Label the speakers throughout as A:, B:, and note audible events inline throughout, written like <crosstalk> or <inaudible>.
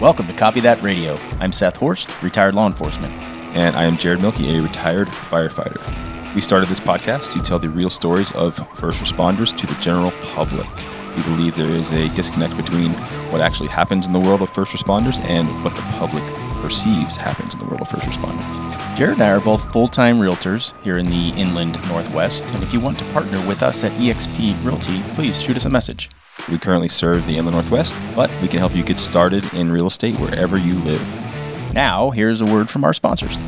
A: Welcome to Copy That Radio. I'm Seth Horst, retired law enforcement.
B: And I am Jared Milkey, a retired firefighter. We started this podcast to tell the real stories of first responders to the general public. We believe there is a disconnect between what actually happens in the world of first responders and what the public perceives happens in the world of first responders.
A: Jared and I are both full time realtors here in the inland northwest, and if you want to partner with us at eXp Realty, please shoot us a message.
B: We currently serve the Inland Northwest, but we can help you get started in real estate wherever you live.
A: Now, here's a word from our sponsors.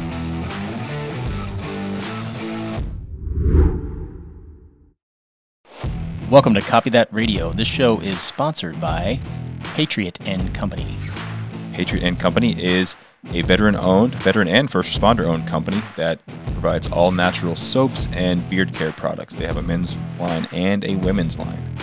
A: Welcome to Copy That Radio. This show is sponsored by Patriot and Company.
B: Patriot and Company is a veteran-owned, veteran and first responder-owned company that provides all natural soaps and beard care products. They have a men's line and a women's line.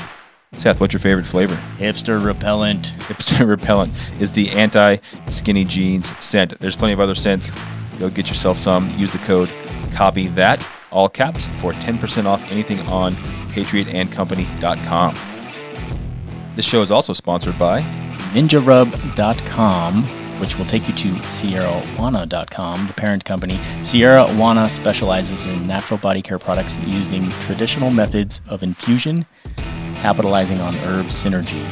B: Seth, what's your favorite flavor? <laughs>
A: Hipster repellent.
B: Hipster <laughs> repellent is the anti-skinny jeans scent. There's plenty of other scents. Go get yourself some. Use the code copy that all caps for 10% off anything on patriotandcompany.com. This show is also sponsored by
A: ninjarub.com, which will take you to sierrawana.com, the parent company. Sierra Wana specializes in natural body care products using traditional methods of infusion, capitalizing on herb synergy.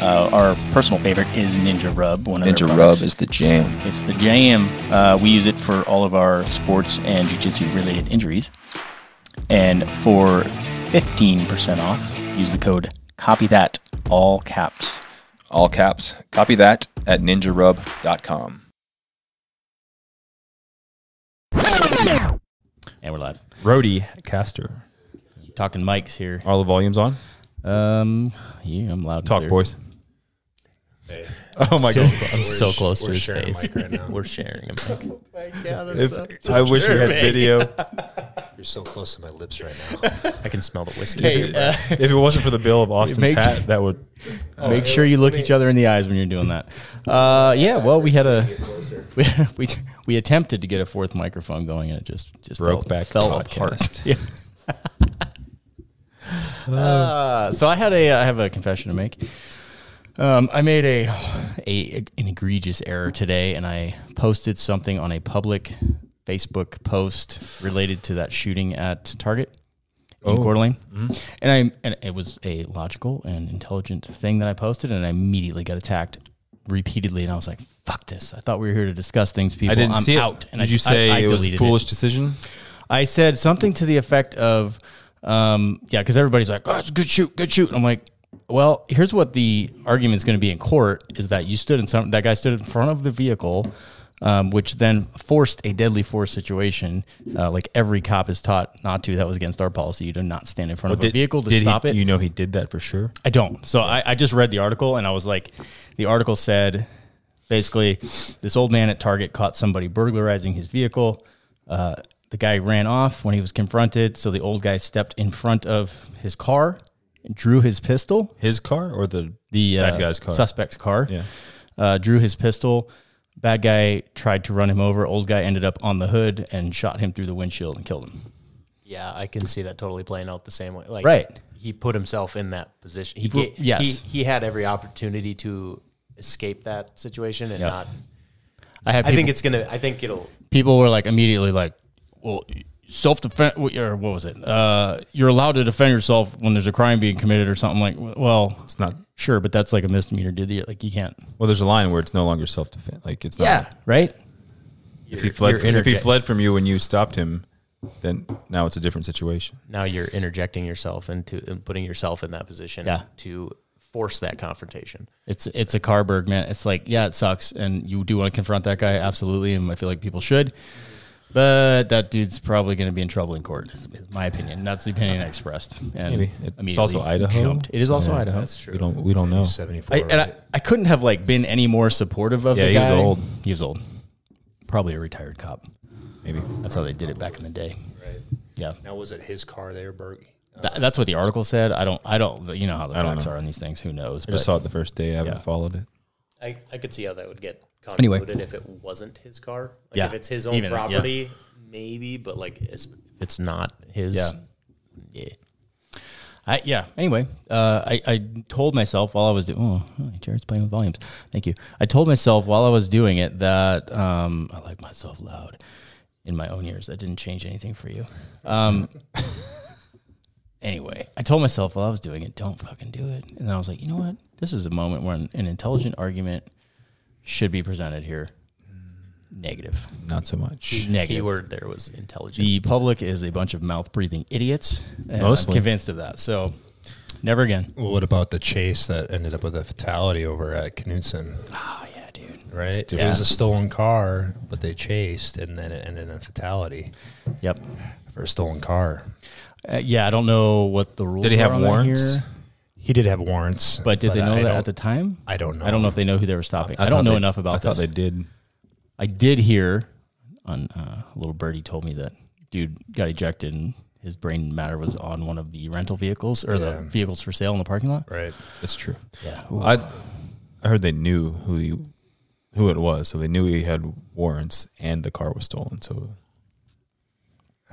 A: Uh, our personal favorite is Ninja Rub. One of their
B: Ninja Rub
A: products.
B: is the jam.
A: It's the jam. Uh, we use it for all of our sports and jiu-jitsu related injuries. And for 15% off, use the code copy that all caps.
B: All caps. Copy that at ninjarub.com.
A: And we're live.
B: Rody Caster.
A: Talking mics here.
B: All the volumes on?
A: Um, yeah, I'm loud. and
B: Talk,
A: clear.
B: boys. <laughs> Oh my
C: so,
B: god!
C: I'm so close to
D: we're
C: his
D: sharing a
C: face.
D: mic right <laughs> now.
C: we're sharing a mic.
B: If, I wish we had
A: <laughs>
C: disturbing.
B: video.
D: You're so close to my lips right now.
C: I can smell the whiskey.
A: uh,
B: If it wasn't for
A: <laughs>
B: the bill of Austin's
C: Make-
B: hat, that would.
A: Make sure you look each other in the eyes when you're doing that. Uh, yeah. Well, we had a <laughs> we we, we attempted to get a fourth microphone going, and it just just fell,
B: Broke back
A: fell
B: podcast.
A: apart. Yeah. <laughs> uh, so I had a I have a confession to make. Um, I made a, a an egregious error today, and I posted something on a public Facebook post related to that shooting at Target in
E: Oh.
A: Coeur d'Alene.
E: Mm-hmm.
A: And I and it was a logical and intelligent thing that I posted, and I immediately got attacked repeatedly, and I was like, "Fuck this!" I thought we were here to discuss things. People,
E: I didn't
A: am
E: see it.
A: out. And
E: Did
A: I,
E: you say
A: I, I
E: it was a
A: deleted
E: foolish decision?
A: I said something to the effect of, um, "Yeah," because everybody's like, "Oh, it's a good shoot, good shoot," and I'm like. Well, here's what the argument is going to be in court: is that you stood in some that guy stood in front of the vehicle, um, which then forced a deadly force situation. Uh, like every cop is taught not to. That was against our policy. You do not stand in front of a vehicle to
E: did he-
A: stop it.
B: You know he did that for sure.
A: I don't. So I, I just read the article and I was like, the article said basically this old man at Target caught somebody burglarizing his vehicle. Uh, the guy ran off when he was confronted. So the old guy stepped in front of his car, drew his pistol,
B: His car or the
A: the uh,
B: Bad guy's car.
A: suspect's car,
B: Yeah.
A: uh, drew his pistol. Bad guy tried to run him over. Old guy ended up on the hood and shot him through the windshield and killed him.
C: Yeah, I can see that totally playing out the same way. Like,
A: Right.
C: He put himself in that position. He
A: put-
C: ga-
A: yes.
C: He, he had every opportunity to escape that situation and not.
A: I had
C: I think
A: people-
C: it's gonna. I think it'll.
A: people were like immediately like, well, self defense or what was it? Uh, you're allowed to defend yourself when there's a crime being committed or something like. Well,
B: It's not.
A: sure, but that's like a misdemeanor. Did you like you can't?
B: Well, there's a line where it's no longer self defense. Like it's not.
C: um,
A: right.
B: If he fled,
C: you're
B: from, if he
C: interject-
B: fled from you when you stopped him, then now it's a different situation.
C: Now you're interjecting yourself into and putting yourself in that position
A: Yeah.
C: to force that confrontation.
A: It's it's a Carberg man. It's like yeah, it sucks, and you do want to confront that guy absolutely, and I feel like people should. But that dude's probably going to be in trouble in court. Is, is my opinion. That's the opinion I expressed. And
B: Maybe. It's
A: immediately
B: also Idaho,
A: jumped. It is also
B: so
A: Idaho.
B: We don't. We don't know.
D: 74.
A: I, and I, I couldn't have like been any more supportive of
B: Yeah,
A: the
B: he was
A: guy.
B: old.
A: He was old. Probably a retired cop.
B: Maybe.
A: That's how they did it back in the day. Yeah,
D: now was it his car there, Berg?
A: Th- that's what the article said. I don't. I don't. You know how the
B: don't
A: facts
B: know.
A: are on these things. Who knows?
B: I
A: But
B: just saw it the first day. I haven't
A: Yeah.
B: followed it.
C: I, I could see how that would get
A: Anyway.
C: convoluted if it wasn't his car. Like
A: Yeah.
C: If it's his own
A: Even, yeah.
C: property, maybe, but like it's- if it's not his,
A: Yeah.
C: yeah.
A: I, yeah. Anyway, uh, I, I told myself while I was doing. Oh, hi, Jared's playing with volumes. Thank you. I told myself while I was doing it that um, I like myself loud in my own ears. That didn't change anything for you. Um, <laughs> anyway, I told myself while I was doing it, don't fucking do it. And then I was like, you know what? This is a moment where an, an intelligent argument should be presented here. Negative.
B: Not so much.
A: Negative.
C: Keyword there was intelligent.
A: The public is a bunch of mouth breathing idiots. and
B: Mostly.
A: I'm convinced of that. So never again.
D: Well, what about the chase that ended up with a fatality over at Knudsen?
B: Ah,
A: Oh, yeah, dude.
D: Right, it was a stolen car, but they chased, and then it ended in a fatality
A: Yep.
D: for a stolen car.
A: Uh, yeah, I don't know what the rules
B: Did he
A: are
B: have
A: on that
B: warrants?
A: here,
D: He did have warrants,
A: but did they know
D: I
A: that
D: don't-
A: at the time?
D: I don't know.
A: I don't know if they know who they were stopping. I,
B: thought
A: don't know
B: they-
A: enough about
B: I
A: this.
B: thought they did.
A: I did hear on uh, a little birdie told me that dude got ejected and his brain matter was on one of the rental vehicles or the vehicles for sale in the parking lot.
D: Right,
B: That's true.
A: Yeah.
B: I I heard they knew who he, who it was, so they knew he had warrants and the car was stolen. So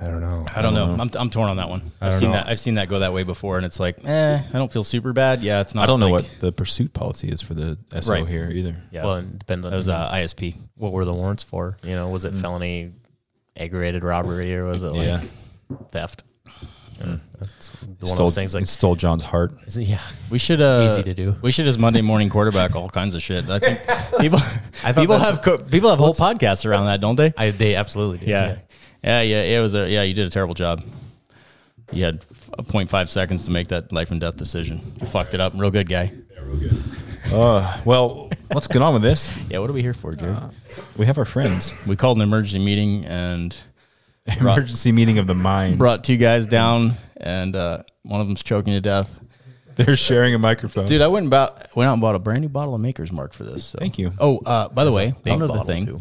D: I don't know.
A: I don't know. I'm, I'm torn on that one. I've
D: don't
A: seen
D: know.
A: that. I've seen that go that way before, and it's like, eh, I don't feel super bad. Yeah, it's not.
B: I don't know
A: like-
B: what the pursuit policy is for the SO
A: Right.
B: here either.
A: Yeah,
C: Well, it depends on
A: that was uh, ISP.
C: what were the warrants for. You know, was it felony aggravated robbery or was it like
B: Mm. Yeah.
C: theft? That's one of
B: Stole,
C: those things. Like,
B: he stole
A: <laughs>
B: John's heart.
C: is it- yeah,
A: We should uh,
C: Easy to do.
A: We should as Monday morning quarterback all kinds of shit. I think
C: <laughs>
A: people people
C: that's-
A: have co- people have whole podcasts around that, don't they?
C: I, they absolutely did.
A: Yeah. Yeah, yeah, it was a yeah, you did a terrible job. You had f- 0.5 seconds to make that life and death decision. You fucked it up. Real good guy.
B: Uh, well, let's get on with this.
A: Yeah, what are we here for, Jared?
C: Uh.
B: We have our <laughs> friends.
A: we called an emergency meeting and Brought-
B: Emergency meeting of the minds.
A: brought two guys down and uh, one of them's choking to death.
B: They're sharing a microphone.
A: Dude, I went and bought, went out and bought a brand new bottle of Maker's Mark for this. so.
B: Thank you.
A: Oh, uh, by the way,
C: big
A: another
C: bottle,
A: thing.
C: too.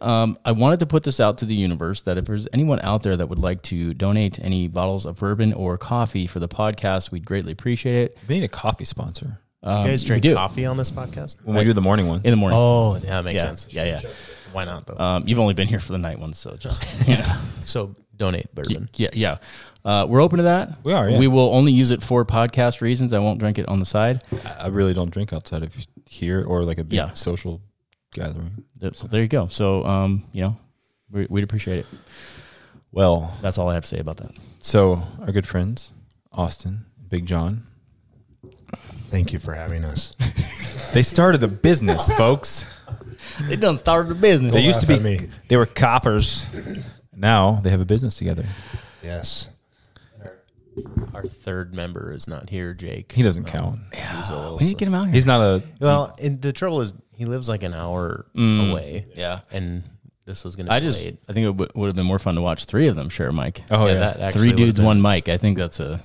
A: Um, I wanted to put this out to the universe that if there's anyone out there that would like to donate any bottles of bourbon or coffee for the podcast, we'd greatly appreciate it.
B: we need a coffee sponsor
C: You guys drink
A: do.
C: coffee on this podcast?
B: when we do the morning one.
A: In the morning.
C: Oh, yeah, that makes
A: Yeah.
C: sense.
A: Yeah, yeah.
C: Why not
B: Uh,
C: though?
A: Um, you've only been here for the night one, so just yeah,
C: so donate bourbon.
A: yeah, yeah. Uh, we're open to that.
B: We are, yeah.
A: We will only use it for podcast reasons. I won't drink it on the side.
B: I really don't drink outside of here or like a big
A: Yeah.
B: social gathering.
A: So there you go. So, um, you know, we, we'd appreciate it.
B: Well,
A: That's all I have to say about that.
B: so our good friends, Austin, Big John,
D: Thank you for
A: <laughs>
D: having us.
B: they started a <laughs> business, folks.
A: They done started a business.
B: They used to
D: laugh
B: be
D: at me.
B: they were coppers. Now they have a business together.
D: Yes,
C: Our third member is not here, Jake.
B: He doesn't count.
C: He's a little
A: we need to get him out here.
B: He's not a
C: Well, and the trouble is, he lives like an hour
B: Mm.
C: away.
A: Yeah.
C: and this was gonna.
A: I
C: be
A: just,
C: late.
A: I think it would have been more fun to watch three of them share a mic.
B: Oh yeah.
C: that actually
A: three
C: would've
A: dudes,
C: been-
A: one mic. I think that's a,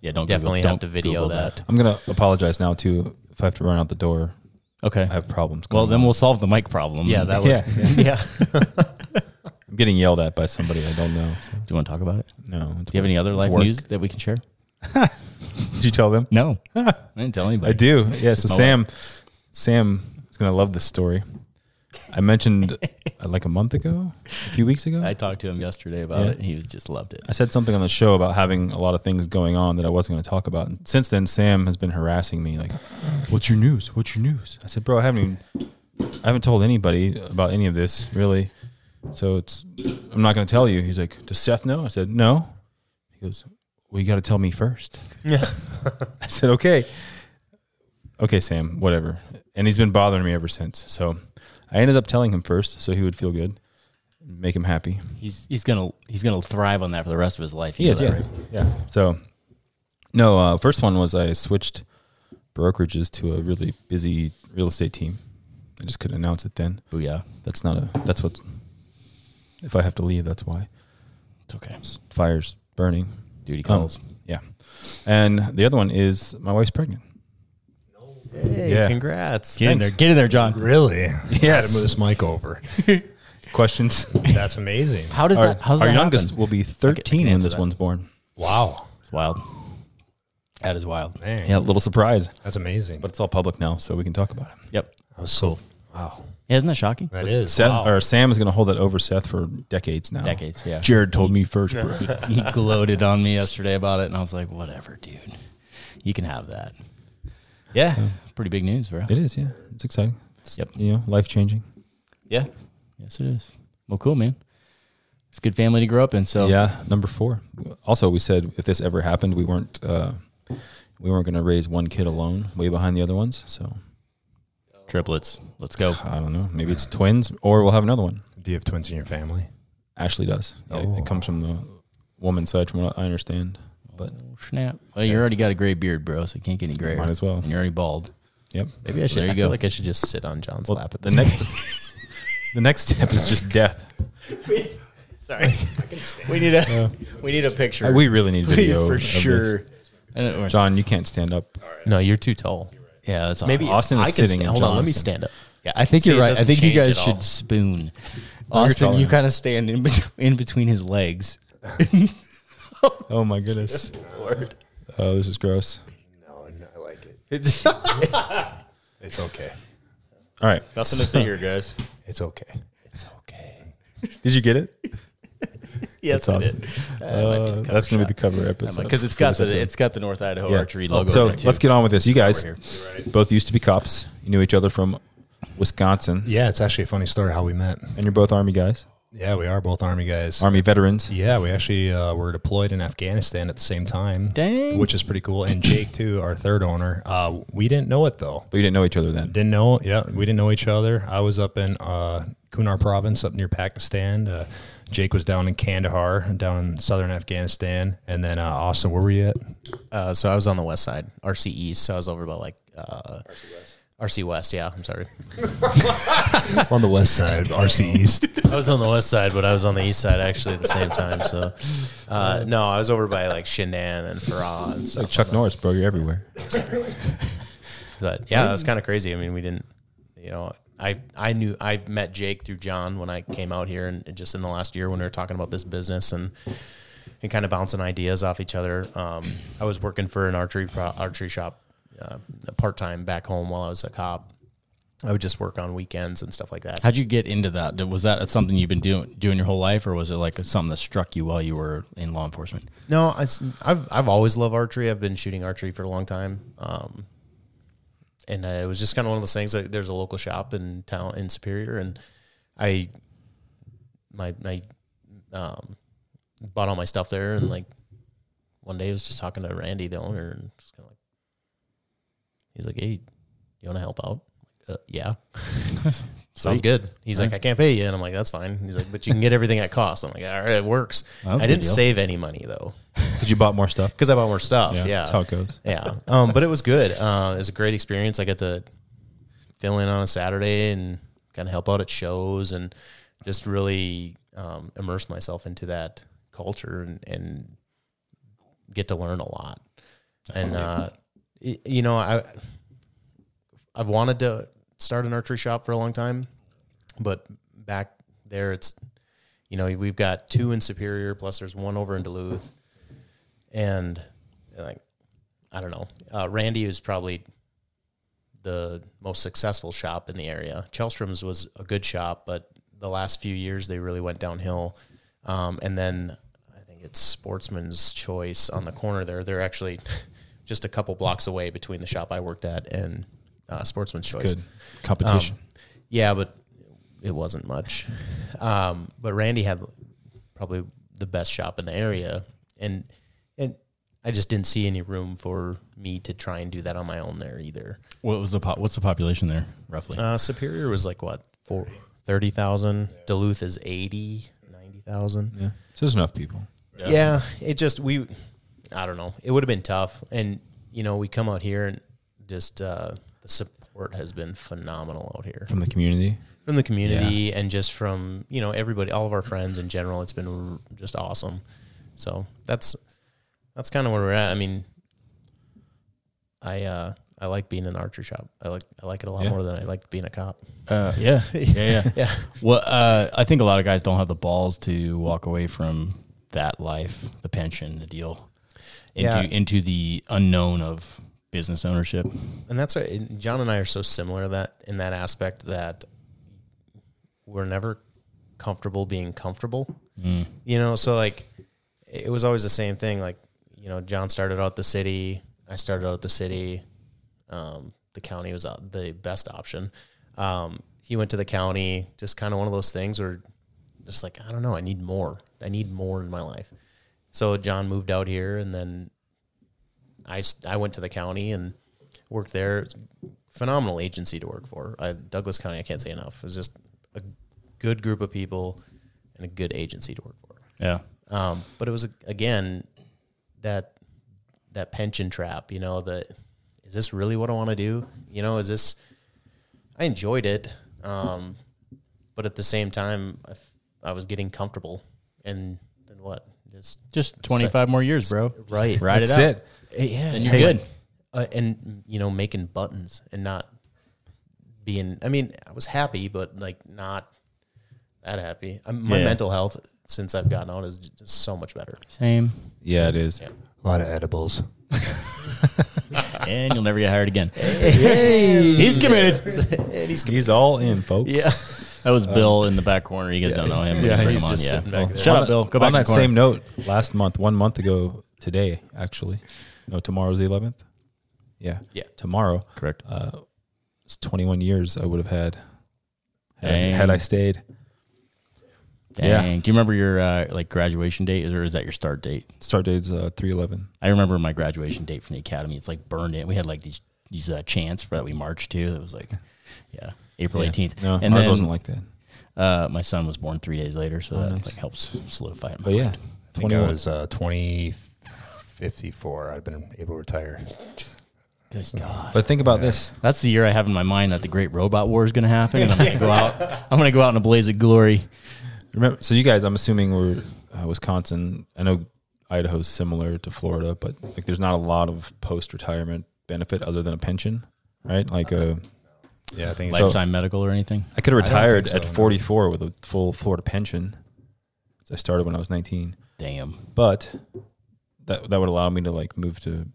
A: yeah, don't
C: Definitely
A: Google, don't
C: have to video
A: Google
C: that.
B: I'm gonna apologize now too if I have to run out the door.
A: Okay.
B: I have problems.
A: well,
B: going
A: then we'll solve the mic problem.
C: Yeah, that
B: on.
C: would.
B: yeah, <laughs> yeah.
C: yeah.
B: I'm getting yelled at by somebody I don't know. So.
A: Do you want to talk about it? Do
B: No. it's-
A: you have any other
B: it's
A: live
B: work.
A: news that we can share?
B: Did you tell them?
A: No, I didn't tell anybody.
B: I do. Yeah. So
A: my
B: Sam, Sam is gonna love this story. I <laughs> mentioned uh, like a month ago, a few weeks ago.
A: I
B: I,
A: talked to him yesterday about
B: Yeah.
A: it, and he was just loved it.
B: said something on the show about having a lot of things going on that I wasn't gonna talk about. And since then, Sam has been harassing me like, "What's your news? What's your news?" I said, "Bro, I haven't even, I haven't told anybody about any of this really." So it's, I'm not gonna tell you. He's like, "Does Seth know?" I said, "No." He goes, "Well, you got to tell me first.
C: Yeah.
B: I said, okay. Okay, Sam, whatever. And he's been bothering me ever since. So I ended up telling him first so he would feel good, make him happy.
A: He's he's gonna he's gonna thrive on that for the rest of his life. You
B: He
A: know
B: is,
A: that,
B: yeah.
A: right?
B: Yeah. So, no, uh, first one was I switched brokerages to a really busy real estate team. I just couldn't announce it then.
A: Booyah!
B: That's not a, that's what, if I have to leave, that's why.
A: It's okay.
B: Fire's burning.
A: Duty
B: Um,
A: calls.
B: Yeah. And the other one is my wife's pregnant.
C: Hey,
B: Yeah.
C: congrats.
A: get in there, get in there, John.
D: really.
B: Yes.
D: to move this
A: <laughs>
D: mic over.
B: Questions?
D: That's amazing.
A: How does
B: our,
A: that? How's
B: our
A: that
B: youngest
A: happen?
B: will be 13 when
A: answer
B: this
A: that.
B: one's born.
D: Wow,
A: It's wild. That is wild.
D: man,
B: Yeah, little surprise,
D: that's amazing.
B: but it's all public now, so we can talk about it.
A: Yep.
D: I was so wow.
A: Yeah, isn't that shocking?
D: That is
B: Seth
D: wow.
B: or Sam is going to hold that over Seth for decades now.
A: Decades. Yeah.
B: Jared told me first. bro.
A: he gloated on me yesterday about it, and I was like, "Whatever, dude." you can have that. Yeah, pretty big news, bro.
B: It is, yeah. It's exciting. It's,
A: Yep.
B: You know, life changing.
A: Yeah, yes, it is. Well, cool, man. It's a good family to grow up in. So
B: Yeah. Number four. Also, we said if this ever happened, we weren't uh, we weren't going to raise one kid alone, way behind the other ones. So
A: triplets. Let's go.
B: I don't know. Maybe it's twins, or we'll have another one.
D: Do you have twins in your family?
B: Ashley does. Yeah, It
D: Oh.
B: comes from the woman's side, from what I understand. But
A: Snap. Well, you already got a gray beard, bro. So it can't get any grayer.
B: Oh, might as well.
A: And you're already bald.
B: Yep.
A: Maybe I should.
C: I
A: There you
C: feel
A: go.
C: like I should just sit on John's
B: Well,
C: lap at
B: the
C: this <laughs>
B: next the next step is just death.
A: Sorry. we need a <laughs> we need a picture.
B: Uh, We really need
A: Please,
B: video
A: for
B: of this.
A: sure. I don't- or-
B: John, you can't stand up.
C: No, you're too tall.
A: Yeah, that's
C: Maybe
A: Awesome.
B: Austin
C: I
B: is
C: can
B: sitting
C: stand-
B: and
C: Hold on, let me
B: John's
C: stand up.
A: Yeah, I think
C: See,
A: you're
C: it
A: right. I
C: doesn't
A: think you
C: change
A: guys
C: at all.
A: should spoon. Austin,
B: taller.
A: you kind of stand in, bet- in between his legs.
B: Oh
A: <laughs>
B: my goodness. Oh, this is gross.
D: No, I like it.
A: It's
D: It's okay.
B: All right.
A: nothing to see here, <laughs> guys.
D: It's okay.
B: <laughs> Did you get it?
A: <laughs> Yes,
B: That's awesome. Uh, that's gonna be the cover episode
A: because it's
B: for
A: got
B: this
A: the
B: episode.
A: it's got the North Idaho
B: Yeah.
A: Archery logo.
B: So
A: on it, too.
B: let's get on with this. You guys both used to be cops. You knew each other from Wisconsin,
D: Yeah, it's actually a funny story how we met.
B: and you're both Army guys,
D: Yeah, we are both Army guys.
B: Army veterans.
D: Yeah, we actually uh, were deployed in Afghanistan at the same time,
A: Dang.
D: which is pretty cool. And Jake too, our third owner, uh, we didn't know it though.
B: But you didn't know each other then.
D: Didn't know. Yeah, we didn't know each other. I was up in uh, Kunar province, up near Pakistan. Uh, Jake was down in Kandahar, down in southern Afghanistan. And then uh, Austin, where were you at?
C: Uh, so I was on the west side, RC East. So I was over by like uh, RC West. yeah. I'm sorry.
D: on the <laughs> west side, RC East.
C: I was on the west side, but I was on the east side actually at the same time. So uh, no, I was over by like Shinan and Farah and
B: Like
C: stuff.
B: Chuck Norris, bro. You're everywhere.
C: But yeah, that was kind of crazy. I mean, we didn't, you know, I I knew I met Jake through John when I came out here, and just in the last year when we were talking about this business and and kind of bouncing ideas off each other. Um, I was working for an archery pro, archery shop uh, part time back home while I was a cop. I would just work on weekends and stuff like that.
A: How'd you get into that? Did- Was that something you've been doing doing your whole life, or was it like something that struck you while you were in law enforcement?
C: No, I, have I've always loved archery. I've been shooting archery for a long time. Um, and uh, it was just kind of one of those things. Like, there's a local shop in town in Superior, and I, my my, um, bought all my stuff there, and like, one day I was just talking to Randy, the owner, and just kind of like, he's like, "Hey, you want to help out?" Uh, yeah, <laughs> sounds good. He's like, "I can't pay you," and I'm like, "That's fine." He's like, "But you can get everything at cost." I'm like, "All right, it works."
A: that's a
C: I
A: good
C: didn't
A: deal.
C: save any money though
B: Because you bought more stuff.
C: because I bought more stuff. Yeah,
B: That's how it goes.
C: yeah. Um, but it was good. Uh, it was a great experience. I got to fill in on a Saturday and kind of help out at shows and just really um, immerse myself into that culture and, and get to learn a lot. And uh, y- you know, I I've wanted to start an archery shop for a long time, but back there, it's you know we've got two in Superior, plus there's one over in Duluth, and like I don't know. Uh, Randy is probably the most successful shop in the area. Chelstrom's was a good shop, but the last few years they really went downhill. Um, and then I think it's Sportsman's Choice on the corner there. They're actually <laughs> just a couple blocks away between the shop I worked at and uh, Sportsman's Choice.
B: Good competition.
C: Um, Yeah, but it wasn't much. Um, but Randy had probably the best shop in the area, and and I just didn't see any room for me to try and do that on my own there either.
A: What was the po- what's the population there roughly?
C: Uh, Superior was like what four thirty thousand. Duluth is eighty. 90,000.
A: Um,
B: yeah. So there's enough people.
C: Yeah. it just we, I don't know. It would have been tough, and you know we come out here and just uh, the support has been phenomenal out here.
B: From the community.
C: from the community and just from you know everybody all of our friends in general it's been r- just awesome so that's that's kind of where we're at i mean i uh i like being in archer shop i like i like it a lot
B: Yeah.
C: more than i like being a cop
A: Uh, yeah, <laughs> yeah, yeah.
C: yeah
A: Well, uh, I think a lot of guys don't have the balls to walk away from that life, the pension, the deal, into
C: Yeah.
A: into the unknown of business ownership.
C: and that's right and john and i are so similar that in that aspect that we're never comfortable being comfortable you know so like it was always the same thing like you know john started out the city I started out at the city. Um, the county was out- the best option. Um, he went to the county, just kind of one of those things where just like, I don't know, I need more. I need more in my life. So John moved out here and then I, s- I went to the county and worked there. It's a phenomenal agency to work for. I, Douglas County, I can't say enough. It was just a good group of people and a good agency to work for.
A: Yeah.
C: Um, but it was again that that pension trap. You know, that is this really what I want to do? You know, is this? I enjoyed it, um, but at the same time, I, f- I was getting comfortable, and then what? Just
A: Just 25 more years, bro.
C: right,
A: Ride it
B: That's
A: out.
B: it.
C: yeah,
A: And you're good.
C: uh, and you know making buttons and not being i mean i was happy but like not that happy i my
A: Yeah.
C: mental health since i've gotten out is just so much better
A: Same.
B: Yeah, it is.
C: Yeah.
D: A lot of edibles.
A: and you'll never get hired again. He's committed.
C: and he's
B: He's all in, folks. <laughs>
C: yeah
A: That
B: Um,
A: was Bill in the back corner. You guys don't know him. but
C: yeah,
A: you bring
C: he's
A: him on.
C: just sitting back there.
A: Shut
B: On
A: up,
B: that-
A: Bill. Go back
B: On
A: in the
B: that
A: corner.
B: same note, last month, one month ago today, actually, no, tomorrow's the 11th. Yeah.
C: Yeah.
B: Tomorrow,
A: Correct.
B: uh, it's 21 years I would have had had,
A: Dang.
B: had I stayed.
A: Dang.
B: yeah.
A: Do you remember your uh, like graduation date, or is that your start date?
B: Start date's uh, 311.
A: I remember my graduation date from the academy. It's like burned in. We had like these these uh, chants for that we marched to. It was
B: <laughs>
A: like, yeah, April
B: Yeah.
A: eighteenth.
B: No,
A: and
B: ours
A: then
B: wasn't like that.
A: uh, my son was born three days later, so
B: Oh,
A: that
B: nice.
A: like helps solidify it. in my
B: But yeah,
A: mind.
D: I think I
B: 21.
D: was uh, 2054. I'd been able to retire.
A: Good God.
B: But think about this.
A: That's the year I have in my mind that the Great Robot War is going to happen, and I'm going to go out. I'm going to go out in a blaze of glory.
B: Remember, so you guys, I'm assuming were uh, Wisconsin. I know Idaho's similar to Florida, but like there's not a lot of post-retirement benefit other than a pension, right? Like uh,
D: Yeah, I think it's
A: Lifetime medical or anything?
B: I could have
D: I don't
B: retired
D: think
B: at
D: so, no.
B: 44 with a full Florida pension. 'cause I started when I was 19,
A: Damn.
B: but that that would allow me to like move to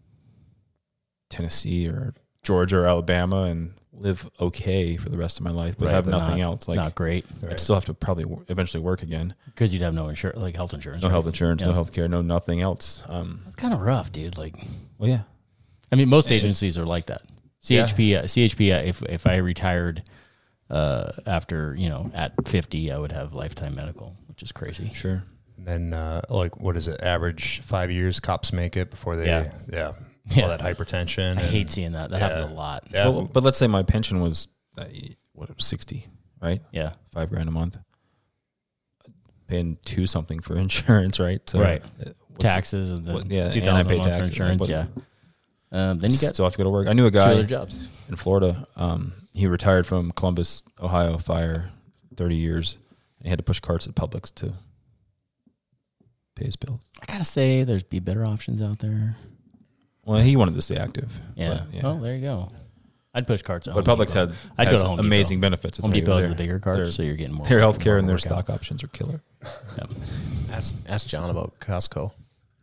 B: Tennessee or Georgia or Alabama and live okay for the rest of my life, but
A: Right,
B: have
A: but
B: nothing
A: not-
B: else. Like
A: Not great
B: I'd still have to probably wo- eventually work again.
A: because you'd have no insurance, like health insurance.
B: No health insurance, no
A: Yeah.
B: health care, no nothing else. Um,
A: It's kind of rough, dude. Like,
B: well, yeah.
A: I mean, most agencies are like that. CHP, uh, CHP. Uh, if if I retired uh, after you know at fifty, I would have lifetime medical, which is crazy.
B: Sure.
D: And then, uh, like, what is it? Average five years cops make it before they,
A: Yeah.
D: yeah,
A: <laughs> Yeah.
D: all that hypertension.
A: I
D: and-
A: hate seeing that. That happens a lot.
D: Yeah,
B: Well, but let's say my pension was uh, what it was sixty, right?
A: Yeah.
B: Five grand a month. Paying two something for <laughs> insurance, right? So,
A: Right.
B: uh, what's
A: Taxes and then
B: what- yeah,
A: two
B: and I
A: thousand
B: pay
A: a month for
B: taxes.
A: insurance.
B: What-
A: Yeah. Um, then
B: It?
A: you got two
B: Still have to go to work. I knew a guy
A: other jobs.
B: in Florida. Um, he retired from Columbus, Ohio fire, thirty years, and he had to push carts at Publix to pay his bills.
A: I gotta say, there's be better options out there.
B: Well, he wanted to stay active.
A: Yeah.
B: but,
A: Oh, there you go. I'd push carts. at
B: But
A: Home
B: Publix
A: Depot.
B: had
A: I'd go
B: has
A: to Home Depot.
B: amazing benefits. That's
A: Home
B: why
A: Depot has
B: they're-
A: the bigger
B: they're-
A: carts, so you're getting more.
B: Their healthcare
A: more
B: and their
A: workout.
B: stock options are killer.
A: Yeah.
C: ask, ask john about costco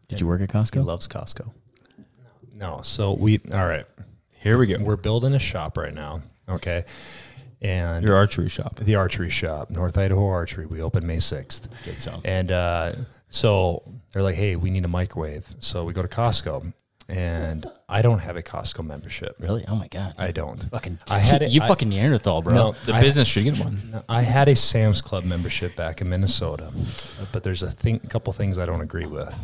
A: Did you work at
C: he
A: Costco?
C: loves costco
D: No, so we, all right,
B: Here we go.
D: we're building a shop right now. Okay. And
B: Your archery shop.
D: the archery shop, North Idaho Archery. We open May 6th.
A: Good sound.
D: And uh, so they're like, hey, we need a microwave. So we go to Costco, and I don't have a Costco membership.
A: Really? Oh my god.
D: I don't.
A: Fucking,
D: I had it-
A: you
D: I-
A: fucking Neanderthal, bro.
D: No,
B: The
D: I-
B: business should get one.
D: No, I had a Sam's Club membership back in Minnesota, but there's a thing, couple things I don't agree with.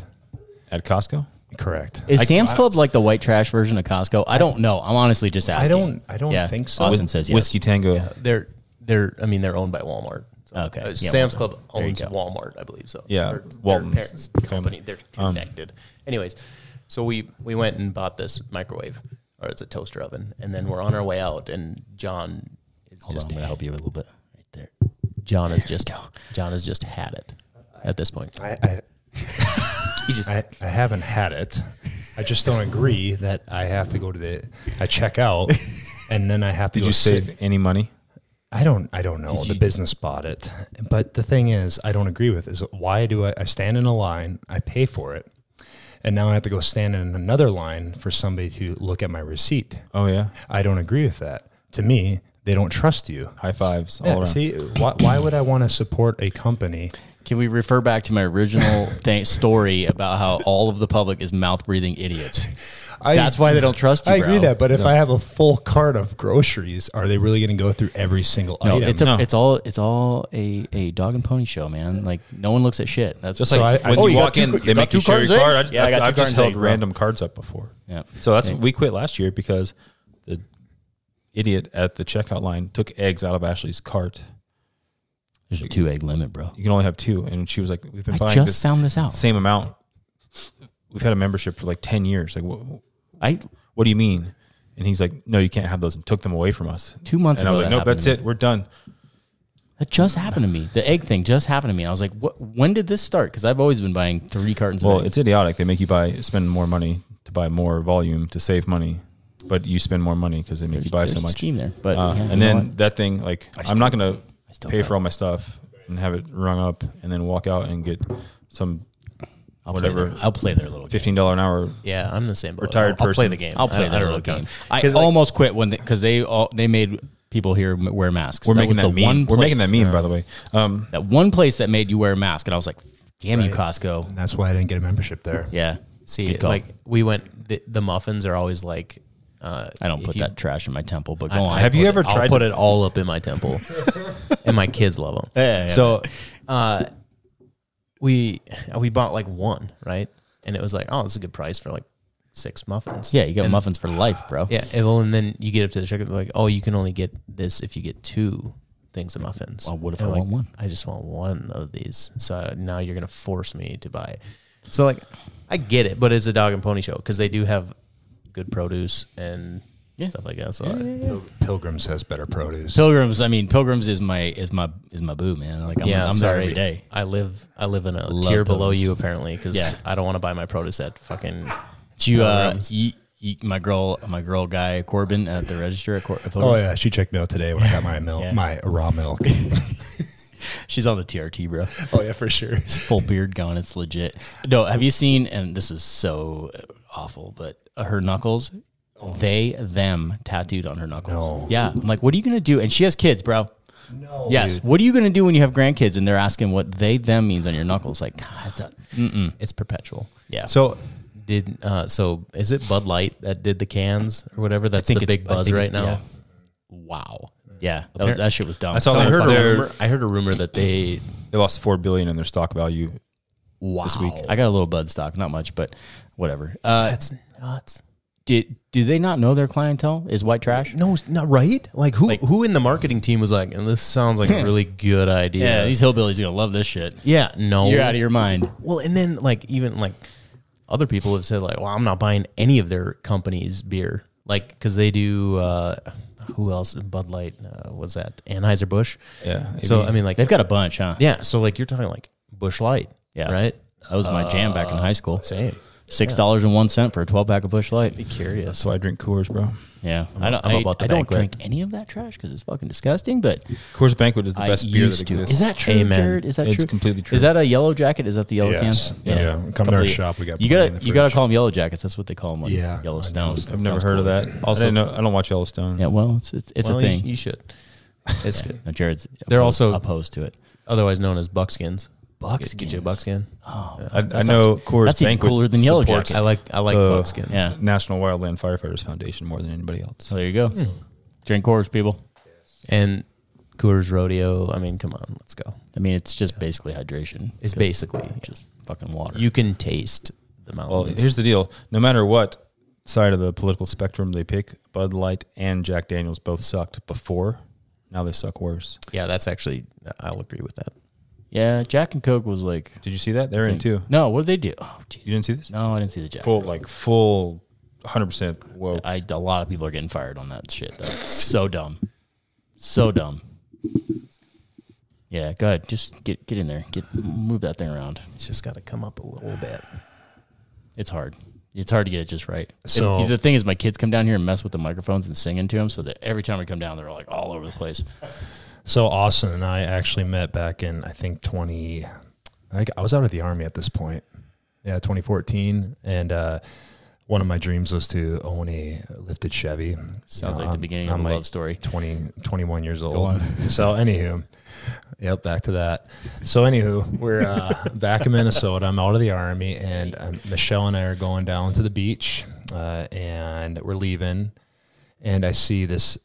B: At Costco?
D: Correct.
A: Is Sam's Club like the white trash version of Costco? I don't know. I'm honestly just asking.
D: I don't. I don't
A: Yeah.
D: think so.
A: Austin says yes.
B: Whiskey Tango. Yeah.
C: they're they're i mean they're owned by walmart So,
A: Okay.
C: uh,
A: Yeah,
C: sam's
A: Walmart.
C: club
A: There you
C: owns
A: go.
C: walmart i believe so
B: Yeah,
C: Their-
B: Walton's
C: their parents
B: family.
C: company they're
A: Um,
C: connected anyways so we we went and bought this microwave or it's a toaster oven and then we're on our way out and john is
A: Hold on,
C: just
A: I'm gonna help you a little bit right there.
C: John has just John has just had it at this point.
D: I,
A: <laughs>
D: I, I, I haven't had it. I just don't agree that I have to go to the. I
A: <laughs>
D: check out, and then I have to.
B: Did
D: go
B: you
D: sit-
B: save any money?
D: I don't. I don't know. The business bought it, but the thing is, I don't agree with. Is why do I, I stand in a line? I pay for it, and now I have to go stand in another line for somebody to look at my receipt.
B: Oh, yeah.
D: I don't agree with that. To me, they don't trust you.
B: High fives all
D: Yeah,
B: around.
D: see, why, why would I want to support a company?
A: Can we refer back to my original th- story about how all of the public is mouth breathing idiots?
D: I,
A: That's why they don't trust you.
D: I agree
A: bro.
D: that, but if I have a full cart of groceries, are they really going to go through every single
A: No,
D: item?
A: it's a,
B: No.
A: it's all it's all a, a dog and pony show, man. Like no one looks at shit. That's
B: Just
D: So
B: like
D: I- I-
B: when
D: Oh,
B: you,
D: you got
B: walk
A: two
B: in,
A: car-
B: they
A: you got
B: make you
A: two
B: share your
A: cards,
B: card.
A: eh?
B: I just,
A: Yeah, I got
B: I've
A: two cards,
B: just held
A: eh, bro.
B: random cards up before.
A: yeah.
B: So that's
A: Okay.
B: we quit last year because the idiot at the checkout line took eggs out of Ashley's cart.
A: There's a two egg limit, bro.
B: You can only have two, and she was like, "We've been
A: I
B: buying
A: just
B: this
A: found this out.
B: same amount. We've had a membership for like ten years. Like, what?
A: I
B: What do you mean?" And he's like, "No, you can't have those," and took them away from us.
A: two months
B: And I
A: ago.
B: was like,
A: that
B: "Nope,
A: happened
B: that's
A: to me.
B: it. We're done."
A: That just happened to me. The egg thing just happened to me. I was like, what? When did this start? Because I've always been buying three cartons.
B: Well,
A: of eggs.
B: it's idiotic. They make you buy spend more money to buy more volume to save money, but you spend more money because they make you buy
A: There's
B: so
A: a
B: much.
A: steam there, but
B: Uh,
A: yeah, you
B: and
A: know
B: then
A: what?
B: that thing, like, I'm not gonna
A: still
B: pay
A: have-
B: for all my stuff and have it rung up, and then walk out and get some
A: I'll
B: whatever-
A: Play their, I'll play their little game.
B: fifteen dollar an hour.
C: Yeah, I'm the same. boat.
B: Retired
C: I'll, I'll play
B: person.
C: the game.
A: I'll play
C: I don't- I
A: their
C: don't
A: little
C: really
A: game.
C: care.
A: I
C: 'Cause, like,
A: almost quit when because they all they made people here m- wear masks.
B: We're
A: That
B: making
A: was
B: that
A: the
B: meme.
A: one
B: We're making that
A: place-
B: meme, by the way. Um,
A: That one place that made you wear a mask, and I was like, damn you, Costco.
D: and that's why I didn't get a membership there.
A: Yeah.
C: See,
A: Good call.
C: like we went. The, the muffins are always like. Uh,
A: I don't
C: if
A: put
C: you-
A: that trash in my temple, but go <laughs>
C: I-
A: on.
C: I
B: Have
C: put
B: you
C: it-
B: ever
C: I'll
B: tried-
C: put it all up in my temple, and my kids love
A: <laughs>
C: them.
A: Yeah, yeah,
C: so, uh, we we bought like one right, and it was like, oh, this is a good price for like six muffins.
A: yeah, you got
C: And-
A: muffins for life, bro.
C: Yeah, and, well, and then you get up to the checkout, they're like, oh, you can only get this if you get two things of muffins.
A: Well, what if
C: And
A: I
C: I'm
A: want
C: like,
A: one?
C: I just want one of these. So now you're gonna force me to buy it. So like, I get it, but it's a dog and pony show because they do have good produce and
A: Yeah.
C: stuff like that. So I-
D: Pil- Pilgrims has better produce.
A: Pilgrims, I mean, Pilgrims is my is my is my boo, man. Like I'm, I'm there
C: sorry.
A: every day.
C: I live I live in a
A: Love
C: tier below
A: pillows.
C: you apparently because
A: Yeah.
C: I don't want to buy my produce at fucking.
A: Do you, uh,
C: Pilgrims.
A: you, you, my girl, my girl guy Corbin at the register at, Cor- at
D: oh
A: Pilgrims?
D: yeah, she checked me out today when I got my milk,
A: Yeah.
D: my
A: <laughs>
D: raw milk.
A: She's on the TRT, bro.
D: oh yeah, for sure.
A: Full beard gone. It's legit. No, have you seen? And this is so awful, but her knuckles, they them tattooed on her knuckles.
D: No.
A: Yeah, I'm like, what are you gonna do? And she has kids, bro.
D: No.
A: Yes. What are you gonna do when you have grandkids and they're asking what they them means on your knuckles? Like, God, that's a, mm-mm.
C: It's perpetual.
A: yeah.
C: So did uh so is it Bud Light that did the cans or whatever? That's the
A: it's-
C: big
A: I
C: buzz
A: think
C: right
A: it's-
C: now.
A: yeah. Wow. Yeah, that, was- that shit was dumb.
B: I saw
C: I
B: I
C: heard a
B: they're-
C: rumor. I heard a rumor that they
B: they lost four billion in their stock value.
A: wow. I got a little bud stock, not much, but whatever. Uh,
C: that's nuts.
A: did do they not know their clientele is white trash?
C: No, it's not right. Like who who in the marketing team was like, and this sounds <laughs> like a really good idea.
A: Yeah, these hillbillies gonna love this shit.
C: yeah, no,
A: You're out of your mind.
C: Well, and then like even like other people have said like, well, I'm not buying any of their company's beer, like because they do. uh Who else? Bud Light uh, was that Anheuser Busch.
B: Yeah.
C: So
B: AB.
C: I mean, like
A: They've got a bunch, huh?
C: yeah. So like you're talking like Bush Light,
A: Yeah.
C: right?
A: That was my jam back in high school.
C: Same.
A: Six dollars and one cent for a twelve pack of Bush Light.
C: Be curious.
B: so I drink Coors, bro.
A: Yeah, I'm, I do not
C: I'm
A: I-
C: about the
A: I don't
C: banquet.
A: drink any of that trash because it's fucking disgusting. But
B: Coors Banquet is the
A: I
B: best
A: used
B: beer that
A: to.
B: exists.
A: Is that true,
C: Amen.
A: Jared? Is that
B: It's
A: true?
B: completely true.
A: Is that a yellow jacket? Is that the yellow
D: Yes.
A: can?
D: Yeah. Come to our shop. We got
A: You
D: plenty in
A: gotta
D: the
A: you gotta
D: fridge.
A: call them yellow jackets. That's what they call them. Like
D: Yeah,
A: yellow
D: I
A: stones.
B: I've never heard of that. Also, I, didn't know, I don't watch Yellowstone.
A: Yeah, well, it's it's, it's
C: Well,
A: a
C: you-
A: thing.
C: You, should. It's good.
A: No, Jared's
C: They're
A: opposed-
C: also-
A: opposed to it.
C: Otherwise known as buckskins.
A: Buckskins.
C: Get, get you a buckskin.
D: Oh.
B: I, I know Coors
A: that's even
B: Banquet
A: cooler than Yellow
B: supports
A: Jacket.
C: I like I like
B: Uh,
C: buckskin.
A: Yeah.
B: National Wildland Firefighters Foundation more than anybody else.
A: So there you go. Drink Coors, people.
C: And Coors Rodeo. I mean, come on, let's go.
A: I mean, it's just basically hydration.
C: It's
A: 'cause
C: basically yeah.
A: just fucking water.
C: you can taste the
B: Well,
C: mountains.
B: here's the deal: no matter what side of the political spectrum they pick, Bud Light and Jack Daniels both sucked before. Now they suck worse.
C: yeah, that's actually I'll agree with that.
A: yeah, Jack and Coke was like.
B: Did you see that? They're in too.
A: No, what did they do? Oh,
B: You
A: jeez.
B: didn't see this?
A: No, I didn't see the Jack.
B: Full like full, hundred percent. Whoa.
A: I a lot of people are getting fired on that shit. Though. It's so dumb, so dumb. Yeah, go ahead. Just get get in there. Get move that thing around.
C: It's just got to come up a little bit.
A: It's hard. It's hard to get it just right. It-
D: So-
A: the thing is, my kids come down here and mess with the microphones and sing into them, so that every time we come down, they're like all over the place.
D: So Austin and I actually met back in I think twenty. I, I was out of the army at this point. Yeah, twenty fourteen, and uh, one of my dreams was to own a lifted Chevy.
A: Sounds
D: You
A: like the
D: I'm-
A: beginning of
D: I'm
A: the
D: like
A: love story.
D: 20, 21 years old.
A: on.
D: So anywho, yep, back to that. So anywho, we're uh, back in Minnesota. I'm out of the army, and um, Michelle and I are going down to the beach, uh, and we're leaving, and I see this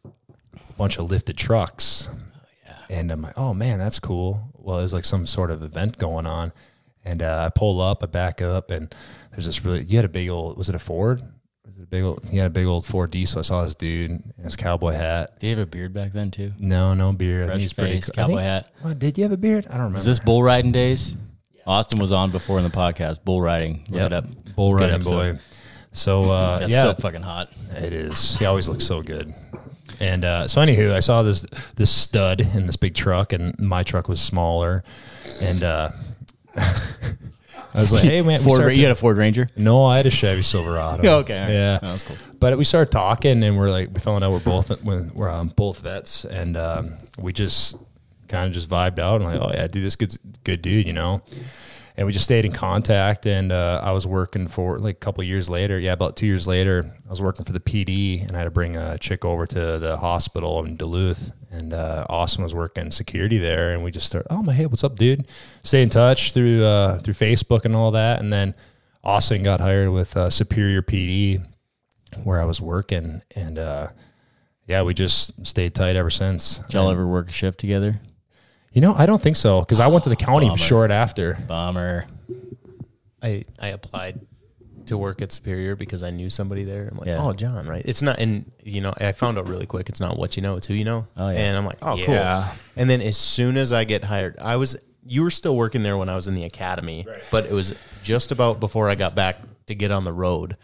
D: bunch of lifted trucks, and I'm like, oh man, that's cool. Well, there's like some sort of event going on, and uh, I pull up, I back up, and there's this really you had a big old was it a Ford? Was it a big old? He had a big old Ford diesel. I saw this dude in his cowboy hat.
A: Did he have a beard back then too?
D: No, no beard. I think
A: Fresh
D: he's pretty
A: face,
D: cl- I
A: cowboy
D: think-
A: hat.
D: Well, did you have a beard? I don't remember.
A: Is this bull riding days? Austin was on before in the podcast. Bull riding. Look
D: Yep.
A: it up. It's
D: bull
A: a good
D: riding
A: episode.
D: boy?
A: <laughs>
D: So uh,
A: That's
D: yeah,
A: so fucking hot.
D: It is. He always looks so good. And uh, so, anywho, I saw this this stud in this big truck, and my truck was smaller. And uh, <laughs> I
A: <laughs>
D: was like, "Hey, man, we
A: Ford,
D: started
A: Ra- you had a Ford Ranger.
D: no, I had a Chevy Silverado.
A: Yeah, <laughs> okay, all right.
D: yeah,
A: Oh, that's cool.
D: But we started talking, and we're like, we found out we're both we're we're, um, both vets, and um, we just kind of just vibed out and like, oh yeah, dude, this good good dude, you know. And we just stayed in contact, and uh, I was working for like a couple years later, yeah, about two years later, I was working for the PD, and I had to bring a chick over to the hospital in Duluth, and uh, Austin was working security there, and we just started, oh my, hey, what's up, dude? Stay in touch through uh, through Facebook and all that, and then Austin got hired with uh, Superior PD, where I was working, and uh, yeah, we just stayed tight ever since.
A: Did y'all ever work a shift together?
D: You know, I don't think so because I went to the county short after.
A: Bomber.
C: I I applied to work at Superior because I knew somebody there. I'm like,
A: Yeah.
C: oh, John, right? It's not, and you know, I found out really quick. It's not what you know, it's who you know.
A: Oh, yeah.
C: And I'm like, oh,
B: Yeah.
C: cool. And then as soon as I get hired, I was you were still working there when I was in the academy, but it was just about before I got back to get on the road.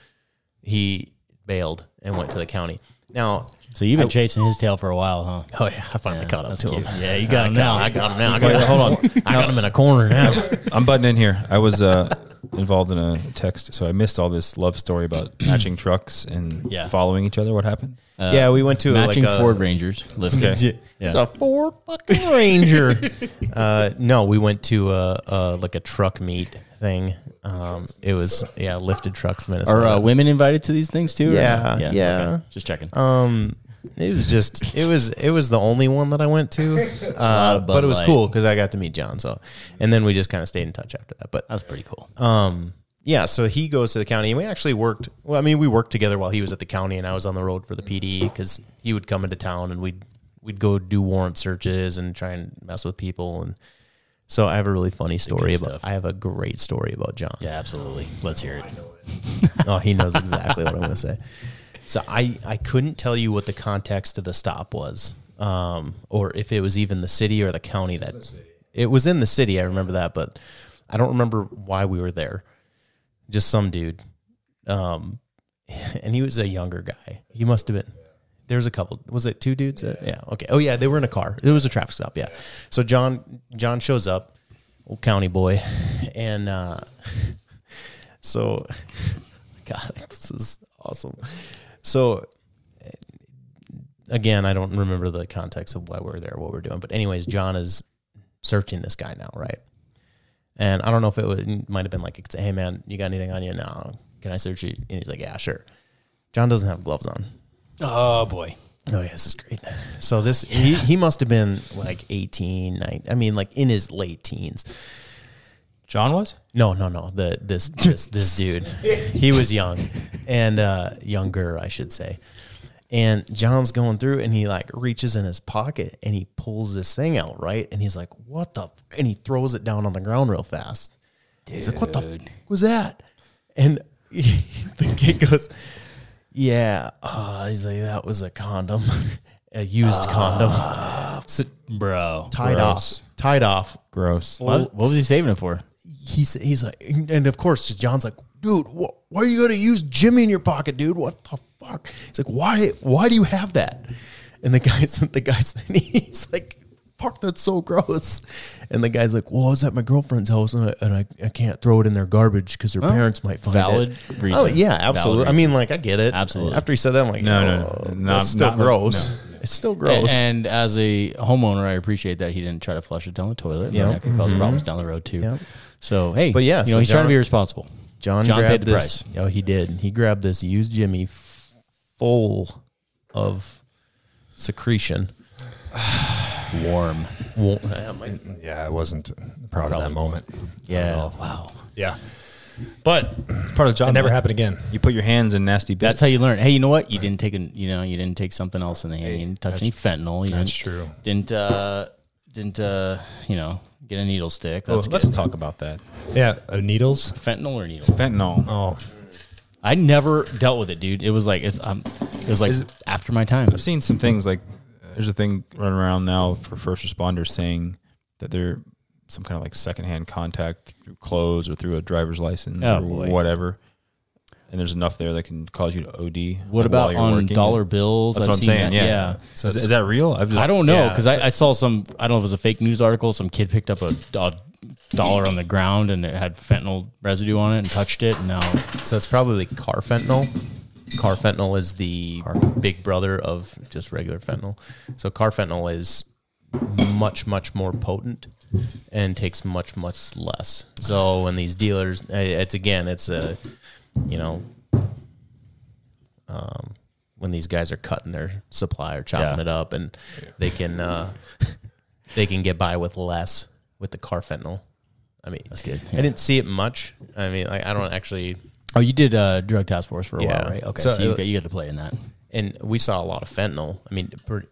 C: He bailed and went to the county. Now,
A: So you've been chasing his tail for a while, huh?
C: oh yeah, I finally caught up
A: that's
C: to
A: cute.
C: him.
A: Yeah, you got him now.
C: I got him now. I got him. Hold on, I got him in a corner now.
B: <laughs> I'm butting in here. I was uh, involved in a text, so I missed all this love story about matching trucks and
A: Yeah.
B: following each other. What happened?
C: <laughs> yeah, we went to
A: Matching
C: like a,
A: Ford Rangers. Listen.
C: It's a Ford fucking Ranger. uh, no, we went to a, a like a truck meet thing. Um, it was yeah, lifted trucks Minnesota.
A: <laughs> Are uh, women invited to these things too? or
C: Yeah,
A: not?
C: yeah.
A: okay. Just checking.
C: um, it was just it was it was the only one that I went
A: <laughs>
C: to, uh,
A: of Bud
C: but it was
A: Light.
C: cool because I got to meet John. So, and then we just kind of stayed in touch after that. But
A: That's pretty cool.
C: um, yeah, so he goes to the county, and we actually worked. Well, I mean, we worked together while he was at the county, and I was on the road for the PD
A: Mm-hmm.
C: because he would come into town, and we'd we'd go do warrant searches and try and mess with people. And so I have a really funny story
A: good
C: about.
A: stuff.
C: I have a great story about John.
A: yeah, absolutely. Let's hear it.
C: <laughs> Oh, he knows exactly what I'm going to say. So I, I couldn't tell you what the context of the stop was, um, or if it was even the city or the county that it was in the city. I remember that, but I don't remember why we were there. Just some dude, um, <laughs> and he was a younger guy. He must have been. There was a couple. Was it two dudes? Yeah. Okay. Oh yeah, they were in a car. It was a traffic stop. Yeah. So John John shows up, old county boy, <laughs> and uh, <laughs> so God, <laughs> this is awesome. So, eh, again, I don't remember the context of why we're there, what we're doing, but anyways, John is searching this guy now, right? And I don't know if it was, it might have been like, hey man, you got anything on you now? Can I search you? And he's like, yeah, sure. John doesn't have gloves on.
A: Oh boy.
C: Oh yeah, this is great. So this he, he must have been like 18, 19, I mean like in his late teens.
B: John was?
C: No, no, no. The this this this dude. He was young and uh younger, I should say. And John's going through and he like reaches in his pocket and he pulls this thing out, right? And he's like, "What the?" f-" And he throws it down on the ground real fast. He's like, "What the f- was that?" And <laughs> the kid goes, "Yeah, uh, he's like that was a condom, <laughs> a used condom, so,
A: Bro.
C: tied
B: gross.
C: off, tied off,
B: Gross.
A: What, what was he saving it for?
C: he's he's like, and of course, John's like, dude, wh- why are you gonna use Jimmy in your pocket, dude? What the fuck? He's like, why why do you have that? And the guys, <laughs> the guys, he's like, fuck, that's so gross. And the guy's like, well, I was at my girlfriend's house and I, and I, I can't throw it in their garbage because their parents might find
A: valid
C: it.
A: reason.
C: Oh yeah,
A: Valid
C: absolutely. I mean, like, I get it.
A: Absolutely.
C: After he said that, I'm like,
B: No,
C: no,
B: no,
C: no,
B: no. Not-
C: it's still
B: not-
C: gross.
B: no.
C: It's still
A: A-
C: gross.
A: And as a homeowner, I appreciate that he didn't try to flush it down the toilet. Yeah,
C: Yeah.
A: that could cause
B: Mm-hmm.
A: problems down the road too.
C: Yeah.
A: So hey,
C: But yeah,
A: you know
C: so
A: he's trying to
C: John-
A: be responsible.
C: John,
A: John
C: grabbed
A: paid the
C: this. Oh, he did. He grabbed this used Jimmy f- full of secretion.
A: Warm.
C: Well, yeah, my-
D: Yeah, I wasn't proud of that moment.
A: Yeah. Wow.
D: Yeah. But
B: It's part of the job.
D: it never
B: man.
D: happened again.
B: You put your hands in nasty bits.
A: That's how you learn. Hey, you know what? You didn't take an, you know, you didn't take something else in the hand. you didn't touch any fentanyl. You
D: That's
A: didn't,
D: true.
A: Didn't uh, didn't uh, you know, get a needle stick.
B: Oh,
A: That's
B: let's
A: good.
B: talk about that.
D: Yeah, uh, needles.
A: fentanyl or needles.
B: Fentanyl.
D: Oh,
A: I never dealt with it, dude. It was like it's um, it was like
B: Is it-
A: after my time.
B: I've seen some things like there's a thing running around now for first responders saying that they're some kind of like secondhand contact through clothes or through a driver's license
A: Oh,
B: or
A: boy.
B: whatever. And there's enough there that can cause you to OD.
A: What
B: like, while
A: about
B: you're
A: on
B: working.
A: dollar bills?
B: That's
A: I've
B: what I'm
A: seen
B: saying.
A: that.
B: Yeah. So is, is that real? I've just
A: I don't know
C: yeah,
A: because I, I saw some. I don't know if it was a fake news article. Some kid picked up a, do- dollar on the ground and it had fentanyl residue on it and touched it. And now
C: So it's probably carfentanil. Carfentanil is the big brother of just regular fentanyl. So carfentanil is much much more potent and takes much much less. So when these dealers, eh, it's again, it's a, you know, um, when these guys are cutting their supply or chopping
A: Yeah.
C: it up, and they can uh, <laughs> they can get by with less with the carfentanil. I mean, that's
A: good,
C: I didn't see it much. I mean, like, I don't actually
A: oh, you did uh, drug task force for a
C: Yeah.
A: while, right? Okay, so,
C: So,
A: you,
C: uh,
A: got, you got to play in that.
C: and we saw a lot of fentanyl. I mean, per,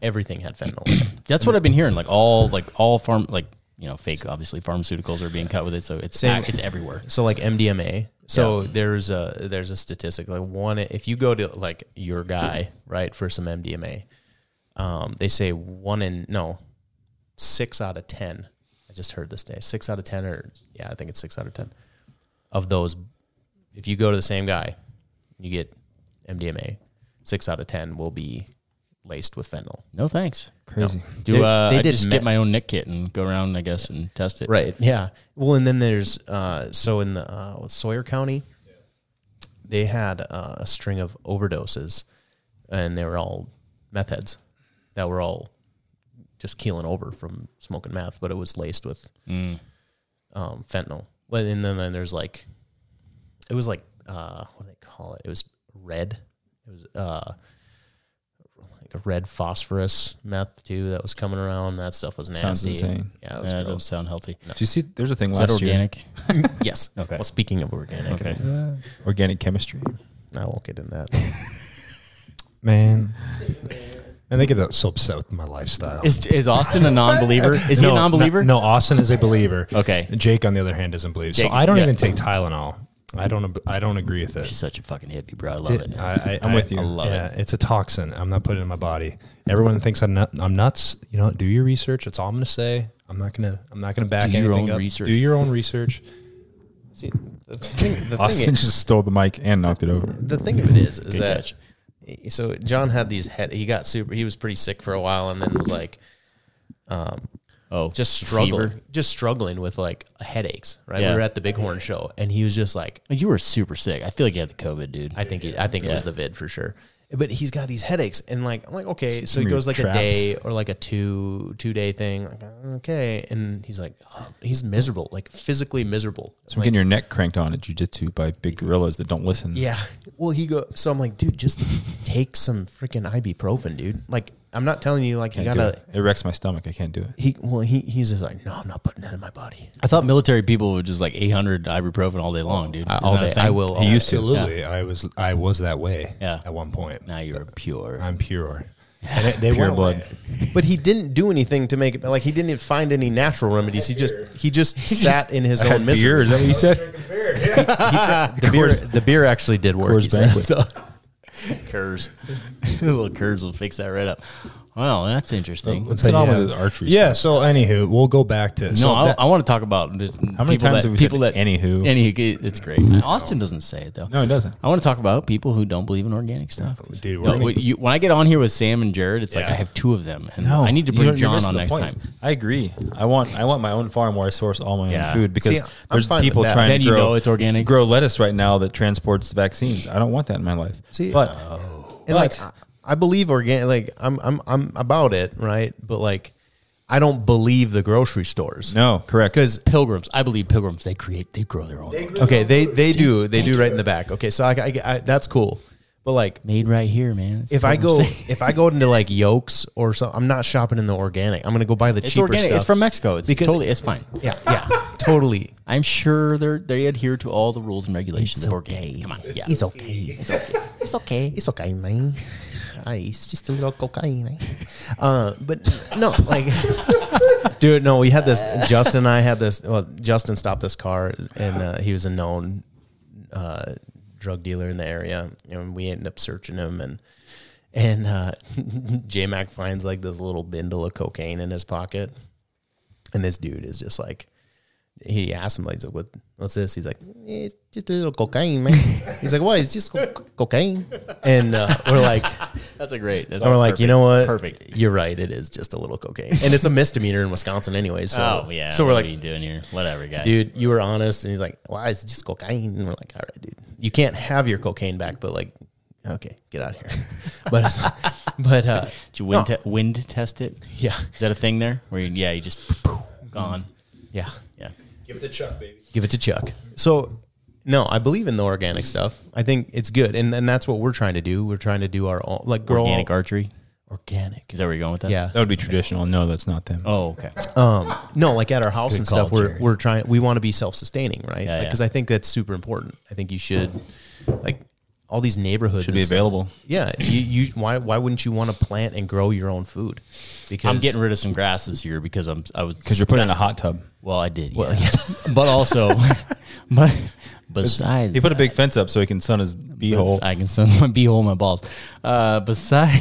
C: everything had fentanyl. in it.
A: That's what I've been hearing. Like all like all farm like you know fake obviously pharmaceuticals are being cut with it, so it's
C: Same.
A: it's everywhere.
C: So like MDMA. So there's a there's a statistic like one if you go to like your guy right for some MDMA, um, they say one in no, six out of ten. I just heard this day six out of ten or yeah I think it's six out of ten of those. If you go to the same guy, you get MDMA. Six out of ten will be laced with fentanyl.
A: No thanks.
B: crazy.
A: Do
C: They-
A: uh,
C: they
A: I
C: did
A: just
C: me-
A: get my own Nick kit and go around, I guess, and test it.
C: Right. Yeah. Well, and then there's uh, so in the uh, what's Sawyer County, they had uh, a string of overdoses, and they were all meth heads that were all just keeling over from smoking meth, but it was laced with
A: Mm.
C: um, fentanyl. Well, and then, then there's like, it was like uh, what do they call it? It was red. It was uh, like a red phosphorus meth too that was coming around. That stuff was nasty.
B: Sounds insane.
C: Yeah, it was
A: That doesn't
C: gross.
A: sound healthy.
B: Do you see? There's a thing
A: Is
B: last
A: that organic?
C: Yes.
A: Okay.
C: Well, speaking of organic,
A: Okay.
B: year. Organic chemistry.
C: I won't get in that.
D: man. And they get so upset with my lifestyle.
A: Is, is <laughs> Austin a non-believer? Is he a
D: No,
A: non-believer?
D: No, Austin is a believer.
A: Okay.
D: Jake, on the other hand, doesn't believe.
A: Jake,
D: so I don't
A: yeah.
D: even take Tylenol. I don't. ab- I don't agree with
A: He's
D: it.
A: such a fucking hippie, bro. I love it.
D: I,
B: I'm with you.
A: I love
D: yeah, it's a toxin. I'm not putting it in my body. Everyone thinks I'm, nut, I'm nuts. You know, do your research. That's all I'm gonna say. I'm not gonna. I'm not gonna back
A: Do your
D: anything
A: own
D: up.
A: research.
D: Do your
A: <laughs>
D: own research.
C: See, the thing, the
B: Austin
C: thing,
B: just stole the mic and knocked it over.
C: the thing of it is, is
A: Good
C: that so John had these head. He got super. He was pretty sick for a while, and then was like, um,
A: oh,
C: just struggling, just struggling with like headaches. Right,
A: Yeah.
C: we were at the Bighorn show, and he was just like,
A: You were super sick. I feel like you had the COVID, dude.
C: I think, he, I think it was the vid for sure. But he's got these headaches, and like, I'm like, okay, so he
B: weird
C: goes like
B: traps.
C: a day or like a two two day thing. Like, okay, and he's like, oh, he's miserable, like physically miserable.
B: So I'm getting your neck cranked on at jujitsu by big gorillas that don't listen.
C: Yeah. Well, he go. So I'm like, dude, just take some freaking ibuprofen, dude. Like, I'm not telling you, like, you
B: Can't do
C: gotta.
B: it. it wrecks my stomach. I can't do it.
C: He well, he he's just like, no, I'm not putting that in my body.
B: <laughs>
A: I thought military people would just like 800 ibuprofen all day long, dude. Isn't
C: all
A: that a
C: day,
A: thing?
C: I will. all
B: He used
C: day.
B: to.
D: Absolutely. I was. I was that way.
A: Yeah.
D: At one point,
A: <laughs> Now you're pure.
D: I'm pure. And it, they
B: Pure
D: went away.
B: blood.
C: but he didn't do anything to make it. Like, he didn't even find any natural remedies. He just
B: <laughs>
C: he just sat in his own
B: Beer?
C: misery.
B: Is that what you said?
A: <laughs>
C: The beer, the beer actually did work.
B: Coors
C: he said.
B: Banquet.
C: So-
A: Curves. <laughs> little curves will fix that right up. Well, that's interesting.
B: What's going on with the archery?
D: Yeah. So, anywho, we'll go back to. so
A: no, I,
D: that-
A: I want to talk about this,
B: How many
A: people that,
B: times have we
A: people
B: said
A: that
B: anywho?
A: anywho. It's great.
C: Mm.
A: Austin doesn't say it though.
B: No, it doesn't.
A: I want to talk about people who don't believe in organic stuff.
D: Dude, we're
A: No,
D: gonna-
A: wait, you- when I get on here with Sam and Jared, it's like
D: Yeah.
A: I have two of them, and
B: No,
A: I need to
B: you
A: bring
B: don't- you're
A: John
B: missing
A: on
B: the
A: next
B: point.
A: time.
B: I agree. I want I want my own farm where I source all my
A: Yeah.
B: own food because
C: See, I'm
B: there's
C: fine with
B: people
C: that.
B: trying
A: Then
B: to
A: you
B: grow,
A: know it's organic.
B: grow lettuce right now that transports vaccines. I don't want that in my life.
C: See,
B: but
A: oh.
C: and like I, I believe organic like I'm I'm I'm about it, right? But like I don't believe the grocery stores.
B: no, correct.
C: Because
A: Pilgrims, I believe pilgrims. They create, they grow their own. organic.
C: Okay, they they do they do right in the back. Okay, so I, I, I that's cool, but like
A: Made right here, man. That's
C: if
A: what
C: I
A: I'm
C: go
A: saying. <laughs>
C: if I go into like yolks or something, I'm not shopping in the organic. I'm gonna go buy the
A: it's
C: cheaper
A: organic.
C: stuff.
A: It's from Mexico. It's
C: Because-
A: totally, it's fine.
C: yeah yeah. totally.
A: I'm sure they they adhere to all the rules and regulations of board game. Come on, yeah.
C: It's okay. It's okay. It's okay. It's okay, man. I, it's just a little cocaine. eh? Uh, but no, like, <laughs> dude, no, we had this. Justin and I had this. Well, Justin stopped this car, and uh, he was a known uh, drug dealer in the area, and we ended up searching him and. And uh, <laughs> J Mac finds like this little bindle of cocaine in his pocket, and this dude is just like, he asked him, like, he's like, what, what's this? He's like, "Eh, it's just a little cocaine, man. He's like, what? It's just co- co- cocaine. And uh, we're like,
A: That's a great. That's
C: and we're like, you know what?
A: Perfect.
C: You're right. It is just a little cocaine. And it's a misdemeanor in Wisconsin anyway. So,
A: oh yeah.
C: So we're
A: what are you
C: like,
A: doing here? Whatever, guy.
C: dude, you were honest. And he's like, why is it just cocaine? And we're like, all right, dude, you can't have your cocaine back, but like, okay, get out of here. <laughs> But, it's- but, uh,
A: Did you wind,
C: no.
A: te- wind test it?
C: yeah,
A: Is that a thing there? Where you, yeah, you just poof, gone.
C: yeah.
A: Yeah.
D: Give it to Chuck, baby.
C: Give it to Chuck. So, no, I believe in the organic stuff. I think it's good, and and that's what we're trying to do. We're trying to do our own, like grow
A: Organic
C: our-
A: archery.
C: organic.
A: Is that where you're going with that?
C: Yeah.
B: That would be traditional. No, that's not them.
A: Oh, okay.
C: Um. No, like at our house and
A: call,
C: stuff, we're
A: Jerry.
C: we're trying. We want to be self sustaining, right?
A: Yeah, yeah.
C: Because I think that's super important. I think you should, like, all these neighborhoods
B: Should be
C: and stuff-
B: available.
C: Yeah. You, you why why wouldn't you want to plant and grow your own food? Because
A: I'm getting rid of some grass this year because I'm I was
B: Because you're putting in a hot tub.
A: Well, I did. Well, yeah. but
B: <laughs>
A: also, but besides,
B: He put a big fence up so he can sun his beehole.
A: I can sense my beehole, in my balls. Uh, besides,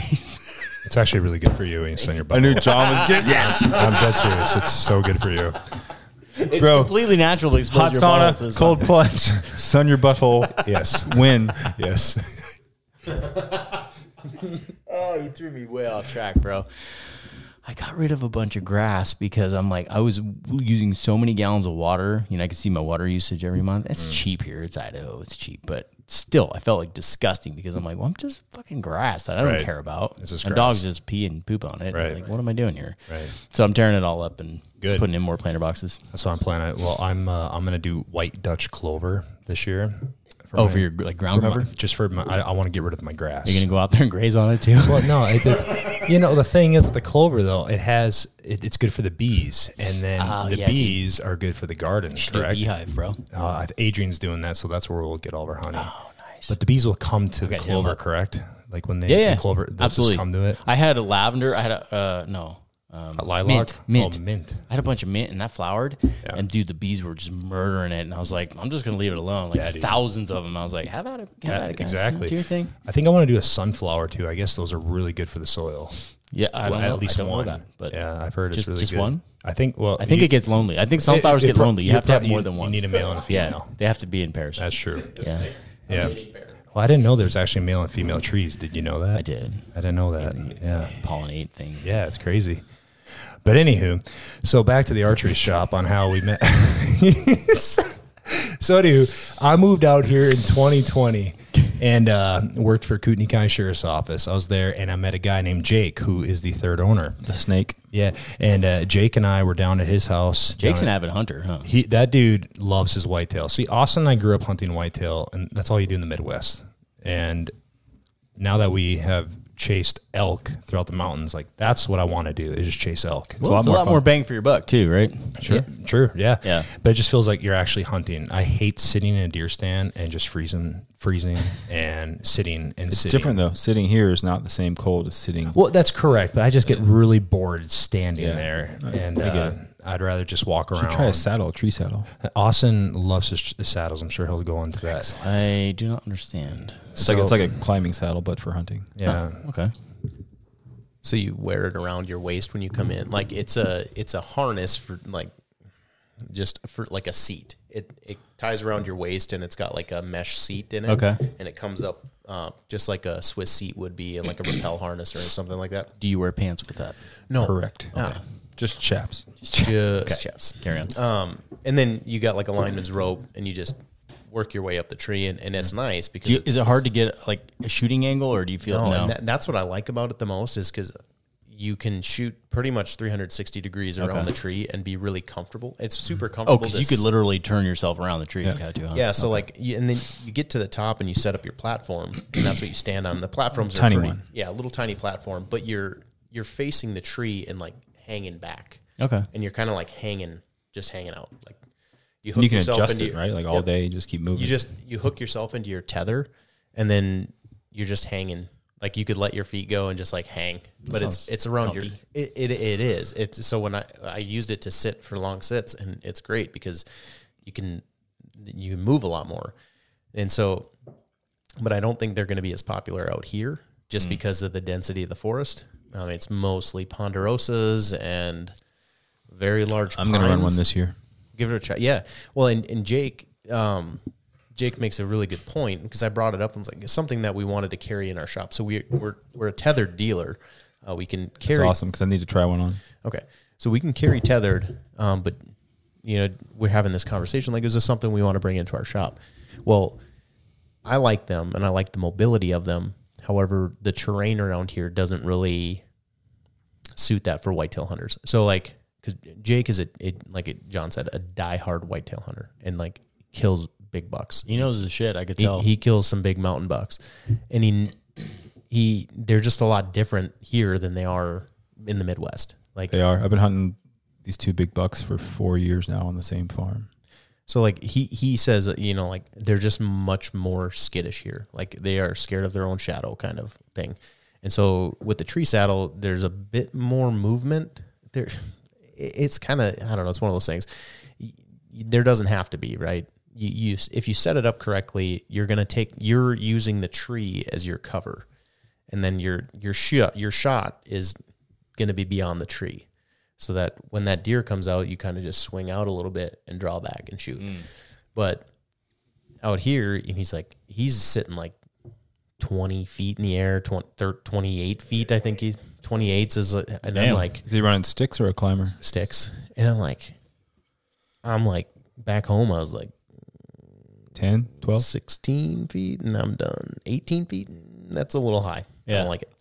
D: It's actually really good for you when you send your
B: I
D: butt.
B: knew John was getting <laughs> yes.
D: I'm dead serious. It's so good for you.
A: <laughs> it's
B: Bro,
A: completely natural to expose
B: Hot
A: your balls to the
B: sauna,
A: sun.
B: cold plunge, <laughs> sun
A: <laughs>
B: your butthole.
D: Yes.
B: Win.
D: Yes.
A: Oh, you threw me way off track, bro. I got rid of a bunch of grass because I'm like I was using so many gallons of water. You know, I could see my water usage every month. It's
D: Mm.
A: cheap here. It's Idaho. It's cheap, but still, I felt like disgusting because I'm like, well, I'm just fucking grass that I don't
D: Right.
A: care about.
D: It's just
A: my
D: grass.
A: dogs just pee and poop on it.
D: Right.
A: Like, what am I doing here?
D: Right.
A: So I'm tearing it all up and
D: Good.
A: putting in more planter boxes.
D: That's what I'm planning. Well, I'm uh, I'm gonna do white Dutch clover this year.
A: Oh,
D: my-
A: for your like ground
D: for my-
A: <laughs> cover.
D: just for my. I, I want to get rid of my grass.
A: You're gonna go out there and graze on it too. <laughs>
D: <laughs> Well, no, it, it- you know the thing is with the clover though, it has it, it's good for the bees, and then
A: Oh,
D: the
A: yeah, dude.
D: bees are good for the garden,
A: Do a
D: correct?
A: Beehive, bro.
D: Uh, I- Adrian's doing that, so that's where we'll get all of our honey. Oh, nice! But the bees will come to the
A: him
D: clover,
A: up.
D: correct? Like when they
A: Yeah, yeah.
D: the clover, they'll
A: Absolutely.
D: just come to it.
A: I had a lavender. I had a uh, no. Um,
D: A lilac,
A: Mint. Mint.
D: oh, mint.
A: I had a bunch of mint and that flowered, and dude, the bees were just murdering it, and I was like, I'm just gonna leave it alone. Like
D: dude.
A: thousands of them, I was like, have at it, have at it, guys.
D: exactly.
A: do your thing.
D: I think I want to do a sunflower too. I guess those are really good for the soil.
A: Yeah, I
D: Well,
A: don't know.
D: at least
A: I don't
D: one.
A: know that, but
D: yeah, I've heard
A: just-
D: it's really
A: just
D: good.
A: one?
D: I think. Well,
A: I think
D: you-
A: it gets lonely. I think
D: it-
A: sunflowers
D: it
A: get
D: pro-
A: lonely. You
D: it
A: have to have
D: pro-
A: more
D: you-
A: than one.
D: You need a male and a
A: yeah,
D: female.
A: they have to be in pairs.
D: That's true.
A: yeah,
D: Yeah. Well, I didn't know there's actually male and female trees. Did you know that?
A: I did
D: I didn't know that. Yeah.
A: pollinate thing.
D: Yeah, it's crazy. But anywho, so back to the archery shop on how we met. <laughs> so anywho, I moved out here in 2020 and uh, worked for Kootenai County Sheriff's Office. I was there and I met a guy named Jake who is the third owner.
B: The snake.
D: Yeah, and uh, Jake and I were down at his house.
A: Jake's
D: down
A: an
D: at-
A: avid hunter, huh?
D: he that dude loves his whitetail. See, Austin and I grew up hunting whitetail, and that's all you do in the Midwest. And now that we have chased elk throughout the mountains, like that's what I want to do is just chase elk. It's
A: Well, it's a lot more bang for your buck too, right?
D: Sure, true, yeah,
A: Yeah.
D: But it just feels like you're actually hunting. I hate sitting in a deer stand and just freezing, freezing,
B: <laughs>
D: and sitting and
B: It's
D: sitting.
B: different though. Sitting here is not the same cold as sitting.
D: Well, that's correct, but I just get really bored standing
B: Yeah.
D: there,
B: I-
D: and
B: I get
D: uh,
B: it.
D: I'd rather just walk
B: You
D: around.
B: should try a saddle, a tree saddle.
D: Austin loves his, his saddles. I'm sure he'll go into that.
A: I do not understand.
B: It's like it's like a climbing saddle, but for hunting.
D: Yeah.
A: Okay.
C: so you wear it around your waist when you come in. Like it's a it's a harness for like just for like a seat. It it ties around your waist and it's got like a mesh seat in it.
A: Okay.
C: and it comes up uh, just like a Swiss seat would be, and like a rappel harness or something like that.
A: Do you wear pants with that?
C: No,
B: Correct.
C: Ah,
B: Just chaps.
C: just chaps.
A: Carry on.
C: Um, and then you got like a lineman's rope, and you just work your way up the tree, and, and it's nice because
A: Do you,
C: it's-
A: is it hard to get like a shooting angle, or do you feel
C: No,
A: no?
C: And that, that's what I like about it the most is because you can shoot pretty much 360 degrees around the tree and be really comfortable. It's super
A: oh,
C: comfortable.
A: because
C: to
A: you could
C: s-
A: literally turn yourself around the tree if you had to. Huh?
C: yeah. So like, you, and then you get to the top and you set up your platform, and that's what you stand on. The platforms
B: Tiny
C: are pretty,
B: one.
C: yeah, a little tiny platform, but you're you're facing the tree and like hanging back,
A: Okay.
C: and you're kind of like hanging, just hanging out, like you
B: And
C: hook
B: you can
C: yourself
B: adjust
C: into
B: it,
C: your-
B: right? Like all
C: Yep.
B: day, you just keep moving.
C: You just you hook yourself into your tether, and then you're just hanging. Like you could let your feet go and just like hang, but it's
B: sounds
C: it's around your.
B: comfy.
C: It, it it is. It's so when I I used it to sit for long sits, and it's great because you can you can move a lot more, and so. But I don't think they're going to be as popular out here just
B: Hmm.
C: because of the density of the forest. I mean, it's mostly ponderosas and very large.
B: I'm gonna run
C: pines
B: one this year.
C: give it a try. Yeah. Well, and, and Jake, um, Jake makes a really good point because I brought it up and it's like it's something that we wanted to carry in our shop. So we we're we're a tethered dealer. Uh, we can carry.
B: It's awesome because I need to try one on.
C: Okay, so we can carry tethered, um, but you know we're having this conversation like is this something we want to bring into our shop? Well, I like them and I like the mobility of them. However, the terrain around here doesn't really suit that for whitetail hunters. So like, because Jake is a, a like it, John said, a diehard whitetail hunter and like kills big bucks.
A: He knows his shit. I could
C: He,
A: tell.
C: he kills some big mountain bucks, and he he they're just a lot different here than they are in the Midwest. Like
B: They are. I've been hunting these two big bucks for four years now on the same farm.
C: So like he he says that, you know like they're just much more skittish here. Like they are scared of their own shadow kind of thing. And so with the tree saddle, there's a bit more movement. There, <laughs> it- it's kind of I don't know. It's one of those things. Y- y- There doesn't have to be right. You, you s- if you set it up correctly, you're gonna take you're using the tree as your cover, and then your your shot your shot is gonna be beyond the tree so that when that deer comes out, you kind of just swing out a little bit and draw back and shoot. But out here, and he's like, he's sitting like 20 feet in the air, 20, thir- 28 feet, I think he's 28s is, uh, and I'm
A: Damn.
C: like,
B: Is he running sticks or a climber?
C: sticks. And I'm like, I'm like, back home, I was like
B: 10, 12?
C: 16 feet and I'm done. 18 feet, that's a little high. I
A: Yeah.
C: don't like it.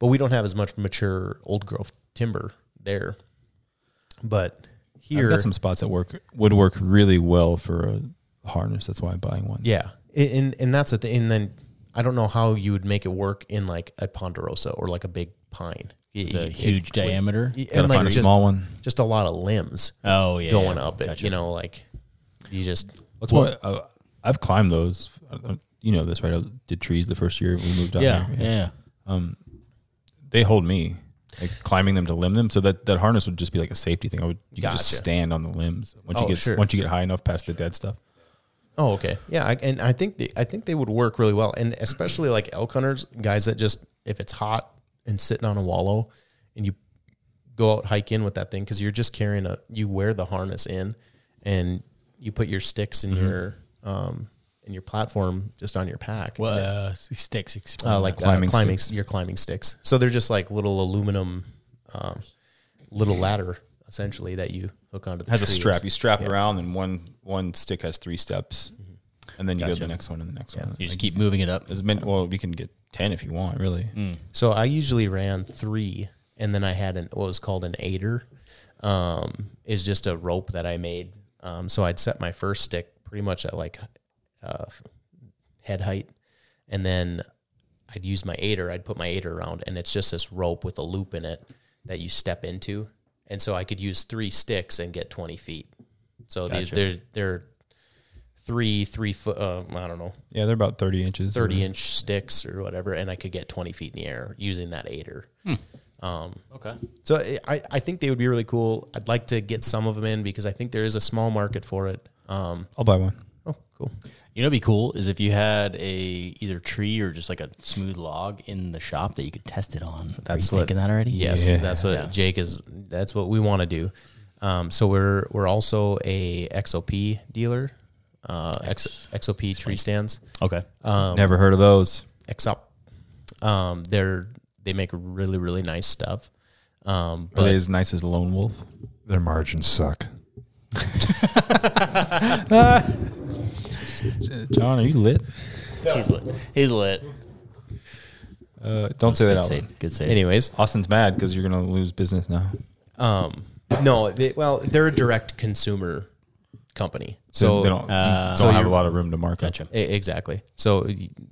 C: But we don't have as much mature old growth timber there. But here,
B: I've got some spots that work would work really well for a harness. That's why I'm buying one.
C: Yeah, and and- and that's the thing. And then I don't know how you would make it work in like a ponderosa or like a big pine. It-
A: the
C: it-
A: huge diameter.
C: it-
B: Gotta
C: and like
B: find a
C: just,
B: small one.
C: just a lot of limbs
A: oh yeah,
C: going
A: yeah.
C: up. It,
A: Gotcha.
C: You know, like you just
B: That's why I, I've climbed those. I- I- You know this, right? I did trees the first year we moved out
A: Yeah,
B: here.
A: yeah, yeah.
B: They hold me, like climbing them to limb them. So that, that harness would just be like a safety thing. I would you could just
C: Gotcha.
B: stand on the limbs once
C: Oh,
B: you get
C: sure.
B: once you get high enough past the dead stuff.
C: Oh, okay. Yeah, I, and I think the, I think they would work really well, and especially like elk hunters, guys that just if it's hot and sitting on a wallow, and you go out hiking with that thing because you're just carrying a you wear the harness in, and you put your sticks in
B: Mm-hmm.
C: your um in your platform just on your pack.
A: Well, uh, sticks. explain
C: Uh,
A: that.
C: like climbing,
B: Climbing
C: uh, climbing your climbing sticks. So they're just like little aluminum, um, little ladder essentially that you hook onto. the
B: has a
C: trees.
B: strap. You strap it around, and one one stick has three steps, and then you go to
A: Gotcha.
B: the next one and the next one.
A: you just
B: Like,
A: keep moving it up.
B: as many, well, you can get ten if you want, really.
C: So I usually ran three, and then I had an what was called an aider, um, is just a rope that I made. Um, so I'd set my first stick pretty much at like uh, head height, and then I'd use my aider. I'd put my aider around, and it's just this rope with a loop in it that you step into, and so I could use three sticks and get twenty feet. So these they're they're three three foot uh, I don't know
B: Yeah, they're about thirty inches.
C: 30 inch sticks or whatever, and I could get 20 feet in the air using that aider.
A: Okay.
C: So I- I, I think they would be really cool. I'd like to get some of them in because I think there is a small market for it. Um,
B: I'll buy one.
C: oh, cool.
A: You know, what'd be cool is if you had a either tree or just like a smooth log in the shop that you could test it on.
C: That's
A: Are you
C: what-
A: thinking that already.
C: Yes, that's what Jake is. That's what we want to do. Um, so we're we're also a XOP dealer, uh, X, XOP tree stands.
A: Okay.
B: Never heard of those.
C: XOP. Um, they're they make really really nice stuff. Um,
B: Are
C: but
B: they as nice as Lone Wolf?
D: Their margins suck.
B: John, are you lit?
A: He's lit. He's lit.
B: Uh, don't say that
A: Good
B: out.
A: save.
B: loud.
A: Good save.
C: anyways,
B: Austin's mad because you're gonna lose business now.
C: Um, no, they, well, they're a direct consumer company,
B: So
C: so
B: they don't,
A: uh,
B: don't
A: so
B: have a
C: you're-
B: lot of room to mark
A: Gotcha.
C: E- exactly. So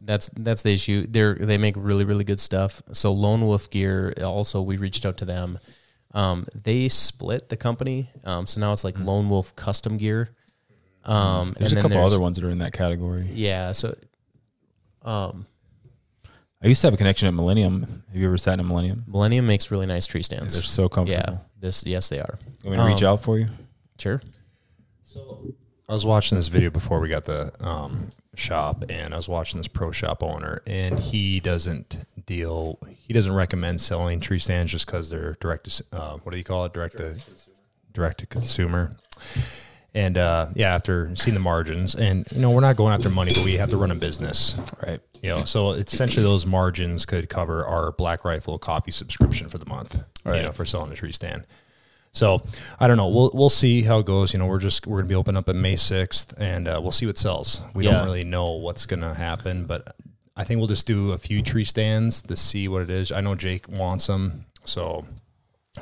C: that's that's the issue. They're they make really really good stuff. So Lone Wolf Gear also we reached out to them. Um, they split the company, um, so now it's like Lone Wolf Custom Gear, Um,
B: Hmm. There's
C: and
B: a
C: then
B: couple
C: there's-
B: other ones that are in that category.
C: Yeah. So, um,
B: I used to have a connection at Millennium. Have you ever sat in a Millennium?
C: Millennium makes really nice tree
B: They're
C: stands.
B: so
C: Yeah.
B: comfortable.
C: This. Yes, they are.
B: You want me to reach
C: Um,
B: out for you?
C: Sure.
D: I was watching this video before we got the um, shop, and I was watching this pro shop owner, and he doesn't deal. He doesn't recommend selling tree stands just because they're direct. To, s- uh, what do you call it? Direct to direct to consumer. And uh, yeah, after seeing the margins, and you know, we're not going after money, but we have to run a business, right? You know, so essentially those margins could cover our Black Rifle coffee subscription for the month, You know, for selling a tree stand. So I don't know. We'll we'll see how it goes. You know, we're just we're gonna be open up at May sixth, and uh, we'll see what sells. We
A: Yeah.
D: don't really know what's gonna happen, but I think we'll just do a few tree stands to see what it is. I know Jake wants them, so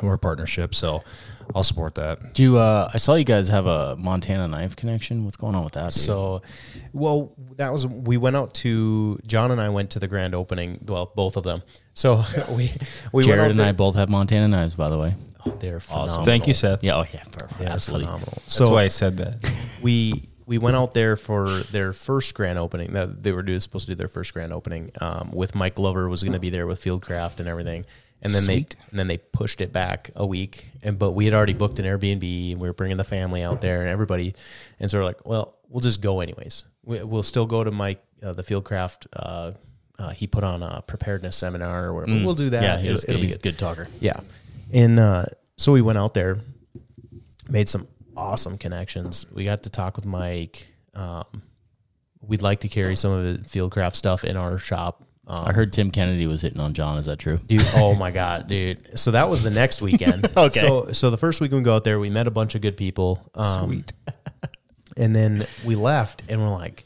D: we're a partnership. So I'll support that.
A: Do you, uh, I saw you guys have a Montana knife connection. What's going on with that? dude?
C: So, well, that was we went out to John and I went to the grand opening. Well, both of them. So <laughs> we we went
A: Jared
C: out
A: and
C: there-
A: I both have Montana knives, by the way.
C: Oh, they're phenomenal.
B: Thank you, Seth.
A: Yeah. Oh yeah. Perfect.
C: They're
A: Absolutely.
C: phenomenal.
B: That's
C: So
B: why I said that.
C: we we went out there for their first grand opening. That they were do, supposed to do their first grand opening um, with Mike Glover was going to be there with Fieldcraft and everything. And then
B: Sweet.
C: they and then they pushed it back a week. And but we had already booked an Airbnb and we were bringing the family out there and everybody. And so we're like, well, we'll just go anyways. We, we'll still go to Mike uh, the Fieldcraft. Uh, uh, he put on a preparedness seminar or whatever. We'll do that.
A: Mm. Yeah.
C: It'll-
A: He's,
C: it'll be
A: he's a
C: good.
A: good talker.
C: Yeah. And uh, so we went out there, made some awesome connections. We got to talk with Mike. Um, we'd like to carry some of the Fieldcraft stuff in our shop. Um,
A: I heard Tim Kennedy was hitting on John. Is that true?
C: Dude, oh my god, dude! So that was the next weekend.
B: <laughs>
A: Okay.
C: So, so the first week we go out there, we met a bunch of good people. Um, Sweet. <laughs> And then we left, and we're like,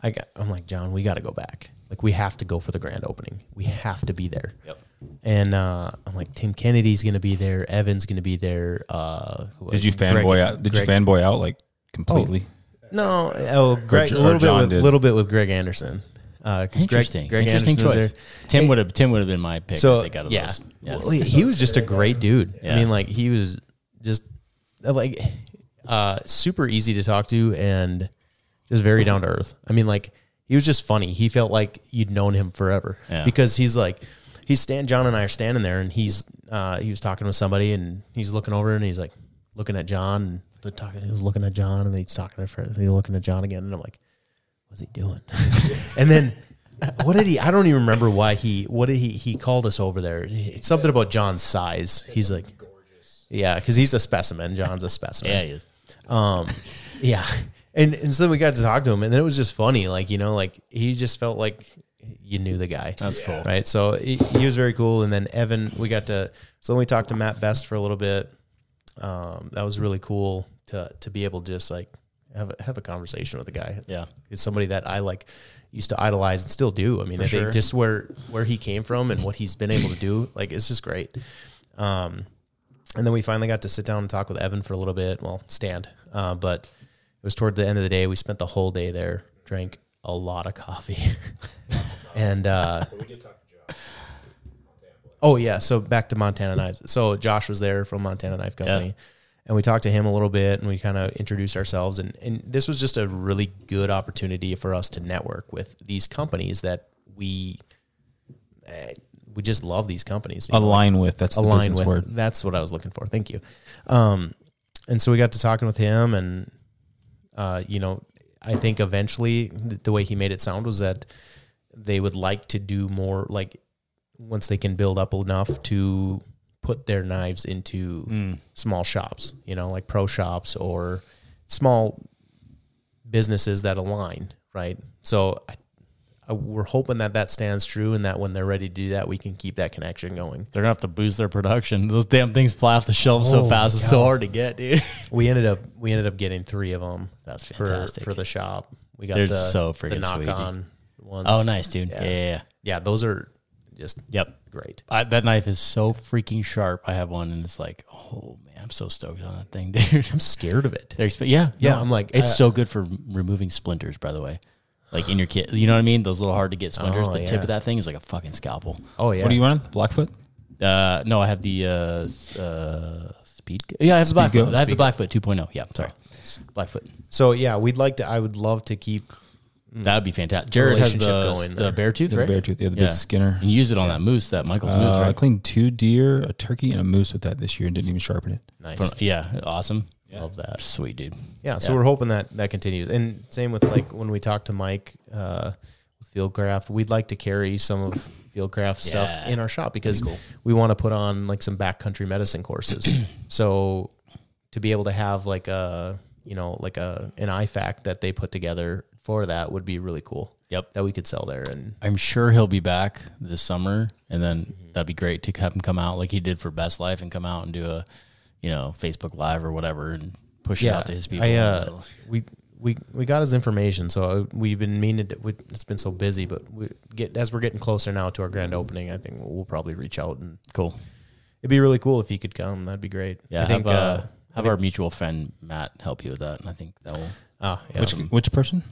C: I got, I'm like, John, we got to go back. Like, we have to go for the grand opening. We have to be there. Yep. And uh, I'm like, Tim Kennedy's gonna be there. Evan's gonna be there. Uh, who-
B: Did you
C: <laughs> Greg-
B: fanboy out? Did
C: Greg- Oh,
B: you fanboy out like completely?
C: No, oh, Greg,
B: J-
C: a
B: or
C: little bit
B: John
C: with
B: did.
C: little bit with Greg Anderson. Uh, 'cause
A: Interesting.
C: Greg, Greg
A: Interesting
C: Anderson was
A: choice.
C: there.
A: Tim would have Tim would have been my pick.
C: So
A: I think, out of
C: yeah,
A: those. Yeah.
C: Well, he, he was just a great dude.
A: Yeah.
C: I mean, like he was just uh, like uh, super easy to talk to and just very down to earth. I mean, like he was just funny. He felt like you'd known him forever
A: Yeah.
C: because he's like he's Stan John and I are standing there and he's uh, he was talking with somebody and he's looking over and he's like looking at John and they're talking. He was looking at John and then he's talking to Fred. and He's looking at John again and I'm like was he doing? <laughs> and then what did he? I don't even remember why he. What did he? He called us over there. It's something about John's size. He's like, yeah, because he's a specimen. John's a specimen.
A: yeah. He is.
C: Um, yeah. And, and so then we got to talk to him, and then it was just funny. Like, you know, like he just felt like you knew the guy.
A: That's cool.
C: Right. So he, he was very cool. And then Evan, we got to, so then we talked to Matt Best for a little bit. Um, that was really cool to, to be able to just like have a, have a conversation with the guy.
A: Yeah.
C: He's somebody that I like used to idolize and still do. I mean, I think just where, where he came from and what he's been able to do, like, it's just great. Um, and then we finally got to sit down and talk with Evan for a little bit. Well, stand, uh, but it was toward the end of the day. We spent the whole day there, drank a lot of coffee, <laughs> and uh, oh yeah. So back to Montana Knives. So Josh was there from Montana Knife Company, and we talked to him a little bit, and we kind of introduced ourselves. And and this was just a really good opportunity for us to network with these companies that we. eh, We just love these companies. you know, like-
B: Align with that's the
C: align
B: business
C: with.
B: word.
C: That's what I was looking for. Thank you. Um, and so we got to talking with him, and uh, you know, I think eventually th- the way he made it sound was that they would like to do more, like once they can build up enough to put their knives into
B: Mm.
C: small shops, you know, like pro shops or small businesses that align, right? So I, I, we're hoping that that stands true, and that when they're ready to do that, we can keep that connection going.
A: They're gonna have to boost their production. Those damn things fly off the shelf
C: Oh
A: so fast. It's so hard to get,
C: <laughs>
A: dude.
C: We ended up we ended up getting three of them.
A: That's
C: for-
A: fantastic.
C: for, the shop. We got
A: They're
C: the
A: so
C: the
A: friggin'
C: knock
A: sweet, dude.
C: on ones.
A: Oh, nice, dude. Yeah.
C: Yeah.
A: yeah, yeah.
C: Yeah, those are just
A: Yep.
C: great.
A: I, that knife is so freaking sharp. I have one, and it's like, oh man, I'm so stoked on that thing, <laughs> dude.
C: I'm scared of it.
A: They're exp- yeah,
C: Yeah, I'm like,
A: it's
C: I-
A: so good for removing splinters. By the way, like in your kit, you know what I mean? Those little hard to get splinters.
C: Oh,
A: the
C: yeah.
A: tip of that thing is like a fucking scalpel.
C: Oh yeah.
B: What do you want? Blackfoot?
A: Uh, no, I have the uh, s- uh, speed. Yeah, I have the Blackfoot.
B: Go?
A: I have
B: Speed
A: the
B: Go.
C: Oh.
A: Blackfoot 2.0. oh. Yeah, sorry. Blackfoot.
C: So yeah, we'd like to. I would love to keep.
A: That would be fantastic. Jared has the,
C: Hmm. Relationship going
A: the
C: there.
A: bear tooth,
B: The
A: right?
B: bear tooth, yeah, the big skinner.
A: And you used it on that moose, that Michael's moose,
B: Uh, I
A: right?
B: cleaned two deer, a turkey, and a moose with that this year, and didn't even sharpen it.
C: Nice,
A: Phen- Yeah, awesome.
C: love that.
A: Sweet, dude.
C: Yeah, so
A: Yeah.
C: we're hoping that that continues. And same with like when we talk to Mike uh, with Fieldcraft, we'd like to carry some of Fieldcraft
A: Yeah.
C: stuff in our shop because we want to put on like some backcountry
A: <clears throat>
C: medicine courses. so to be able to have like a you know like a an IFAC that they put together for that would be really cool.
A: Yep.
C: that we could sell there and
A: I'm sure he'll be back this summer, and then that'd be great to have him come out like he did for Best Life and come out and do a, you know, Facebook Live or whatever and push it out to his people.
C: I, uh, we we we got his information, so I, we've been meaning to. We, it's been so busy, but we get as we're getting closer now to our grand opening. I think we'll probably reach out, and
A: cool.
C: it'd be really cool if he could come. That'd be great.
A: Yeah,
C: I think.
A: have, uh,
C: Uh,
A: have our mutual friend Matt help you with that, and I think that will.
C: ah, yeah,
B: Which which person?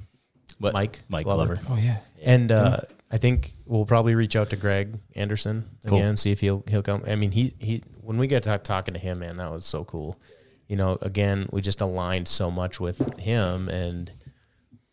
A: What?
C: Mike
A: Mike Glover.
C: Glover.
B: Oh yeah,
C: and uh,
A: Mm-hmm.
C: I think we'll probably reach out to Greg Anderson
A: Cool.
C: again, see if he'll he'll come. I mean, he he when we got to talking to him, man, that was so cool. You know, again, we just aligned so much with him, and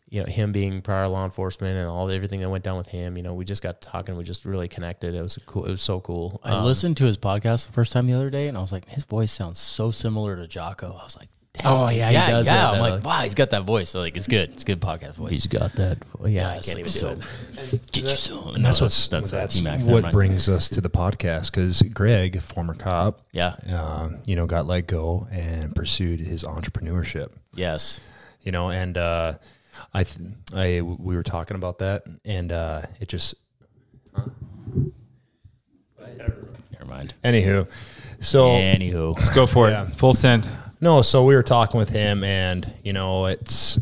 C: you know, him being prior law enforcement and all everything that went down with him. You know, we just got talking. We just really connected. It was cool. It was so cool. Um,
A: I listened to his podcast the first time the other day, and I was like, his voice sounds so similar to Jocko. I was like, Damn,
C: Oh, yeah, he does
A: yeah. I'm
C: have that,
A: like, wow, he's got that voice. So, like, it's good. It's good podcast voice.
C: he's got that. Yeah, I
A: It's
C: can't
A: like,
C: even do
A: so-
C: it. <laughs>
A: Get you soon.
D: And that's what's
A: that's,
D: Uh, that's,
A: T-Max, never
D: what
A: mind.
D: brings us to the podcast because Greg, former cop,
A: Yeah.
D: uh, you know, got let go and pursued his entrepreneurship.
A: Yes.
D: You know, and uh, I, th- I, we were talking about that, and uh, it just
A: Never mind.
D: anywho. So
A: Anywho.
B: let's go
C: <laughs>
B: for
D: Yeah.
B: it. Full send.
D: No, so we were talking with him, and you know, it's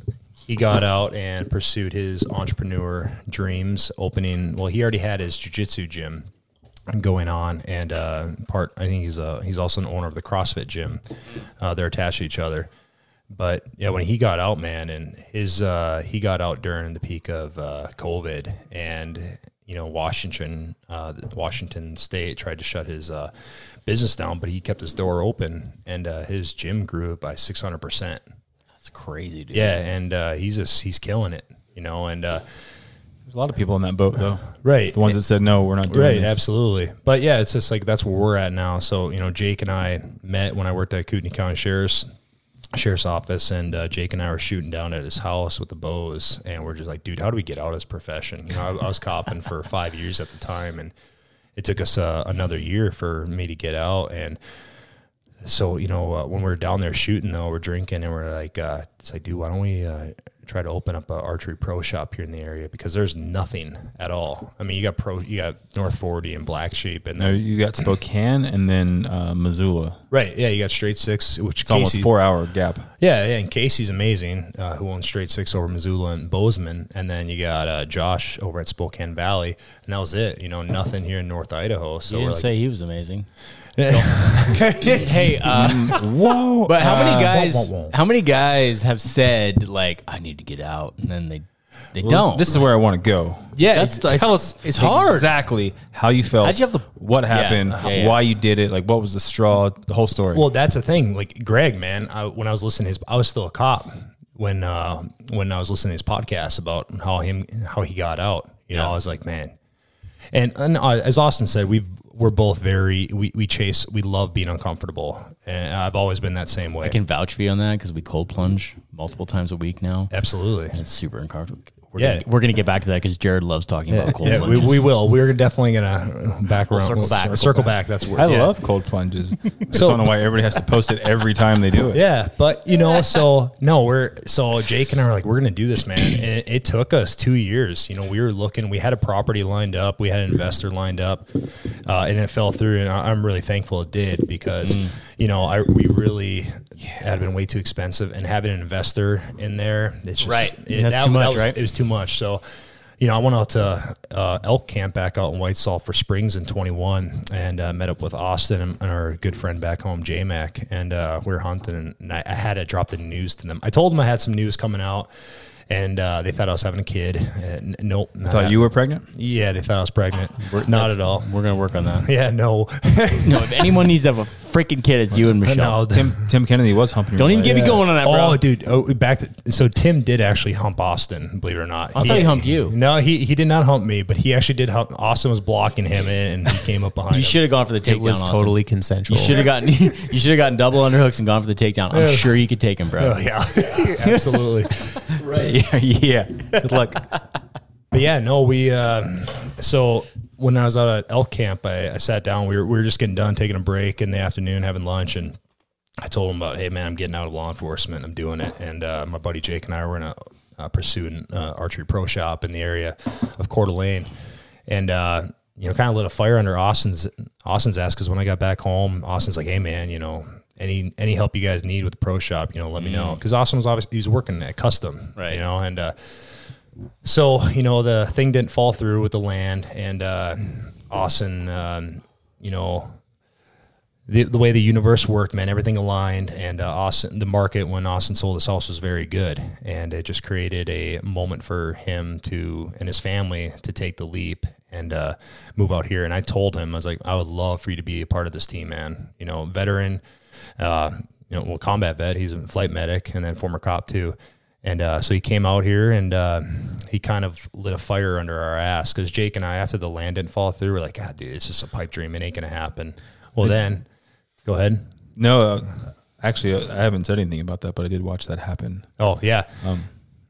D: he got out and pursued his entrepreneur dreams, opening. Well, he already had his jujitsu gym going on, and uh, part. I think he's a he's also an owner of the CrossFit gym. Uh, they're attached to each other, but yeah, when he got out, man, and his uh, he got out during the peak of uh, COVID, and you know Washington, uh, Washington State tried to shut his uh, business down, but he kept his door open, and uh, his gym grew by six hundred percent.
A: That's crazy, dude.
D: Yeah, and uh, he's just he's killing it, you know, and uh,
B: There's a lot of people in that boat though.
D: right,
B: The ones that said no, we're not doing
D: Right,
B: this."
D: absolutely. But yeah, it's just like that's where we're at now. So you know, Jake and I met when I worked at Kootenai County Sheriff's Sheriff's Office, and uh, Jake and I were shooting down at his house with the bows, and we're just like, dude, how do we get out of this profession? You know, I, I was copping for five years at the time, and it took us uh, another year for me to get out, and so you know uh, when we're down there shooting though we're drinking and we're like uh, it's like dude why don't we uh, try to open up an archery pro shop here in the area because there's nothing at all i mean you got pro you got north 40 and black sheep and
B: No,
D: then
B: you got Spokane and then uh, Missoula.
D: right yeah you got straight six which
B: It's almost
D: Casey-
B: four hour gap.
D: yeah, yeah, and Casey's amazing, uh, who owns Straight Six over Missoula and Bozeman, and then you got uh, Josh over at Spokane Valley, and that was it. You know, nothing here in North Idaho. So
A: You
D: we're
A: didn't
D: like,
A: say he was amazing. <laughs> hey, uh,
B: Whoa!
A: <laughs> but how many guys?
D: wah, wah.
A: How many guys have said like, "I need to get out," and then they they don't.
B: This is where I want to go.
A: yeah. That's, like,
B: Tell us
A: It's hard.
B: exactly how you felt.
A: How'd you have the-
B: what happened?
A: Yeah, yeah, yeah.
B: Why you did it? Like what was the straw? The whole story.
D: Well, that's the thing. Like Greg, man, I, when I was listening to his, I was still a cop when uh, when I was listening to his podcast about how him how he got out. You know, I was like, man. And, and uh, as Austin said, we we're both very we, we chase we love being uncomfortable, and I've always been that same way.
A: I can vouch for you on that because we cold plunge multiple times a week now.
D: Absolutely.
A: It's super uncomfortable. We're
D: Yeah.
A: gonna, we're gonna get back to that because Jared loves talking about cold
D: Yeah, we,
A: plunges.
D: we will. We're definitely gonna back around.
A: circle
D: we'll
A: back.
D: Circle, back. That's where
B: I love cold <laughs> plunges. I just
D: So-
B: don't know why everybody has to post it every time they do it.
D: Yeah, but you know, so no, we're so Jake and I were like, we're gonna do this, man. And it, it took us two years. You know, we were looking, we had a property lined up, we had an investor lined up, uh, and it fell through. And I, I'm really thankful it did because
A: Mm.
D: you know I we really had been way too expensive, and having an investor in there, it's just
A: Right.
D: It,
A: That's too much,
D: was-
A: right?
D: It was too much. So. You know, I went out to uh, elk camp back out in White Sulphur Springs in 21 and uh, met up with Austin and, and our good friend back home, J Mac. And uh, we were hunting, and I, I had to drop the news to them. I told them I had some news coming out, and uh, they thought I was having a kid. And n- nope. Not
B: Thought you were pregnant.
D: Yeah, they thought I was pregnant. Not at all.
A: We're gonna work on that.
D: Yeah, no.
A: no, if anyone needs to have a freaking kid, it's <laughs> you and Michelle.
D: No,
B: Tim Tim Kennedy was humping.
A: Don't
B: your
A: even
B: leg.
A: get me going on that, bro.
D: Oh, dude. Oh, back to so Tim did actually hump Austin, believe it or not.
A: I thought he humped you.
D: No, he, he did not hump me, but he actually did hump. Austin was blocking him in, and he came up behind.
A: you
D: him.
A: should have gone for the takedown.
C: It was
A: Austin.
C: totally consensual.
D: Oh.
A: You should have gotten. <laughs> you should have gotten double underhooks and gone for the takedown. I'm sure you could take him, bro.
D: Oh, yeah, <laughs> absolutely.
A: <laughs>
B: yeah, yeah. Good luck.
D: But yeah, no, we. Uh, so when I was out at elk camp, I, I sat down. We were, we were just getting done, taking a break in the afternoon, having lunch, and I told him about, hey man, I'm getting out of law enforcement. I'm doing it, and uh, my buddy Jake and I were in a uh, pursuing uh, archery pro shop in the area of Coeur d'Alene, and. Uh, you know, kind of lit a fire under Austin's Austin's ass because when I got back home, Austin's like, "Hey, man, you know, any any help you guys need with the pro shop, you know, let me know." Because Austin was obviously he was working at custom,
A: Right.
D: You know, and uh, so you know the thing didn't fall through with the land and uh austin um you know the, the way the universe worked man everything aligned and uh, austin the market when austin sold his house was very good and it just created a moment for him to and his family to take the leap and uh, move out here and i told him i was like i would love for you to be a part of this team man you know veteran uh, you know well combat vet he's a flight medic and then former cop too and uh, so he came out here and uh, he kind of lit a fire under our ass because Jake and I, after the land didn't fall through, we're like, God, dude, it's just a pipe dream. It ain't going to happen. Well, then, go ahead.
B: No, uh, actually, uh, I haven't said anything about that, but I did watch that happen.
D: Oh, yeah.
B: Um,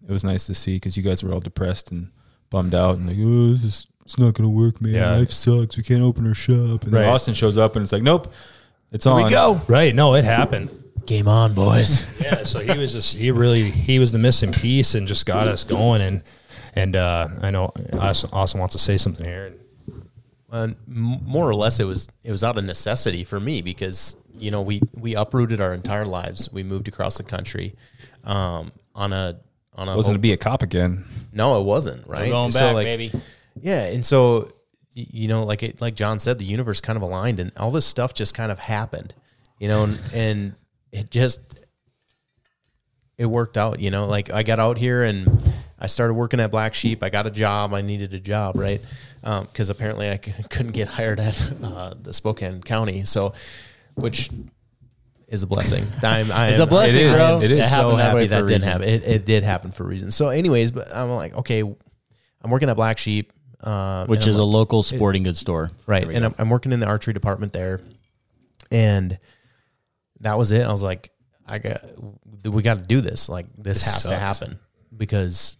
B: it was nice to see because you guys were all depressed and bummed out and like, oh, this is, it's not gonna work, man.
D: Yeah.
B: Life sucks. We can't open our shop. And
D: Right.
B: then Austin shows up and it's like, nope, it's on.
A: we go.
D: Right. No, it happened.
C: Game on, boys.
D: Yeah. So he was just, he really, he was the missing piece and just got us going. And, and uh, I know Austin, Austin wants to say something here.
C: Uh, m- more or less, it was it was out of necessity for me because you know we we uprooted our entire lives. We moved across the country um, on a on a
B: I was gonna be a cop again.
C: no, it wasn't right.
A: We're going
C: So,
A: back,
C: like,
A: baby.
C: Yeah, and so y- you know, like it, like John said, the universe kind of aligned, and all this stuff just kind of happened, you know, and, and it just it worked out, you know. Like I got out here and I started working at Black Sheep. I got a job. I needed a job, right? Because apparently I <laughs> c- couldn't get hired at uh, the Spokane County, so which is a blessing. I'm,
A: <laughs>
C: I
A: It's
C: am-
A: a blessing,
B: It is.
A: bro.
B: It is.
A: happened that
C: so
A: way
C: happy
A: for a
C: that didn't
A: reason.
C: happen. It, it did happen for reasons. So, anyways, but I'm like, okay, I'm working at Black Sheep, uh,
A: Which
C: and I'm
A: is a
C: like-
A: local sporting goods store,
C: right, and I'm, I'm working in the archery department there, and that was it. I was like, I got, we got to do this. Like, this has to
D: sucks.
C: happen because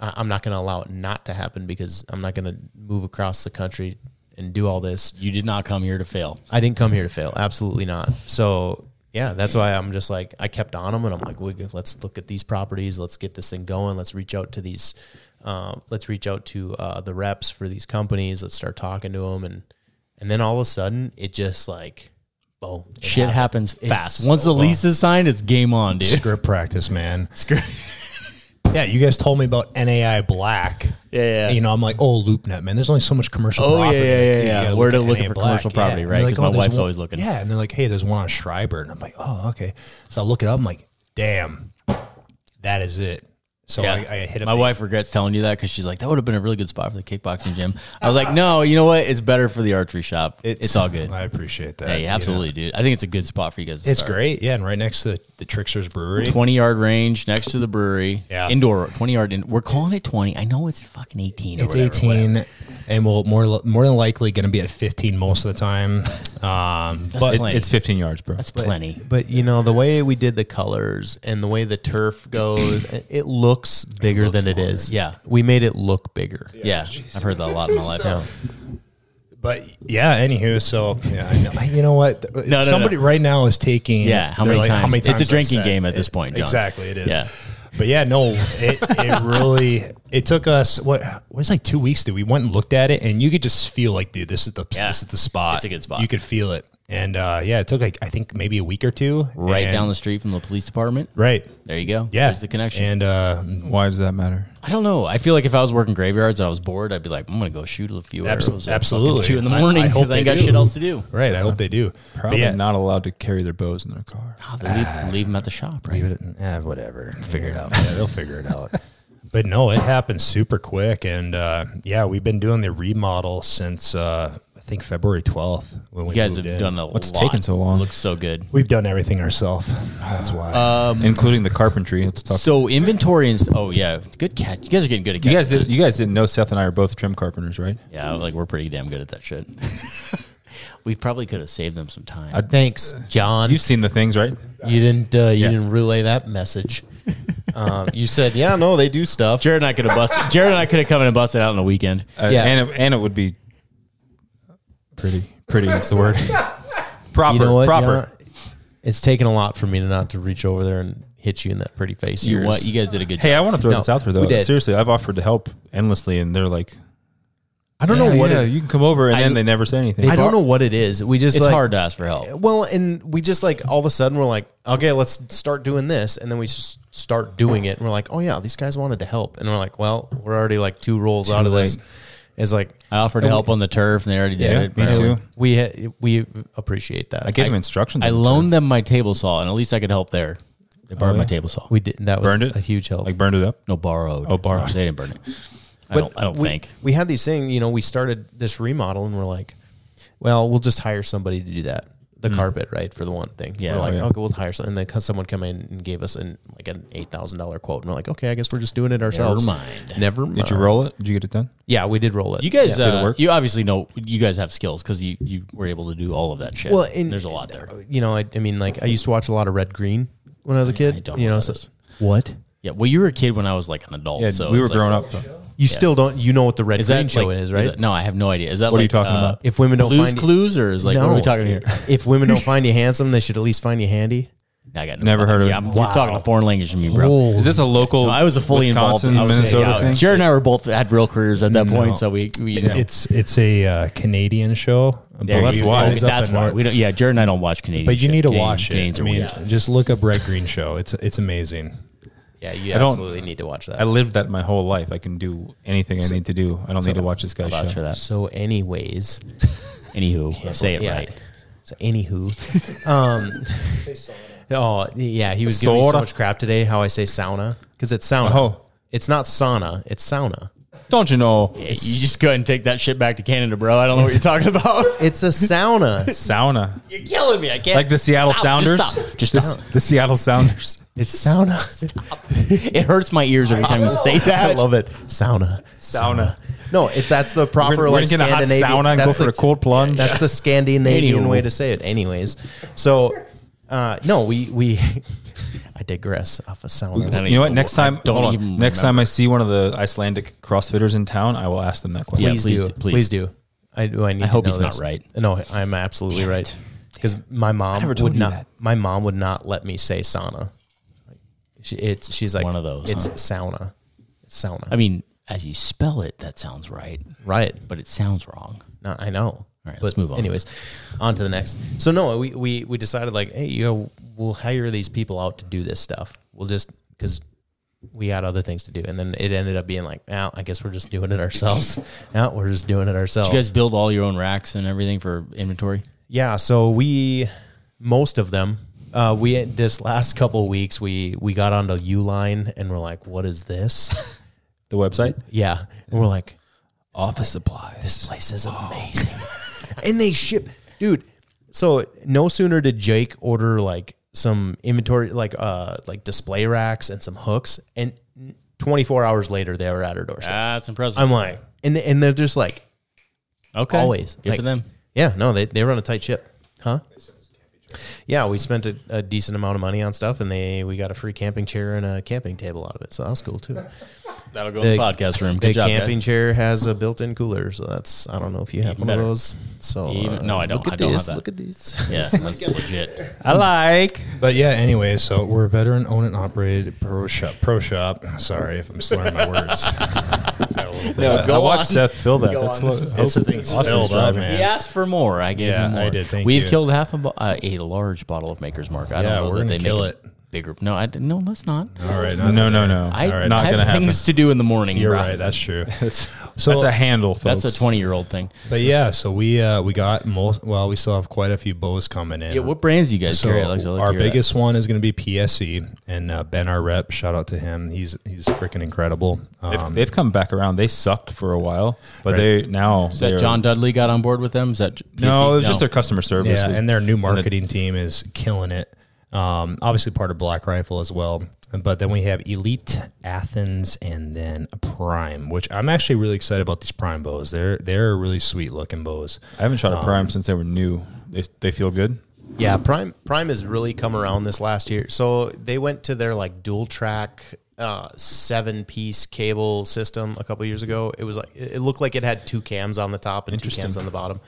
C: I, I'm not going to allow it not to happen because I'm not going to move across the country and do all this
A: You did not come here to fail.
C: I didn't come here to fail. Absolutely not. So yeah, that's why I'm just like I kept on them, and I'm like, we, let's look at these properties. Let's get this thing going. Let's reach out to these. Uh, let's reach out to uh, the reps for these companies. Let's start talking to them, and and then all of a sudden, it just like, boom, it
A: Shit
C: happened.
A: happens
C: It's
A: fast. Oh,
C: so
A: Once the lease is signed, it's game on, dude.
D: Script practice, man.
A: Screw-
D: <laughs> Yeah. You guys told me about NAI Black.
A: yeah,
D: You know, I'm like, oh, LoopNet, man. There's only so much commercial
A: Oh, yeah,
D: property.
A: yeah, yeah, yeah.
D: gotta
A: We're
D: look
A: to
D: at
A: looking
D: NA
A: for commercial property,
D: And
A: right?
D: they're oh,
A: 'Cause my
D: there's
A: wife's
D: one-
A: always looking.
D: Yeah, and they're like, hey, there's one on Schreiber. And I'm like, oh, okay. So I look it up. I'm like, damn, that is it.
A: <laughs>
D: So
A: Yeah.
D: I, I hit up
A: My
D: the-
A: wife regrets telling you that because she's like, that would have been a really good spot for the kickboxing gym. I was <laughs> like, no, you know what? It's better for the archery shop. It's, all good.
D: I appreciate that.
A: Hey,
D: you know?
A: absolutely, dude. I think it's a good spot for you guys. To
D: It's
A: start.
D: great. Yeah, and right next to the Tricksters Brewery.
A: 20 yard range next to the brewery.
D: Yeah.
A: Indoor, 20 yard. In, we're calling it 20. I know it's fucking 18. Or
D: It's
A: whatever,
D: 18,
A: whatever.
D: and we'll more more than likely going to be at 15 most of the time. Um,
A: That's
D: but
A: plenty.
B: It's 15 yards, bro.
A: That's plenty.
C: But you know the way we did the colors and the way the turf goes, it- it looks bigger than it is.
A: Yeah.
C: we made it look bigger.
A: Yeah. I've heard that a lot in my life.
C: Yeah.
D: But yeah, anywho, so yeah, I know, you know what?
A: no,
D: Somebody
A: no.
D: right now is taking
A: Yeah, how
D: they're
A: many times? It's a
D: I've
A: drinking
D: said
A: game at
D: it.
A: this point, John.
D: Exactly, it is.
A: Yeah.
D: But yeah, no, it, it really it took us what was like two weeks. Dude, we went and looked at it, and you could just feel like, dude, this is the
A: Yeah.
D: this is the spot.
A: It's a good spot.
D: You could feel it, and uh, yeah, it took like I think maybe a week or two.
A: Right
D: and-
A: down the street from the police department.
D: right.
A: There you go.
D: Yeah,
A: There's the connection.
D: and uh,
B: Why does that matter?
A: I don't know. I feel like if I was working graveyards and I was bored, I'd be like, I'm gonna go shoot a few
D: Abs-
A: arrows. at
D: absolutely.
A: fucking two in the
D: I-
A: morning
D: I hope
A: because I, ain't
D: they
A: got
D: do.
A: shit else to do.
D: right, I hope they do. But
B: Probably
D: yeah,
B: not allowed to carry their bows in their car.
A: Oh, they leave, leave them at the shop, right?
D: Leave it at- eh, whatever. Figure it out. Yeah, they'll figure it out. <laughs> But no, it happened super quick, and uh, yeah, we've been doing the remodel since uh, I think February 12th when we
A: You guys have
D: moved in.
A: done a
B: What's
A: lot.
B: taking so long?
A: Looks so good.
D: We've done everything ourselves. That's why.
A: Uh,
B: including the carpentry. Let's talk.
A: So inventory and s- oh yeah, good catch. You guys are getting good at
B: you
A: catching
B: guys did. You guys didn't know Seth and I are both trim carpenters, right?
A: Yeah, like we're pretty damn good at that shit. <laughs> we probably could have saved them some time.
C: Thanks, John.
B: You've seen the things, right?
C: You didn't. Uh, you didn't relay
A: <laughs>
C: that message. um, you said, "Yeah,
A: Oh,
C: no, they do stuff."
A: Jared and I could have busted. Jared and I could have come in and busted out on the weekend.
B: Uh,
C: Yeah.
B: and it, and it would be pretty. Pretty is the
D: <laughs>
B: word. proper.
C: You know what?
B: proper.
C: John? It's taken a lot for me to not to reach over there and hit you in that pretty face. of
A: You
C: yours.
A: what? You guys did a good
B: Hey,
A: job.
B: I want to throw
C: No,
B: this out there
C: we
B: though.
C: did.
B: Seriously, I've offered to help endlessly, and they're like,
C: I don't know what.
B: yeah,
C: it,
B: you can come over, and
A: I-
B: then they never say anything.
C: I don't know what it is. We just
A: It's
C: like-
A: hard to ask for help.
C: Well, and we just like all of a sudden we're like, okay, let's start doing this, and then we just start doing it, and we're like, oh yeah, these guys wanted to help, and we're like, well, we're already like two rolls out of this.
B: late.
C: It's like
A: I offered to help on the turf, and they already did
B: Yeah,
A: it.
B: me
A: but-
B: too.
C: we ha- we appreciate that.
B: I gave
C: I-
B: them instructions.
A: I
B: on the
A: loaned them my table saw, and at least I could help there. They borrowed my
B: Oh, yeah.
A: table saw.
C: we did that was
B: Burned it?
C: a huge
B: turf.
C: help.
B: like burned it up.
A: no borrowed.
B: Oh, borrowed.
A: They didn't burn it. I
C: But
A: don't. I don't
C: we,
A: think.
C: we had these things. You know, we started this remodel, and we're like, well, we'll just hire somebody to do that. The carpet, right, for the one thing.
A: Mm. Yeah.
C: we're like,
A: Oh,
B: yeah.
C: okay, we'll hire some. And then 'cause someone come in and gave us an like an eight thousand dollar quote, and we're like, okay, I guess we're just doing it ourselves.
A: mind.
C: Never mind.
B: Did you roll it? Did you get it done?
C: Yeah, we did roll it.
A: You guys,
C: Yeah.
A: uh, you obviously know. You guys have skills because you you were able to do all of that shit.
C: Well, and-
A: there's a lot there.
C: you know, I, I mean, like I used to watch a lot of Red Green when I was a kid.
A: I don't
C: you
A: know
C: know,
A: what
C: so-
A: that is.
C: what?
A: Yeah. Well, you were a kid when I was like an adult.
B: Yeah,
A: so
B: we were
A: it's like-
B: growing up. though.
C: You still don't. You know what the Red
A: Is
C: Green
A: that
C: show
A: like,
C: is, right?
A: that- no, I have no idea. Is that
B: What are you
A: like,
B: talking
A: uh,
B: about?
C: if women don't
A: Blues
C: find
A: Clues or is like what are we talking
B: <laughs>
A: here?
C: If women don't find you handsome, they should at least find you handy.
A: I got no
B: Never
A: fucking
B: heard of
A: idea.
B: it.
A: I'm, You're talking a foreign language to me, bro.
B: Is this a local?
A: No, I was a fully
B: Wisconsin,
A: involved I was-
B: Minnesota
A: yeah,
B: thing.
A: Jared and I were both had real careers at that point, so we, we you know.
D: It's it's a uh, Canadian show.
A: There
B: that's
A: you
B: why.
A: go.
B: It's
D: up
A: That's
D: in
A: why
D: North-
A: we don't. Yeah, Jared and I don't watch Canadian.
D: But you
A: shit.
D: need to
A: Gain-
D: watch
A: Gains
D: it. I
A: are
D: mean,
A: weird.
D: just look up Red Green Show. It's it's amazing.
C: Yeah, you
B: don't-
C: absolutely need to watch
B: I
C: that.
B: lived that my whole life. I can do anything I need to do. I don't need to watch this guy's
A: Vouch for
B: show.
A: that.
C: So, anyways,
A: Anywho, say it
C: yeah.
A: right.
C: So,
B: <laughs>
C: anywho, um, oh yeah, he was giving me
B: Sauna.
C: so much crap today. How I say sauna because it's sauna.
B: Oh.
C: It's not sauna. It's sauna.
B: Don't you know?
A: You just go ahead and take that shit back to Canada, bro. I don't know what you're talking about. <laughs>
C: It's
B: <laughs>
C: a sauna.
B: Sauna,
A: you're killing me. I can't.
B: like the Seattle
A: Stop,
B: Sounders.
A: just stop. Just
B: The- The Seattle Sounders.
C: It's
B: <laughs>
C: sauna.
A: it hurts my ears every time you
C: <laughs>
A: say
C: I
A: that.
C: love it. Sauna.
B: Sauna.
C: No, if that's the
B: We're
C: proper
B: gonna, we're
C: like
B: gonna get a hot
C: Scandinavian.
B: sauna and
C: that's
B: go for
C: the,
B: a cold plunge.
C: That's the Scandinavian
A: Anywho.
C: way to say it, anyways. So, uh, no, we we. <laughs> I digress off of sauna.
B: you know what? Next
A: I
B: time,
A: don't
B: hold on.
A: even
B: next
A: remember.
B: time I see one of the Icelandic CrossFitters in town, I will ask them that question.
A: Yeah,
C: Please,
A: please
C: do.
A: do, please.
C: please. do. I do. I need. to
A: hope
C: know
A: he's not
C: this.
A: right.
C: No, I'm absolutely right. Because my mom
B: never told
C: would
B: you
C: not.
B: that.
C: My mom would not let me say sauna. She, it's she's like
A: One of those,
C: It's
A: huh?
C: sauna. It's sauna.
A: I mean, as you spell it, that sounds right,
C: right.
A: but it sounds wrong.
C: No, I know.
A: All right, let's move on.
C: Anyways, on to the next. So no, we we we decided like, hey, you know, we'll hire these people out to do this stuff. We'll just because we had other things to do, and then it ended up being like, now I guess we're just doing it ourselves. <laughs> Now we're just doing it ourselves.
A: You guys build all your own racks and everything for inventory.
C: yeah. So we most of them. Uh, we this last couple weeks we we got onto Uline and we're like, what is this? <laughs>
B: The website,
C: yeah, and we're like,
B: office supplies.
C: this place is amazing. and they ship, dude. So no sooner did Jake order like some inventory, like uh, like display racks and some hooks, and 24 hours later they were at our doorstep.
A: That's impressive.
C: I'm like, and and they're just like,
A: okay,
C: always
A: good
C: like,
A: for them.
C: Yeah, no, they they run a tight ship, huh? Yeah, we spent a, a decent amount of money on stuff, and they we got a free camping chair and a camping table out of it, so that was cool too.
A: That'll go
C: The-
A: in the podcast room.
C: The
A: Good job,
C: camping
A: camping.
C: chair has a built-in cooler, so that's I don't know if you have
A: Even
C: one
A: better.
C: of those. So uh,
A: Even- no, I don't.
C: Look at
A: I don't have
C: these.
A: that.
C: Look at these.
A: <laughs> Yeah, that's legit.
B: I like.
D: But yeah, anyway, so we're a veteran owned and operated pro shop. Pro shop. Sorry if I'm slurring my words. <laughs>
A: No,
B: uh, I watched Seth fill that. That's lo-
A: It's the thing.
B: Austin's
D: filled up,
B: driving.
D: man.
A: He asked for more. I gave
D: Yeah,
A: him more.
D: I did. Thank
A: We've
D: you.
A: killed half a, bo- uh, a large bottle of Maker's Mark. I
D: yeah,
A: don't know
D: we're
A: that they
D: gonna kill
A: make
D: it.
A: bigger. No, I no, let's not.
D: All right.
B: No,
D: not
B: no,
D: today.
B: no, no.
A: I,
B: All right,
A: I
B: not
A: have
B: gonna happen.
A: things to do in the morning.
D: You're
A: bro.
D: right. That's true.
B: <laughs>
D: so
B: That's a handle, folks.
A: That's a twenty-year-old thing.
D: But yeah, so we uh, we got most. Well, we still have quite a few bows coming in.
A: Yeah, what brands do you guys
D: so
A: carry? Alex? I'd like to
D: our
A: hear that.
D: biggest one is going to be PSE and uh, Ben, our rep. Shout out to him. He's he's freaking incredible.
B: They've,
D: Um,
B: they've come back around. They sucked for a while, but
D: Right.
B: they now
A: Is that
B: they're-
A: John Dudley got on board with them? Is that J-
B: No,
A: PC?
B: it was just their customer service.
D: yeah,
B: was-
D: and their new marketing team is killing it. Um, obviously, part of Black Rifle as well. But then we have Elite, Athens, and then Prime, which I'm actually really excited about these Prime bows. They're they're really sweet looking bows.
B: I haven't shot a prime since they were new. They, they feel good.
C: Yeah, Prime Prime has really come around this last year. So they went to their like dual track uh, seven piece cable system a couple years ago. It was like it it looked like it had two cams on the top and two cams on the bottom.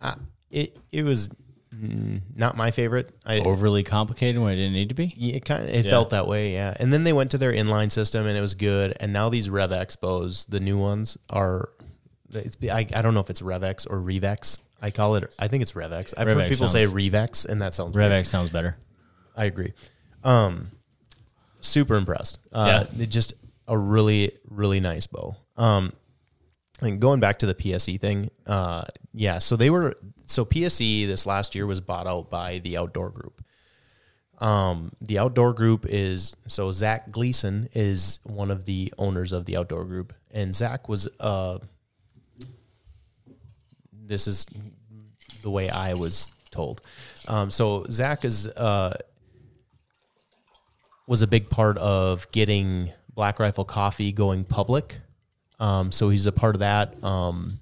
C: Uh, it it was mm, not my favorite. I
A: overly complicated when it didn't need to be.
C: yeah, it kind of it felt that way, yeah. And then they went to their inline system and it was good. And now these Rev Expos, the new ones, are it's I, I don't know if it's RevX or Revex. I call it I think it's RevX. I've
A: RevX
C: heard people say
A: sounds-
C: Revex and that sounds
A: Revex sounds better.
C: I agree. Um, super impressed. Uh, it Just a really, really nice bow. Um, and going back to the PSE thing, uh, yeah. So they were so PSE this last year was bought out by the Outdoor Group. Um, the Outdoor Group is so Zach Gleason is one of the owners of the Outdoor Group, and Zach was uh, this is the way I was told. Um, so Zach is uh, was a big part of getting Black Rifle Coffee going public. Um, so he's a part of that. Um,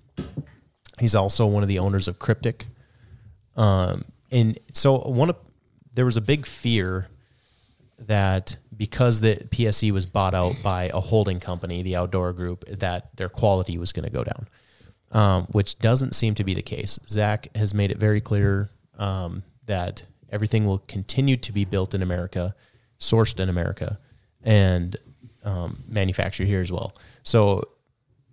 C: he's also one of the owners of Cryptic. Um, and so one of there was a big fear that because the PSE was bought out by a holding company, the outdoor group, that their quality was going to go down, um, which doesn't seem to be the case. Zach has made it very clear um, that everything will continue to be built in America, sourced in America, and um, manufactured here as well. So,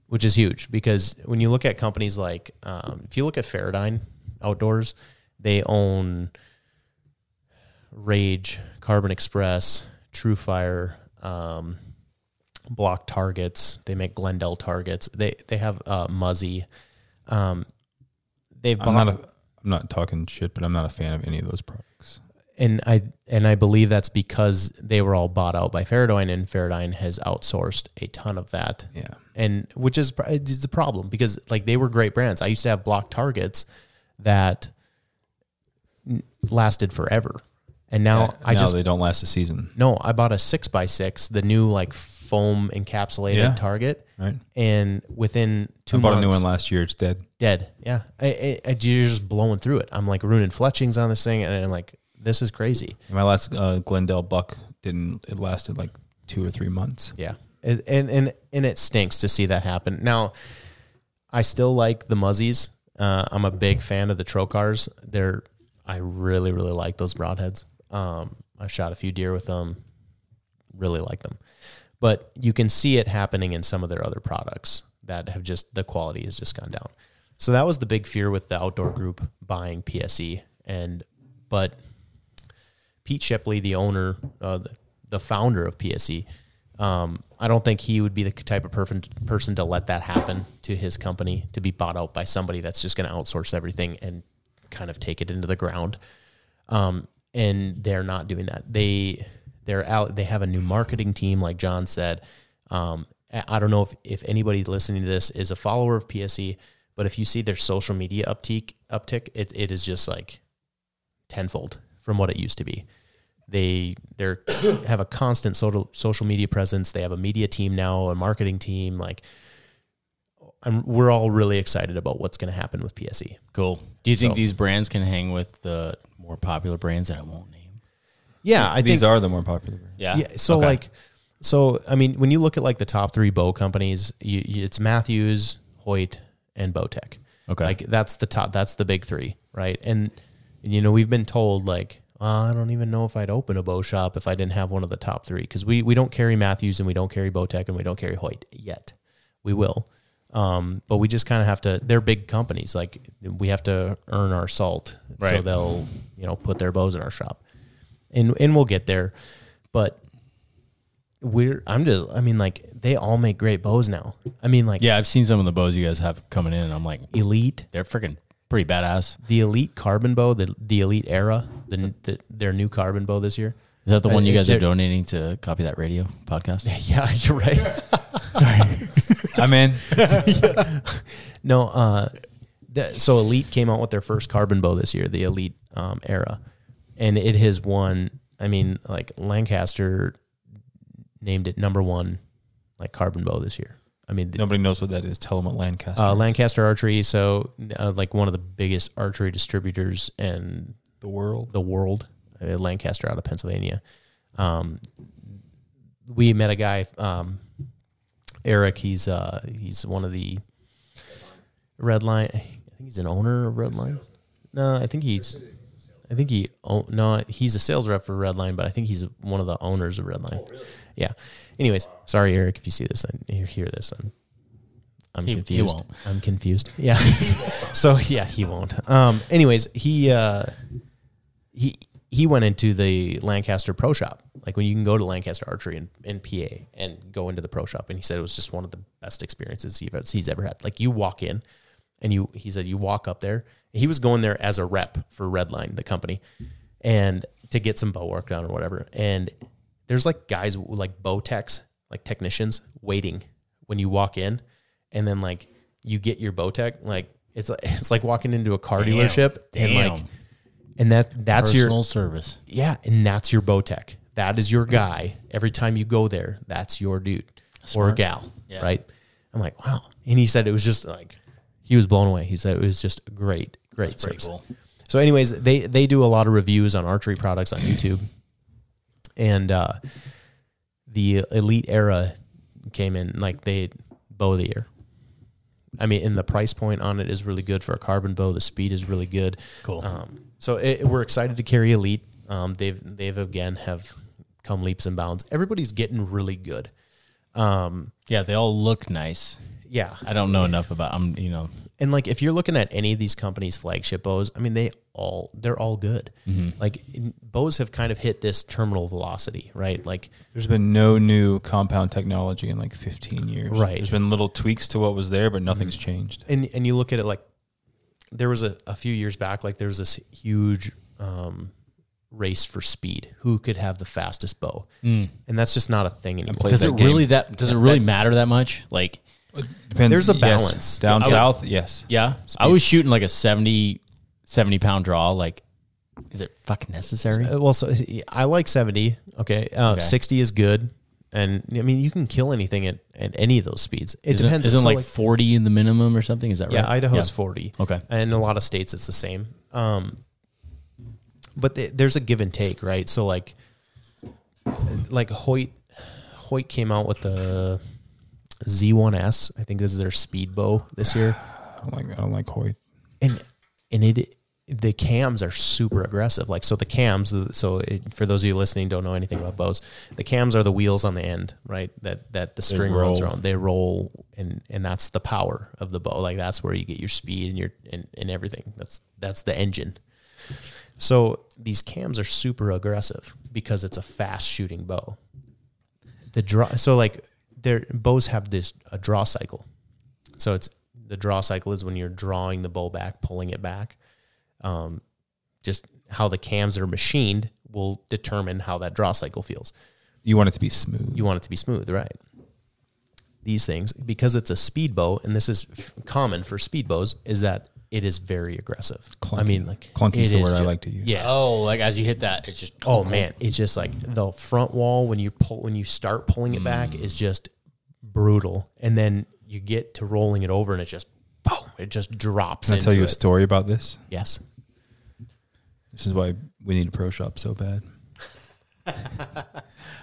C: which is huge because when you look at companies like, um, if you look at Faradine Outdoors, they own Rage, Carbon Express, True Fire, um, Block Targets. They make Glendale targets. They they have uh, Muzzy. Um, they've bought,
B: I'm not. A, I'm not talking shit, but I'm not a fan of any of those products.
C: and I and I believe that's because they were all bought out by Faradine, and Faradine has outsourced a ton of that.
B: Yeah.
C: and which is pr- it's a problem because like they were great brands. I used to have block targets that n- lasted forever, and now I
B: now
C: just
B: they don't last a season.
C: no, I bought a six by six, the new like foam encapsulated
B: Yeah.
C: target,
B: Right.
C: and within two
B: I bought
C: months,
B: a new one last year. It's dead.
C: dead. Yeah, I, I, I- you're just blowing through it. I'm like ruining fletchings on this thing, and I'm like, this is crazy.
B: And my last uh, Glendale buck didn't. It lasted like two or three months.
C: Yeah, It- and and and it stinks to see that happen. Now, I still like the Muzzies. Uh, I'm a big fan of the Trocars. They're I really really like those broadheads. Um, I've shot a few deer with them. Really like them, but you can see it happening in some of their other products that have just the quality has just gone down. So that was the big fear with the outdoor group buying PSE and but Pete Shepley, the owner, uh, the, the founder of PSE, um, I don't think he would be the type of person person to let that happen to his company to be bought out by somebody that's just going to outsource everything and kind of take it into the ground. Um, and they're not doing that. They they're out. They have a new marketing team, like John said. Um, I I don't know if, if anybody listening to this is a follower of PSE, but if you see their social media uptick uptick, it, it is just like tenfold from what it used to be. They they <coughs> have a constant social social media presence. They have a media team now, a marketing team. Like, I'm, we're all really excited about what's going to happen with E. PSE.
A: Cool. Do you think
C: So-
A: these brands can hang with the more popular brands that I won't name?
C: Yeah, I
B: These
C: think.
B: are the more popular. brands.
A: Yeah.
C: yeah, so
A: Okay.
C: like, so I mean, when you look at like the top three bow companies, you, you, it's Matthews, Hoyt, and Bowtech.
A: Okay.
C: like that's the top. That's the big three, right? And, and you know, we've been told like, "Uh, I don't even know if I'd open a bow shop if I didn't have one of the top three because we we don't carry Matthews and we don't carry Bowtech and we don't carry Hoyt yet. We will, um, but we just kind of have to. They're big companies. Like we have to earn our salt, so
A: Right.
C: they'll you know put their bows in our shop. and and we'll get there. But we're I'm just I mean like they all make great bows now. I mean like
A: Yeah, I've seen some of the bows you guys have coming in, and I'm like,
C: elite
A: they're freaking pretty badass.
C: the elite carbon bow the the elite era the, the their new carbon bow this year.
A: Is that the
C: Uh,
A: one you guys
C: they're-
A: are donating to copy that radio <laughs> podcast?
C: <laughs> Yeah, <laughs> you're right.
B: I'm in.
C: No, uh, the, so Elite came out with their first carbon bow this year, the Elite um, era, and it has won. I mean, like Lancaster named it number one, like carbon bow this year. I mean, the,
B: Nobody knows what that is. Tell them what Lancaster.
C: uh,
B: is.
C: Lancaster Archery, so uh, like one of the biggest archery distributors in
B: the world.
C: the world, uh, Lancaster out of Pennsylvania. Um, we met a guy, um, Eric. He's uh, he's one of the Red Line. I think he's an owner of Red Line. No, I think he's. I think he own, no, he's a sales rep for Red Line, but I think he's one of the owners of Red
A: Oh,
C: Line. Yeah. Anyways, sorry Eric if you see this and you hear this. I'm I'm
A: He- he
C: confused.
A: won't.
C: I'm confused. Yeah. <laughs> so yeah, he won't. Um anyways, he uh he he went into the Lancaster Pro Shop. Like when you can go to Lancaster Archery in, in PA and go into the Pro Shop, and he said it was just one of the best experiences he's ever, he's ever had. Like you walk in, and you he said you walk up there. He was going there as a rep for Redline, the company, and to get some bow work done or whatever. And there's like guys like bow techs, like technicians waiting when you walk in, and then like you get your bow tech like. It's like, it's like walking into a car dealership and like
A: Damn.
C: and that that's
A: Personal
C: your
A: service.
C: yeah, and that's your Bowtech. That is your guy. Every time you go there, that's your dude or gal, right? I'm like, wow. And he said it was just like he was blown away. He said it was just great, great service. So, anyways, they they do a lot of reviews on archery products on YouTube, and uh, the Elite Era came in like they bow of the year. I mean, and the price point on it is really good for a carbon bow. The speed is really good.
A: Cool.
C: Um, so it, we're excited to carry Elite. Um, they've they've again have come leaps and bounds. Everybody's getting really good. Um,
A: Yeah, they all look nice.
C: yeah,
A: I don't know enough about. I'm you know
C: and like if you're looking at any of these companies' flagship bows, I mean they all they're all good. Like in- bows have kind of hit this terminal velocity, right? Like
B: There's been no new compound technology in like 15 years.
C: Right. Mm-hmm.
B: There's been little tweaks to what was there, but nothing's changed.
C: and and you look at it like there was a, a few years back like there was this huge um, race for speed who could have the fastest bow and that's just not a thing anymore
B: play
A: does
B: that
A: it
B: game.
A: really that does it really matter that much? Like
B: Depends.
C: There's a
B: yes.
C: balance.
B: Down
A: I would-
B: south, yes.
A: yeah, I was shooting like a 70, 70 pound draw. Like, is it fucking necessary?
C: Uh, well so i like 70 okay, uh,
A: Okay.
C: 60 is good and i mean you can kill anything at, at any of those speeds it
A: Isn't-
C: depends
A: Isn't
C: So,
A: like, forty in the minimum or something? Is that
C: yeah
A: right?
C: idaho's 40
A: Okay.
C: and in a lot of states it's the same um but th- there's a give and take right so like like hoyt hoyt came out with the z1s i think this is their speed bow this year
B: I don't like, I don't like Hoyt.
C: and and it the cams are super aggressive like so the cams so it, for those of you listening don't know anything about bows the cams are the wheels on the end right that that the string rolls
B: roll.
C: around they roll and and that's the power of the bow like that's where you get your speed and your and, and everything that's that's the engine so these cams are super aggressive because it's a fast shooting bow the draw so like their bows have this a draw cycle so it's the draw cycle is when you're drawing the bow back, pulling it back. Um, just how the cams are machined will determine how that draw cycle feels.
B: You want it to be smooth.
C: You want it to be smooth, right? These things, because it's a speed bow, and this is f- common for speed bows, is that it is very aggressive. I
B: Clunky.
C: mean, like
B: Clunky is
C: it
B: the word I
C: ju-
B: like to use.
C: Yeah.
A: Oh, like as you hit that, it's just
C: Oh man, it's just like the front wall when you pull when you start pulling it back is just brutal, and then you get to rolling it over and it just boom, it just drops.
B: Can I tell
C: into
B: you a
C: it.
B: story about this?
C: Yes.
B: This is why we need a pro shop so bad. I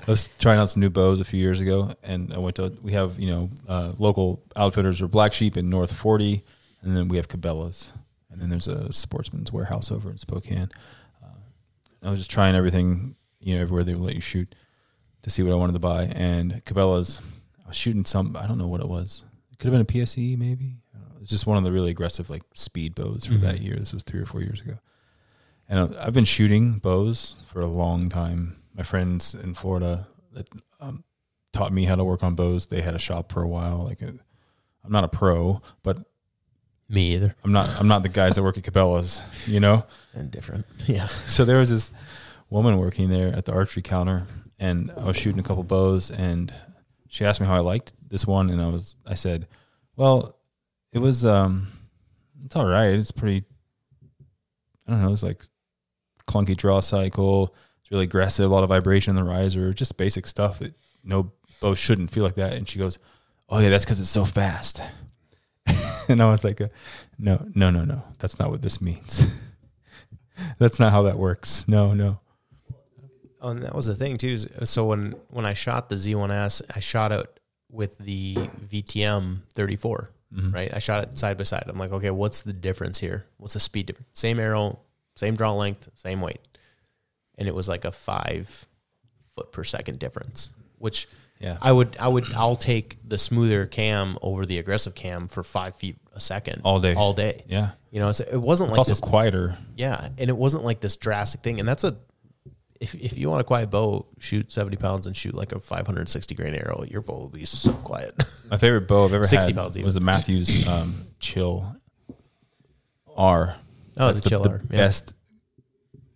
B: was trying out some new bows a few years ago, and I went to we have you know uh, local outfitters are Black Sheep in North Forty, and then we have Cabela's, and then there's a Sportsman's Warehouse over in Spokane. Uh, I was just trying everything, you know, everywhere they would let you shoot to see what I wanted to buy, and Cabela's. I was shooting some, I don't know what it was. It could have been a E, PSE maybe. I don't know. It's just one of the really aggressive like speed bows for that year. This was three or four years ago And I've been shooting bows for a long time. My friends in Florida that um, taught me how to work on bows. They had a shop for a while. Like, uh, I'm not a pro, but
C: Me either.
B: I'm not. I'm not the guys that work at Cabela's. You know.
C: And different. <laughs> Yeah.
B: so there was this woman working there at the archery counter and I was shooting a couple bows and she asked me how I liked this one and I was I said, Well, it was um it's all right. It's pretty I don't know, it's like clunky draw cycle, it's really aggressive, a lot of vibration in the riser, just basic stuff that no bow shouldn't feel like that. And she goes, Oh yeah, that's because it's so fast. <laughs> and I was like, uh, No, no, no, no. That's not what this means. <laughs> That's not how that works. No, no.
C: Oh, and that was the thing too. is- uh, So when when I shot the Z1S, I shot it with the VTM 34,
B: Mm-hmm.
C: right? I shot it side by side. I'm like, okay, what's the difference here? What's the speed difference? Same arrow, same draw length, same weight, and it was like a five foot per second difference, which
B: Yeah.
C: I would I would I'll take the smoother cam over the aggressive cam for five feet a second
B: All day.
C: all day.
B: Yeah.
C: You know, so it wasn't
B: It's
C: like
B: also
C: this
B: quieter.
C: yeah, and it wasn't like this drastic thing. And that's a if if you want a quiet bow, shoot seventy pounds and shoot like a five hundred sixty grain arrow. Your bow will be so quiet. <laughs>
B: My favorite bow I've ever
C: 60
B: had
C: pounds even.
B: was the Matthews um, Chill R.
C: oh,
B: That's
C: the chiller.
B: The
C: yeah.
B: best.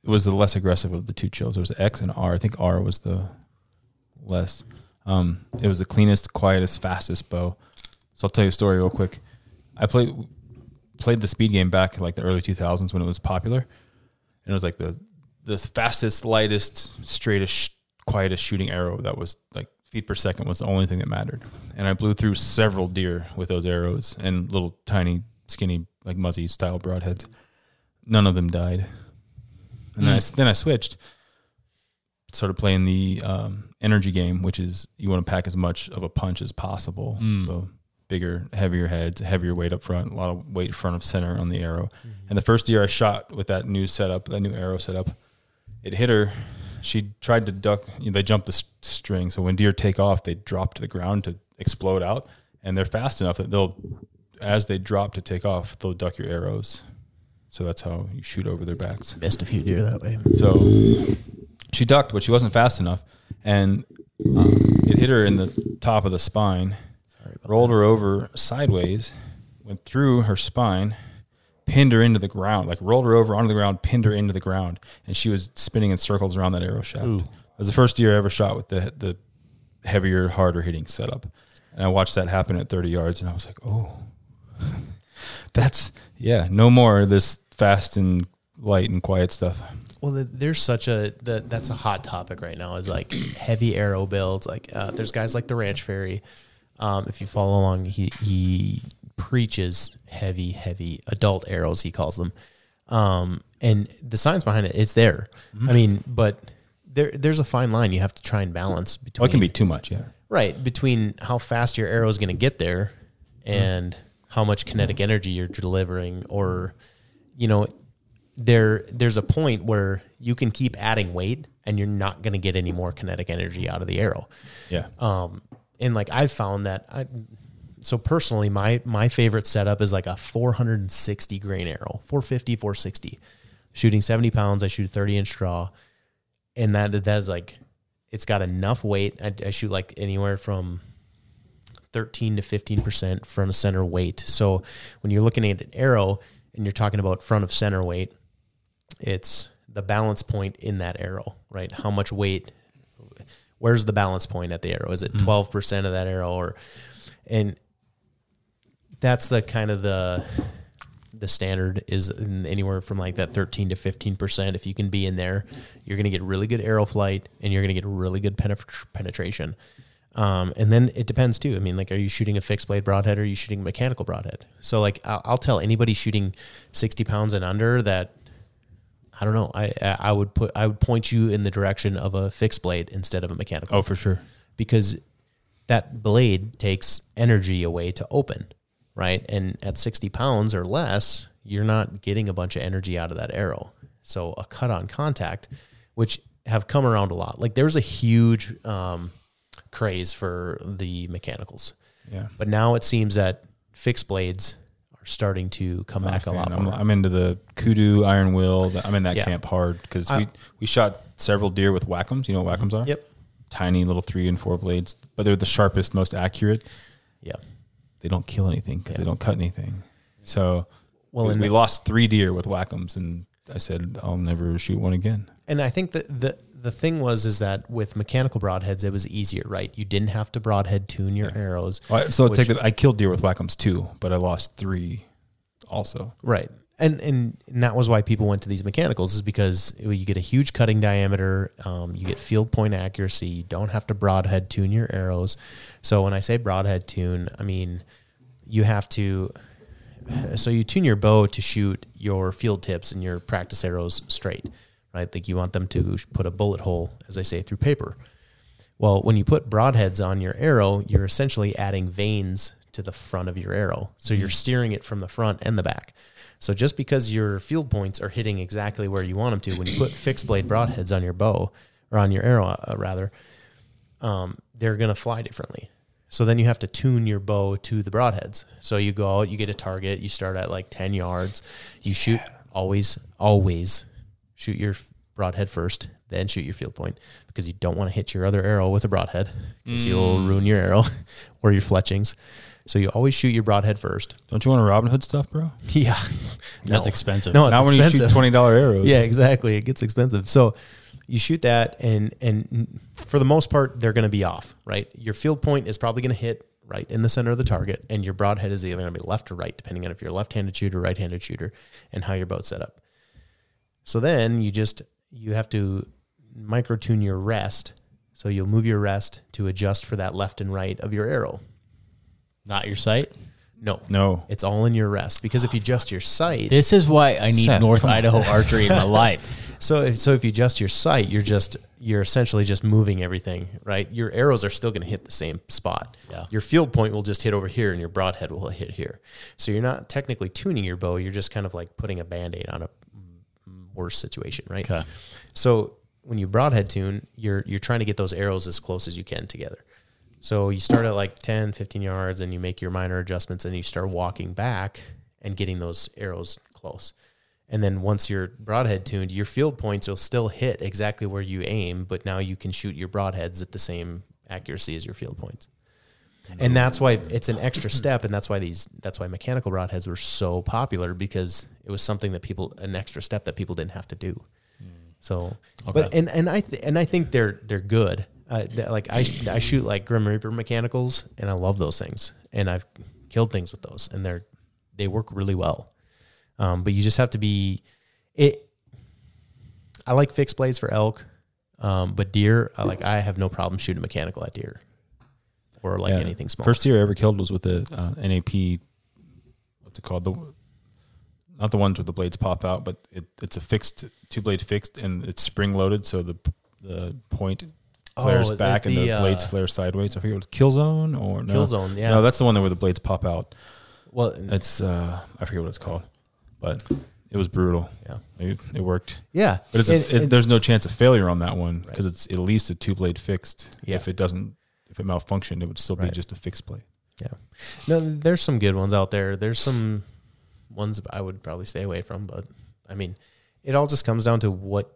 B: It was the less aggressive of the two chills. There was X and R. I think R was the less. Um, it was the cleanest, quietest, fastest bow. So I'll tell you a story real quick. I played played the speed game back in like the early 2000s when it was popular, and it was like the the fastest, lightest, straightest, sh- quietest shooting arrow that was like feet per second was the only thing that mattered. And I blew through several deer with those arrows and little tiny, skinny, like muzzy style broadheads none of them died. And then, I, then I switched, started playing the um, energy game, which is you want to pack as much of a punch as possible. So bigger, heavier heads, heavier weight up front, a lot of weight front of center on the arrow. And the first deer I shot with that new setup, that new arrow setup, it hit her. She tried to duck. You know, they jump the s- string, so when deer take off, they drop to the ground to explode out, and they're fast enough that they'll, as they drop to take off, they'll duck your arrows. So that's how you shoot over their backs.
C: Missed a few deer that way.
B: So she ducked, but she wasn't fast enough, and uh, it hit her in the top of the spine. rolled her over sideways, went through her spine, pinned her into the ground. Like rolled her over onto the ground, pinned her into the ground, and she was spinning in circles around that arrow shaft. It was the first deer I ever shot with the the heavier, harder hitting setup, and I watched that happen at 30 yards, and I was like, oh. <laughs> That's yeah. No more of this fast and light and quiet stuff.
C: Well, the, there's such a the, that's a hot topic right now is like <clears throat> heavy arrow builds. Like uh, there's guys like the Ranch Fairy. Um, if you follow along, he he preaches heavy, heavy adult arrows. He calls them, um, and the science behind it is there.
B: Mm-hmm.
C: I mean, but there there's a fine line you have to try and balance between.
B: Oh, it can be too much. Yeah.
C: Right, between how fast your arrow is going to get there and how much kinetic energy you're delivering or you know there there's a point where you can keep adding weight and you're not going to get any more kinetic energy out of the arrow.
B: Yeah.
C: Um and like I've found that I so personally my my favorite setup is like a 460 grain arrow, 450 460. Shooting 70 pounds, I shoot a 30 inch draw and that that's like it's got enough weight. I, I shoot like anywhere from thirteen to fifteen percent front of center weight. So when you're looking at an arrow and you're talking about front of center weight, it's the balance point in that arrow, right? How much weight? Where's the balance point at the arrow? Is it twelve percent of that arrow, or and that's the kind of the the standard is in anywhere from like that 13 to 15%. If you can be in there, you're going to get really good arrow flight and you're going to get really good penet- penetration. Um, and then it depends too. I mean, like, are you shooting a fixed blade broadhead or are you shooting mechanical broadhead? So, like, I'll, I'll tell anybody shooting 60 pounds and under that I don't know. I I I would put I would point you in the direction of a fixed blade instead of a mechanical
B: Oh, for sure.
C: because that blade takes energy away to open, right? And at 60 pounds or less, you're not getting a bunch of energy out of that arrow. So a cut on contact, which have come around a lot. Like there was a huge um, craze for the mechanicals.
B: Yeah.
C: But now it seems that fixed blades are starting to come back a
B: fan.
C: lot
B: I'm,
C: more.
B: I'm into the kudu iron will. I'm in that
C: Yeah.
B: camp hard because
C: I- Mm-hmm.
B: we, we shot several deer with whackums. You know what whackums are?
C: Yep.
B: Tiny little three and four blades, but they're the sharpest, most accurate.
C: Yeah.
B: They don't kill anything because they
C: Yeah.
B: don't cut anything. So
C: Well,
B: we,
C: and
B: we lost three deer with whackums, and I said I'll never shoot one again.
C: And I think that the the thing was is that with mechanical broadheads, it was easier, right? You didn't have to broadhead tune your arrows,
B: All right, so
C: Which-
B: take the, I killed deer with whackums too, but I lost three. Also,
C: right? And, and and that was why people went to these mechanicals is because you get a huge cutting diameter, um, you get field point accuracy, you don't have to broadhead tune your arrows. So when I say broadhead tune, I mean you have to. So you tune your bow to shoot your field tips and your practice arrows straight, right? Like you want them to put a bullet hole, as I say, through paper. Well, when you put broadheads on your arrow, you're essentially adding veins to the front of your arrow. So you're steering it from the front and the back. So just because your field points are hitting exactly where you want them to, when you put fixed blade broadheads on your bow or on your arrow, uh, rather, um, they're going to fly differently. So then you have to tune your bow to the broadheads. So you go out, you get a target, you start at like 10 yards, you shoot always, always shoot your f- broadhead first, then shoot your field point because you don't want to hit your other arrow with a broadhead because
B: Mm.
C: you'll ruin your arrow <laughs> or your fletchings. So you always shoot your broadhead first. <laughs>
B: don't you want a Robin Hood stuff, bro?
C: Yeah.
F: That's
C: No.
F: expensive.
C: No, it's
B: Not when you
C: expensive.
B: shoot twenty dollar arrows.
C: <laughs> Yeah, exactly. It gets expensive. So you shoot that, and and for the most part, they're going to be off. Right, your field point is probably going to hit right in the center of the target, and your broadhead is either going to be left or right, depending on if you're a left-handed shooter, right-handed shooter, and how your boat's set up. So then you just you have to micro tune your rest, so you'll move your rest to adjust for that left and right of your arrow.
F: Not your sight.
C: No,
B: No,
C: it's all in your rest because if you adjust your sight,
F: This is why I need
B: Seth,
F: North
B: come on.
F: Idaho archery in my life.
C: So if, so if you adjust your sight, you're just you're essentially just moving everything, right? Your arrows are still going to hit the same spot.
F: Yeah.
C: Your field point will just hit over here and your broadhead will hit here. So you're not technically tuning your bow, you're just kind of like putting a band-aid on a worse situation, right?
F: Okay.
C: So when you broadhead tune, you're you're trying to get those arrows as close as you can together. So you start at like 10, 15 yards and you make your minor adjustments and you start walking back and getting those arrows close. And then once you're broadhead tuned, your field points will still hit exactly where you aim, but now you can shoot your broadheads at the same accuracy as your field points. And that's why it's an extra step, and that's why these that's why mechanical broadheads were so popular because it was something that people an extra step that people didn't have to do. So, but and and I th- and I think they're they're good. Uh, th- like I I shoot like Grim Reaper mechanicals, and I love those things, and I've killed things with those, and they're they work really well. Um, but you just have to be it. I like fixed blades for elk, um, but deer, I like I have no problem shooting mechanical at deer, or like
B: Yeah.
C: anything small.
B: First deer I ever killed was with the uh, NAP. What's it called? The not the ones where the blades pop out, but it, it's a fixed two blade fixed and it's spring loaded, so the the point
C: Oh,
B: flares
C: is it
B: back and the,
C: the, uh,
B: blades flare sideways. I forget what kill zone or no
C: kill zone, yeah.
B: No, that's the one where the blades pop out.
C: well,
B: It's uh, I forget what it's called, but it was brutal.
C: Yeah.
B: it, it worked.
C: yeah,
B: But it's
C: And-
B: a, it,
C: and-
B: there's no chance of failure on that one because it's at least a two blade fixed.
C: Yeah.
B: If it doesn't, if it malfunctioned, it would still
C: Right.
B: be just a fixed blade.
C: No, there's some good ones out there. There's some ones I would probably stay away from, but I mean, it all just comes down to what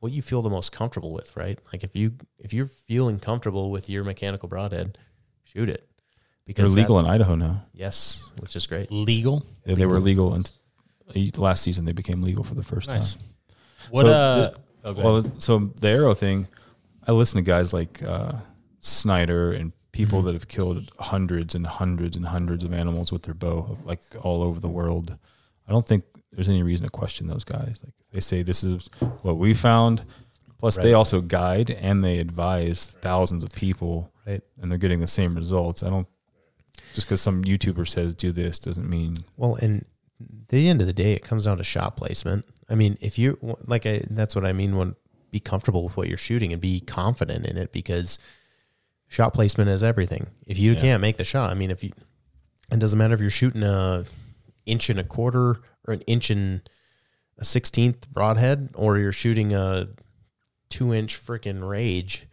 C: what you feel the most comfortable with, right? Like if you if you're feeling comfortable with your mechanical broadhead, shoot it.
B: They're
C: Because
B: legal
C: that-
B: in Idaho now.
C: yes, which is great.
F: Legal.
B: They, they were legal, and last season they became legal for the first
F: Nice.
B: time.
F: What
B: So
F: uh?
B: the-
F: oh, go ahead.
B: well, so the arrow thing, I listen to guys like uh, Snyder and people that have killed hundreds and hundreds and hundreds of animals with their bow, like all over the world. I don't think there's any reason to question those guys. Like they say, this is what we found. Plus, they also guide and they advise thousands of people,
C: Right.
B: and they're getting the same results. I don't just because some YouTuber says do this doesn't mean
C: Well, and the end of the day, it comes down to shot placement. I mean, if you like, I, that's what I mean when be comfortable with what you're shooting and be confident in it because shot placement is everything. If you can't make the shot, I mean, if you, it doesn't matter if you're shooting a inch and a quarter or an inch and a sixteenth broadhead, or you're shooting a two inch freaking rage.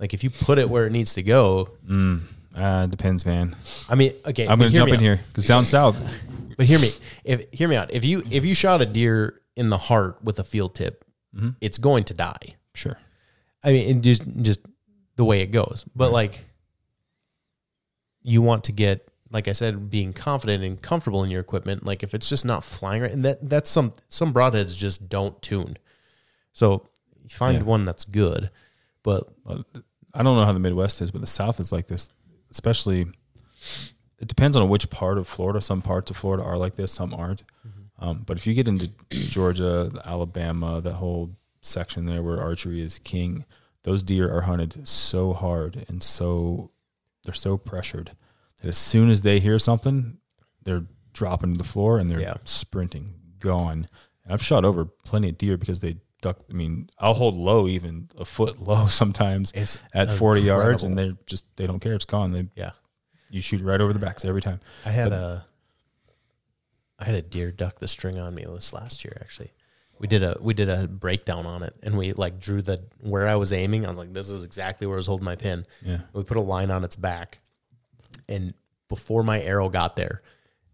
C: Like if you put it where it needs to go,
B: mm, uh, depends, man.
C: I mean, okay,
B: I'm going to
C: but hear
B: jump
C: me
B: in
C: out.
B: here because down south,
C: But hear me, if hear me out. If
B: Mm-hmm.
C: you if you shot a deer in the heart with a field tip, it's going to die.
B: Mm-hmm. Sure.
C: I mean, and just just the way it goes. But like, you want to get, like I said, being confident and comfortable in your equipment. Like if it's just not flying right, and that that's some some broadheads just don't tune. So you find
B: Yeah.
C: one that's good, but
B: Well, th- I don't know how the Midwest is, but the South is like this, especially. It depends on which part of Florida. Some parts of Florida are like this, some aren't. Um, but if you get into Georgia, Alabama, that whole section there where archery is king, those deer are hunted so hard and so they're so pressured that as soon as they hear something, they're dropping to the floor and they're
C: Yeah.
B: sprinting, gone. And I've shot over plenty of deer because they duck. I mean, I'll hold low, even a foot low <laughs> sometimes
C: It's
B: at 40 yards,
C: incredible.
B: and they're just, they don't care. It's gone. They,
C: yeah.
B: you shoot right over the backs every time.
C: I had a I had a deer duck the string on me this last year actually. We did a we did a breakdown on it and we like drew the where I was aiming. I was like, this is exactly where I was holding my pin.
B: Yeah.
C: We put a line on its back. And before my arrow got there,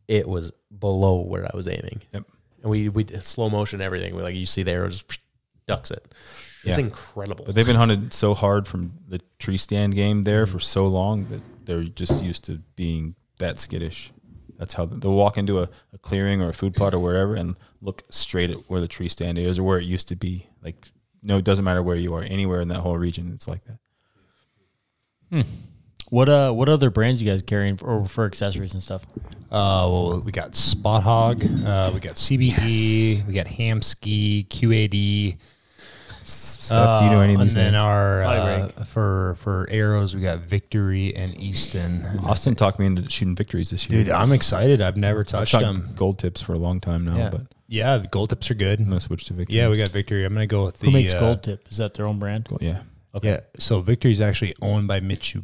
C: it was below where I was aiming.
B: Yep.
C: And we we did slow motion everything. We like you see the arrow just ducks it. It's
B: Yeah.
C: incredible.
B: But they've been hunted so hard from the tree stand game
D: Mm-hmm.
B: there for so long that they're just used to being that skittish. That's how they'll walk into a, a clearing or a food plot or wherever and look straight at where the tree stand is or where it used to be. Like, no, it doesn't matter where you are, anywhere in that whole region, it's like that.
F: What uh, what other brands you guys carrying for, or for accessories and stuff?
D: Uh, well, we got Spot Hog, uh, we got CBE, we got Ham Ski, QAD.
B: Seth, do you know any of these
D: Uh, and then
B: names?
D: our uh, for for arrows, we got Victory and Easton.
B: Austin talked me into shooting victories this year.
D: Dude, I'm excited. I've never
B: I've
D: touched
B: shot
D: them.
B: gold tips for a long time now,
D: Yeah,
B: but I'm
D: yeah, the gold tips are good.
B: gonna switch to victories.
D: Yeah, we got Victory. I'm gonna go with the
F: Who makes
D: uh,
F: Gold Tip? Is that their own brand?
B: Gold- yeah.
D: Yeah, so Victory is actually owned by Mitsu,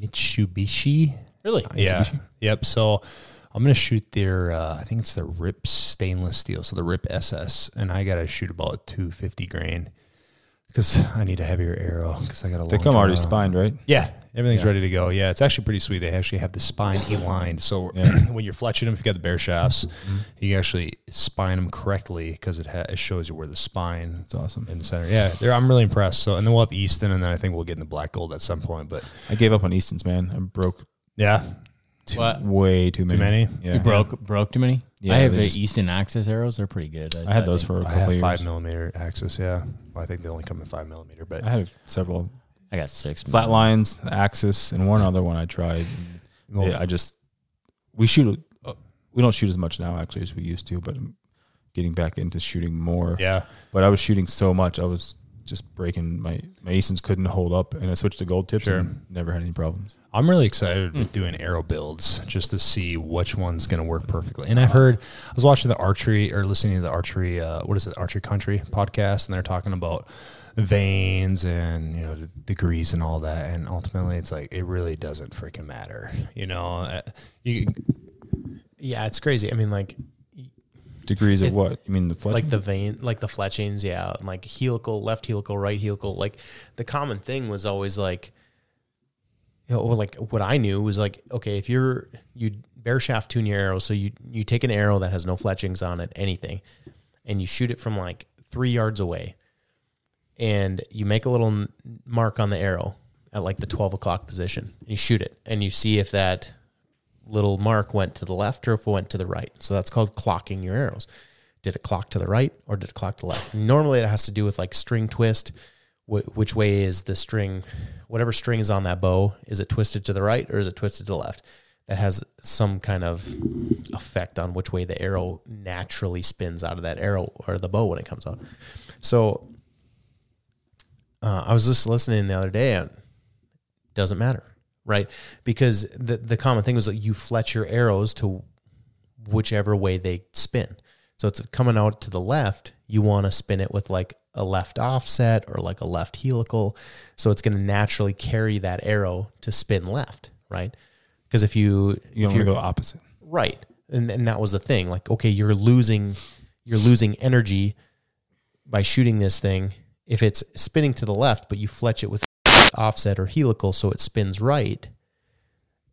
D: Mitsubishi.
F: Really?
D: Yeah. Yep. So I'm gonna shoot their. Uh, I think it's the Rip stainless steel, so the Rip SS, and I gotta shoot about 250 grain because I need a heavier arrow because I got a.
B: They
D: long
B: come already
D: draw.
B: spined, right?
D: Yeah, everything's
B: Yeah.
D: ready to go. Yeah, it's actually pretty sweet. They actually have
B: <coughs>
D: the spine aligned. So
B: Yeah.
D: <clears throat>
B: Mm-hmm.
D: when you're fletching them, if you got the bear shafts, you actually spine them correctly because it, ha- it shows you where the spine
B: It's awesome.
D: in the center. Yeah, they're, I'm really impressed. So and then we'll have Easton, and then I think we'll get in the black gold at some point. But
B: I gave up on Easton's man. I broke
D: yeah,
B: too,
F: What?
B: way Uh, too many.
D: many?
B: Yeah.
F: You broke broke too many.
B: Yeah,
F: I have
B: they
F: the
B: just-
F: Easton Access arrows. They're pretty good.
B: I had those
F: think-
B: for a
D: I
B: couple
D: have
B: years.
D: five millimeter axis. Yeah, well, I think they only come in five millimeter, but
B: I had several
F: I got six.
B: flat lines, axis, and one other one I tried.
D: Well-
B: Yeah, I just we shoot. uh, We don't shoot as much now actually as we used to, but I'm getting back into shooting more.
D: yeah,
B: But I was shooting so much, I was just breaking my my Easton's couldn't hold up, and I switched to gold tips.
D: Sure.
B: and never had any problems.
D: I'm really excited
B: Hmm.
D: with doing arrow builds just to see which one's going to work perfectly. And I've heard I was watching the archery or listening to the archery uh, what is it archery country podcast, and they're talking about veins and you know the degrees and all that. And ultimately, it's like it really doesn't freaking matter. You know, Uh, you
C: yeah, it's crazy. I mean like
B: Degrees of what? You mean the flesh?
C: like the vein, like the fletchings, yeah, and like helical, left helical, right helical. Like the common thing was always like, you know, or like what I knew was like, okay, if you're you bear shaft tune your arrow, so you you take an arrow that has no fletchings on it, anything, and you shoot it from like three yards away, and you make a little n- mark on the arrow at like the twelve o'clock position, and you shoot it, and you see if that little mark went to the left or if it went to the right. So that's called clocking your arrows. Did it clock to the right or did it clock to the left? Normally, it has to do with like string twist. Wh- which way is the string? Whatever string is on that bow, is it twisted to the right or is it twisted to the left? That has some kind of effect on which way the arrow naturally spins out of that arrow or the bow when it comes out. So uh, I was just listening the other day and doesn't matter, right? Because the the common thing was that you fletch your arrows to whichever way they spin. So it's coming out to the left. You want to spin it with like a left offset or like a left helical, so it's going to naturally carry that arrow to spin left, right? Because if you
B: you
C: if
B: don't want to
C: you're-
B: go opposite.
C: right and and that was the thing like okay you're losing you're losing energy by shooting this thing if it's spinning to the left but you fletch it with offset or helical so it spins right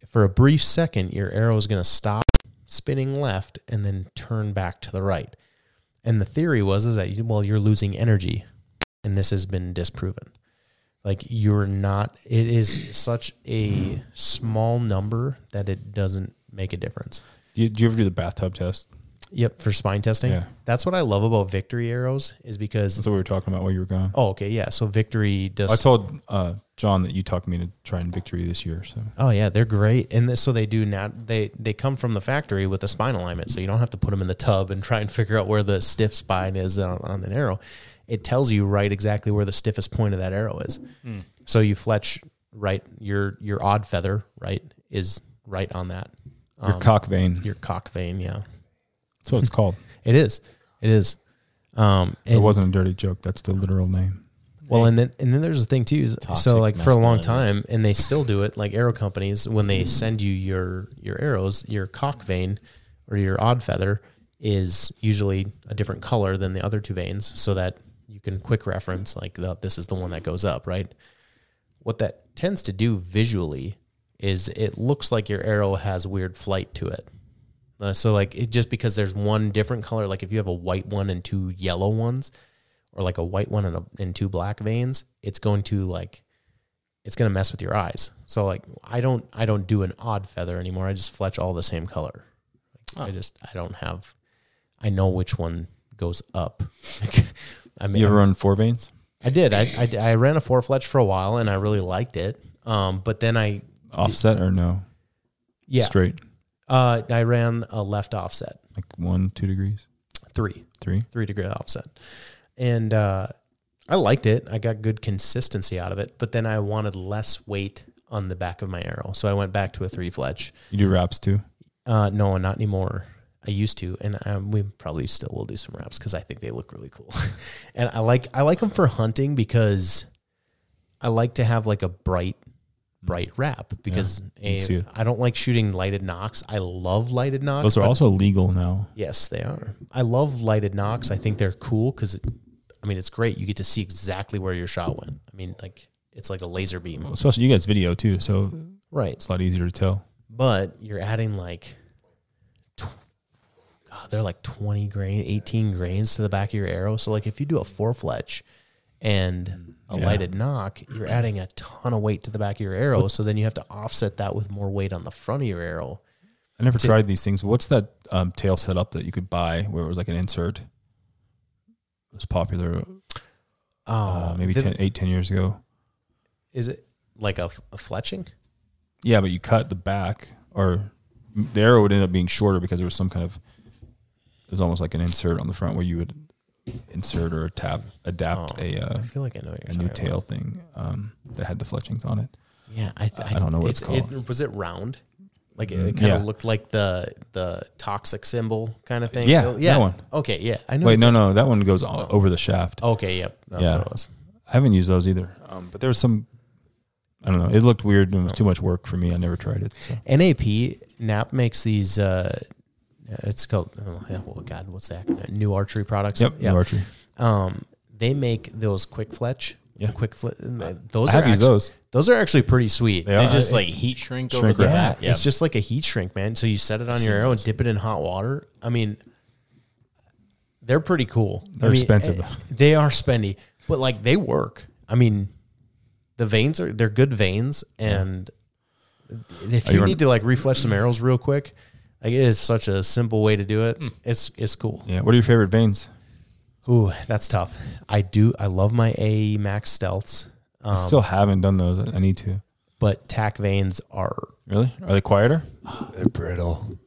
C: for a brief second your arrow is going to stop spinning left and then turn back to the right. And the theory was is that you, well, you're losing energy, and this has been disproven. Like you're not. It is such a small number that it doesn't make a difference.
B: You, do you ever do the bathtub test?
C: Yep, for spine testing.
B: Yeah.
C: That's what I love about victory arrows is because
B: That's what we were talking about while you were gone.
C: oh okay yeah so victory does
B: I told uh, John that you talked me to try and victory this year. So
C: Oh yeah, they're great, and th- so they do not. They they come from the factory with a spine alignment, so you don't have to put them in the tub and <laughs> try and figure out where the stiff spine is on, on an arrow. It tells you right exactly where the stiffest point of that arrow is.
B: Hmm.
C: So you fletch right your your odd feather right is right on that
B: your cock vein.
C: Um, your cock vein. Yeah,
B: That's what it's called.
C: it is. It is. Um,
B: it
C: and-
B: wasn't a dirty joke. That's the literal name.
C: Well, and then and then there's the thing too. is-
F: Toxic
C: so like for a long
F: masculinity.
C: time, and they still do it. Like arrow companies, when they send you your your arrows, your cock vein or your odd feather is usually a different color than the other two veins, so that you can quick reference like the, this is the one that goes up, right? What that tends to do visually is it looks like your arrow has weird flight to it. Uh, so like it just because there's one different color, like if you have a white one and two yellow ones, or like a white one and, a, and two black veins, it's going to like it's going to mess with your eyes. So like I don't I don't do an odd feather anymore. I just fletch all the same color. I just I don't have I know which one goes up. <laughs> I mean
B: You ever run four veins?
C: I did. I, I I ran a four fletch for a while and I really liked it. Um but then I
B: Offset or no?
C: yeah.
B: Straight.
C: Uh I ran a left offset.
B: Like one, two degrees,
C: 3.
B: three.
C: three degree offset. And uh, I liked it. I got good consistency out of it, but then I wanted less weight on the back of my arrow. So I went back to a three fletch.
B: You do wraps too.
C: Uh, no, not anymore. I used to, and um, we probably still will do some wraps because I think they look really cool. <laughs> and I like I like them for hunting because I like to have like a bright, bright wrap because
B: Mm. can see
C: I
B: it.
C: I don't like shooting lighted knocks. I love lighted knocks.
B: Those are
C: but-
B: also legal now.
C: Yes, they are. I love lighted knocks. I think they're cool because, I mean, it's great. You get to see exactly where your shot went. I mean, like it's like a laser beam,
B: Especially you guys video too, so
C: right?
B: it's a lot easier to tell.
C: But you're adding like, tw- God, they're like 20 grain, 18 grains to the back of your arrow. So like, if you do a four fletch and a
B: Yeah.
C: lighted knock, you're adding a ton of weight to the back of your arrow. So then you have to offset that with more weight on the front of your arrow.
B: I never tried these things. What's that um, tail setup that you could buy where it was like an insert? It was popular
C: Oh,
B: uh, maybe
C: did-
B: 10, 8, 10 years ago.
C: is it like a, f- a fletching?
B: Yeah, but you cut the back, or the arrow would end up being shorter because there was some kind of. It was almost like an insert on the front where you would insert or tap adapt
C: Oh,
B: a
C: I
B: uh,
C: feel like I know what you're
B: a new
C: talking about.
B: tail thing um, that had the fletchings on it.
C: Yeah, I, th-
B: I don't know what it's Mm,
C: It, was it round? Like it, kind
B: Yeah.
C: of looked like the the toxic symbol kind of thing.
B: Yeah, that
C: yeah.
B: one.
C: Okay, yeah, I know.
B: Wait, no, no, that one goes
C: Oh.
B: all, over the shaft.
C: Okay, yep, that's
B: Yeah.
C: what it was.
B: I haven't used those either. Um, but there was some. I don't know. It looked weird
C: Oh.
B: and it was too much work for me. I never tried it. So.
C: NAP NAP makes these. Uh, it's called. Oh, yeah, well, God, what's that? New archery products.
B: Yep,
C: Yeah.
B: new archery.
C: Um, they make those quick fletch.
B: Yeah.
C: Quick fletch. Those
B: I have
C: are
B: used
C: actu-
B: those.
C: Those are actually pretty sweet.
B: They are.
F: They just like heat shrink,
B: Shrink
F: over the
B: wrap.
F: back. Yeah.
C: It's just like a heat shrink, man. So you set it on your arrow and dip it in hot water. I mean, they're pretty cool.
B: They're
C: I mean,
B: expensive.
C: eh, They are spendy, but like they work. I mean, the veins are they're good veins, and if
B: Are
C: you
B: you
C: need to like reflesh some arrows real quick, like it is such a simple way to do
B: Hmm.
C: it. It's it's cool.
B: Yeah. What are your favorite veins?
C: Ooh, that's tough. I do. I love my AE Max stealths,
B: I
C: um,
B: still haven't done those. I need to.
C: but tack veins are
B: Really? Are they quieter?
D: They're uh, brittle.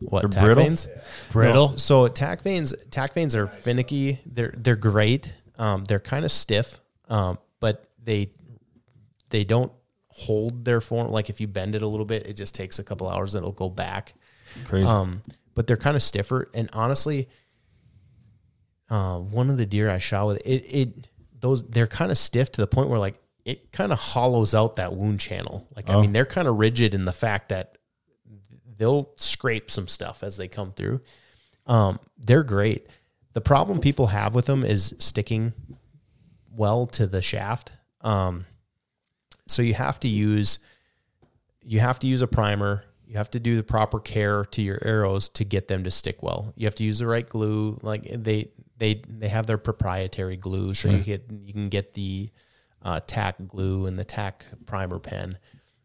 C: what
B: They're
C: tack
B: brittle?
C: veins.
D: Brittle?
C: No, so tack veins, tack veins are finicky. They're they're great. Um, they're kind of stiff, um, but they they don't hold their form. Like if you bend it a little bit, it just takes a couple hours and it'll go back.
B: Crazy.
C: Um, but they're kind of stiffer. And honestly, uh, one of the deer I shot with it, it those they're kind of stiff to the point where like it kind of hollows out that wound channel. Like I mean, they're kind of rigid in the fact that they'll scrape some stuff as they come through. Um, they're great. The problem people have with them is sticking well to the shaft. Um, so you have to use you have to use a primer you have to do the proper care to your arrows to get them to stick well. You have to use the right glue. Like they they they have their proprietary glue, so you get you can get the uh, tack glue and the tack primer pen.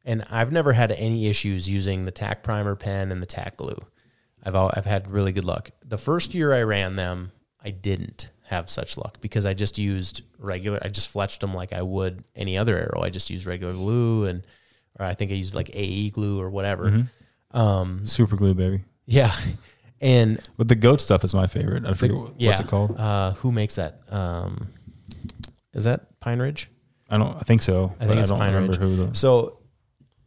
C: And I've never had any issues using the tack primer pen and the tack glue. I've al- I've had really good luck. The first year I ran them, I didn't have such luck because I just used regular. I just fletched them like I would any other arrow. I just used regular glue and, or I think I used like AE glue or whatever.
B: Mm-hmm.
C: Um,
B: Super glue, baby.
C: <laughs> yeah, and
B: But the goat stuff is my favorite. I forget what
C: yeah,
B: what's it called.
C: Uh, who makes that? Um, is that Pine Ridge?
B: I don't. I think so.
C: I
B: but
C: think it's
B: I don't
C: Pine
B: remember
C: Ridge.
B: who the.
C: So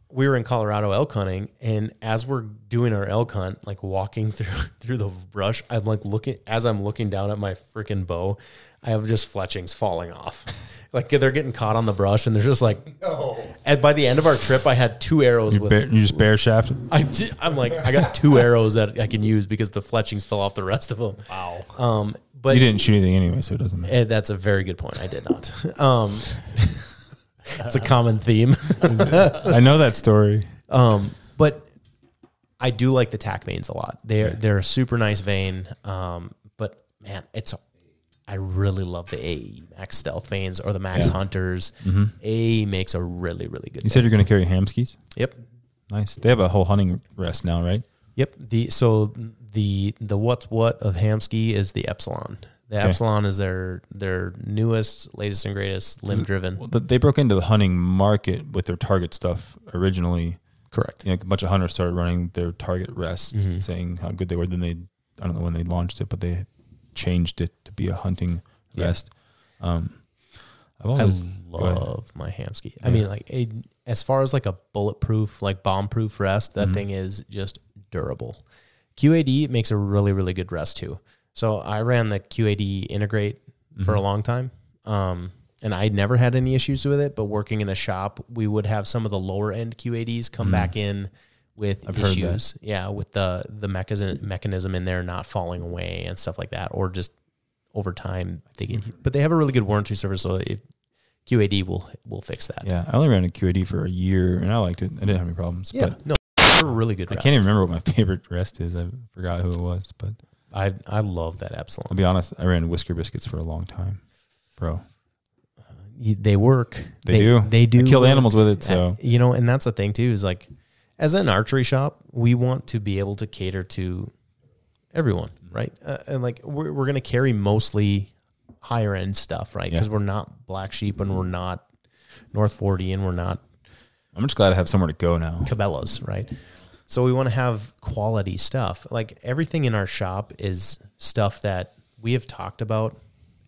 C: we were in Colorado elk hunting, and as we're doing our elk hunt, like walking <laughs> through through the brush, I'm like looking as I'm looking down at my freaking bow, I have just fletchings falling off. <laughs> Like they're getting caught on the brush, and they're just like. And by the end of our trip, I had two arrows
B: You,
C: with.
B: bear, you just bear shaft.
C: I did, I'm like, I got two arrows that I can use because the fletchings fell off the rest of them. Wow. Um, but
B: You didn't shoot anything anyway, so it doesn't matter.
C: Eh, that's a very good point. I did not. <laughs> Um, it's a common theme.
B: I know that story.
C: Um, but I do like the tack veins a lot. They're they're a super nice vein. Um, but man, it's I really love the AE Max Stealth veins or the Max Hunters. AE makes a really really
B: Mm-hmm.
C: good.
B: You
C: vein.
B: said you're going to carry ham skis.
C: yep,
B: Nice. They have a whole hunting rest now, right?
C: yep. The so the the what's what of Hamsky is the Epsilon. The Epsilon is their their newest, latest and greatest limb driven.
B: Well, th- they broke into the hunting market with their target stuff originally.
C: Correct.
B: You know, a bunch of hunters started running their target rests,
C: Mm-hmm.
B: saying how good they were. Then they, I don't know when they launched it, but they changed it to be a hunting rest. Um, I've
C: I
B: always go ahead.
C: love my hamski. I mean, like it, as far as like a bulletproof, like bomb-proof rest,
B: Mm-hmm.
C: that thing is just durable. QAD makes a really, really good rest too. So I ran the QAD Integrate for
B: Mm-hmm.
C: a long time, um, and I never had any issues with it. But working in a shop, we would have some of the lower end QADs come back in with
B: Mm. I've heard that.
C: issues. Yeah, with the the mechanism mechanism in there not falling away and stuff like that, or just over time they
B: Mm-hmm.
C: get. But they have a really good warranty service, so if QAD will will fix that.
B: Yeah, I only ran a QAD for a year, and I liked it. I didn't have any problems.
C: Yeah,
B: but
C: no, they're really good.
B: I
C: Rest.
B: can't even remember what my <laughs> favorite rest is. I forgot who it was, but
C: I I love that Epsilon.
B: I'll be honest. I ran Whisker Biscuits for a long time, bro.
C: You- They work.
B: They do.
C: They do.
B: I killed
C: work.
B: animals with it, so
C: Uh, you know, and that's the thing too is like, as an archery shop, we want to be able to cater to everyone,
B: Mm-hmm.
C: right? Uh, and like, we're we're gonna carry mostly higher end stuff, right? Because
B: Yeah.
C: we're not black sheep and we're not North Forty and we're not
B: I'm just glad I have somewhere to go now.
C: Cabela's, right? So we want to have quality stuff. Like everything in our shop is stuff that we have talked about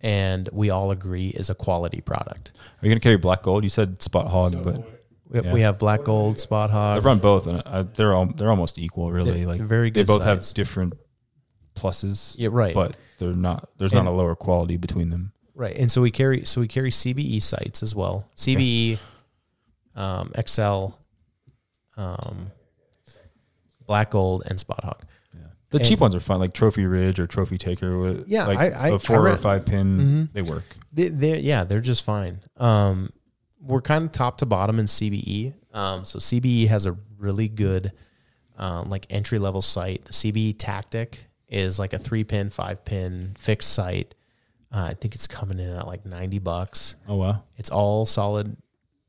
C: and we all agree is a quality product.
B: Are you gonna carry black gold? You said spot hog, but
C: We, we have black gold, spot hog.
B: I've run both, and I, they're all they're almost equal, really.
C: They're-
B: like
C: they're very good
B: They both
C: size.
B: have different pluses,
C: Yeah, right.
B: but they're not. There's
C: And-
B: not a lower quality between them.
C: Right. And so we carry so we carry CBE sites as well. CBE, um, Excel, um, black gold, and spot hog.
B: The
C: And-
B: cheap ones are fun, like Trophy Ridge or Trophy Taker. With
C: Yeah,
B: like
C: I- I- I
B: a four or
C: ran- Mm-hmm.
B: five pin, they work.
C: they, they're yeah they're just fine um we're kind of top to bottom in cbe um so cbe has a really good um like entry level site the cbe tactic is like a three pin five pin fixed site uh, i think it's coming in at like 90 bucks
B: Oh wow,
C: it's all solid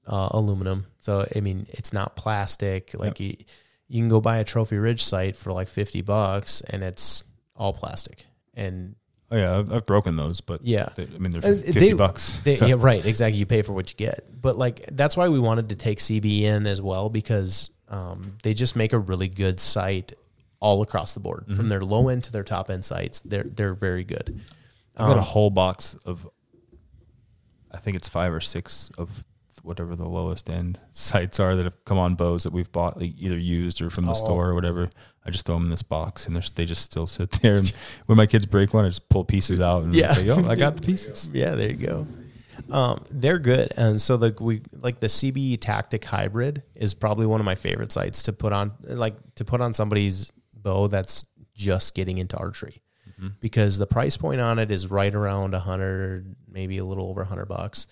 C: uh, aluminum so i mean it's not plastic like you, you can go buy a trophy ridge site for like 50 bucks and it's all plastic and
B: Oh yeah, I've, I've broken those, but
C: Yeah.
B: they, I mean they're
C: Uh,
B: fifty
C: they-
B: bucks.
C: They,
B: so-
C: Yeah, right. Exactly. You pay for what you get. But like that's why we wanted to take CB in as well because um, they just make a really good site all across the board
B: Mm-hmm.
C: from their low end to their top end sites. They're they're very good.
B: I
C: um,
B: got a whole box of, I think it's five or six of whatever the lowest end <laughs> sites are that have come on bows that we've bought like either used or from
C: Oh.
B: the store or whatever. I just throw them in this box and they're, they just still sit <laughs> there. And when my kids break one, I just pull pieces out and
C: Yeah.
B: say, "Yo, I
C: <laughs>
B: got the pieces."
C: Yeah, there you go. Um, they're good, and so like we like the CBE Tactic Hybrid is probably one of my favorite sites to put on, like to put on somebody's bow that's just getting into archery,
B: Mm-hmm.
C: because the price point on it is right around a hundred, maybe a little over a hundred bucks,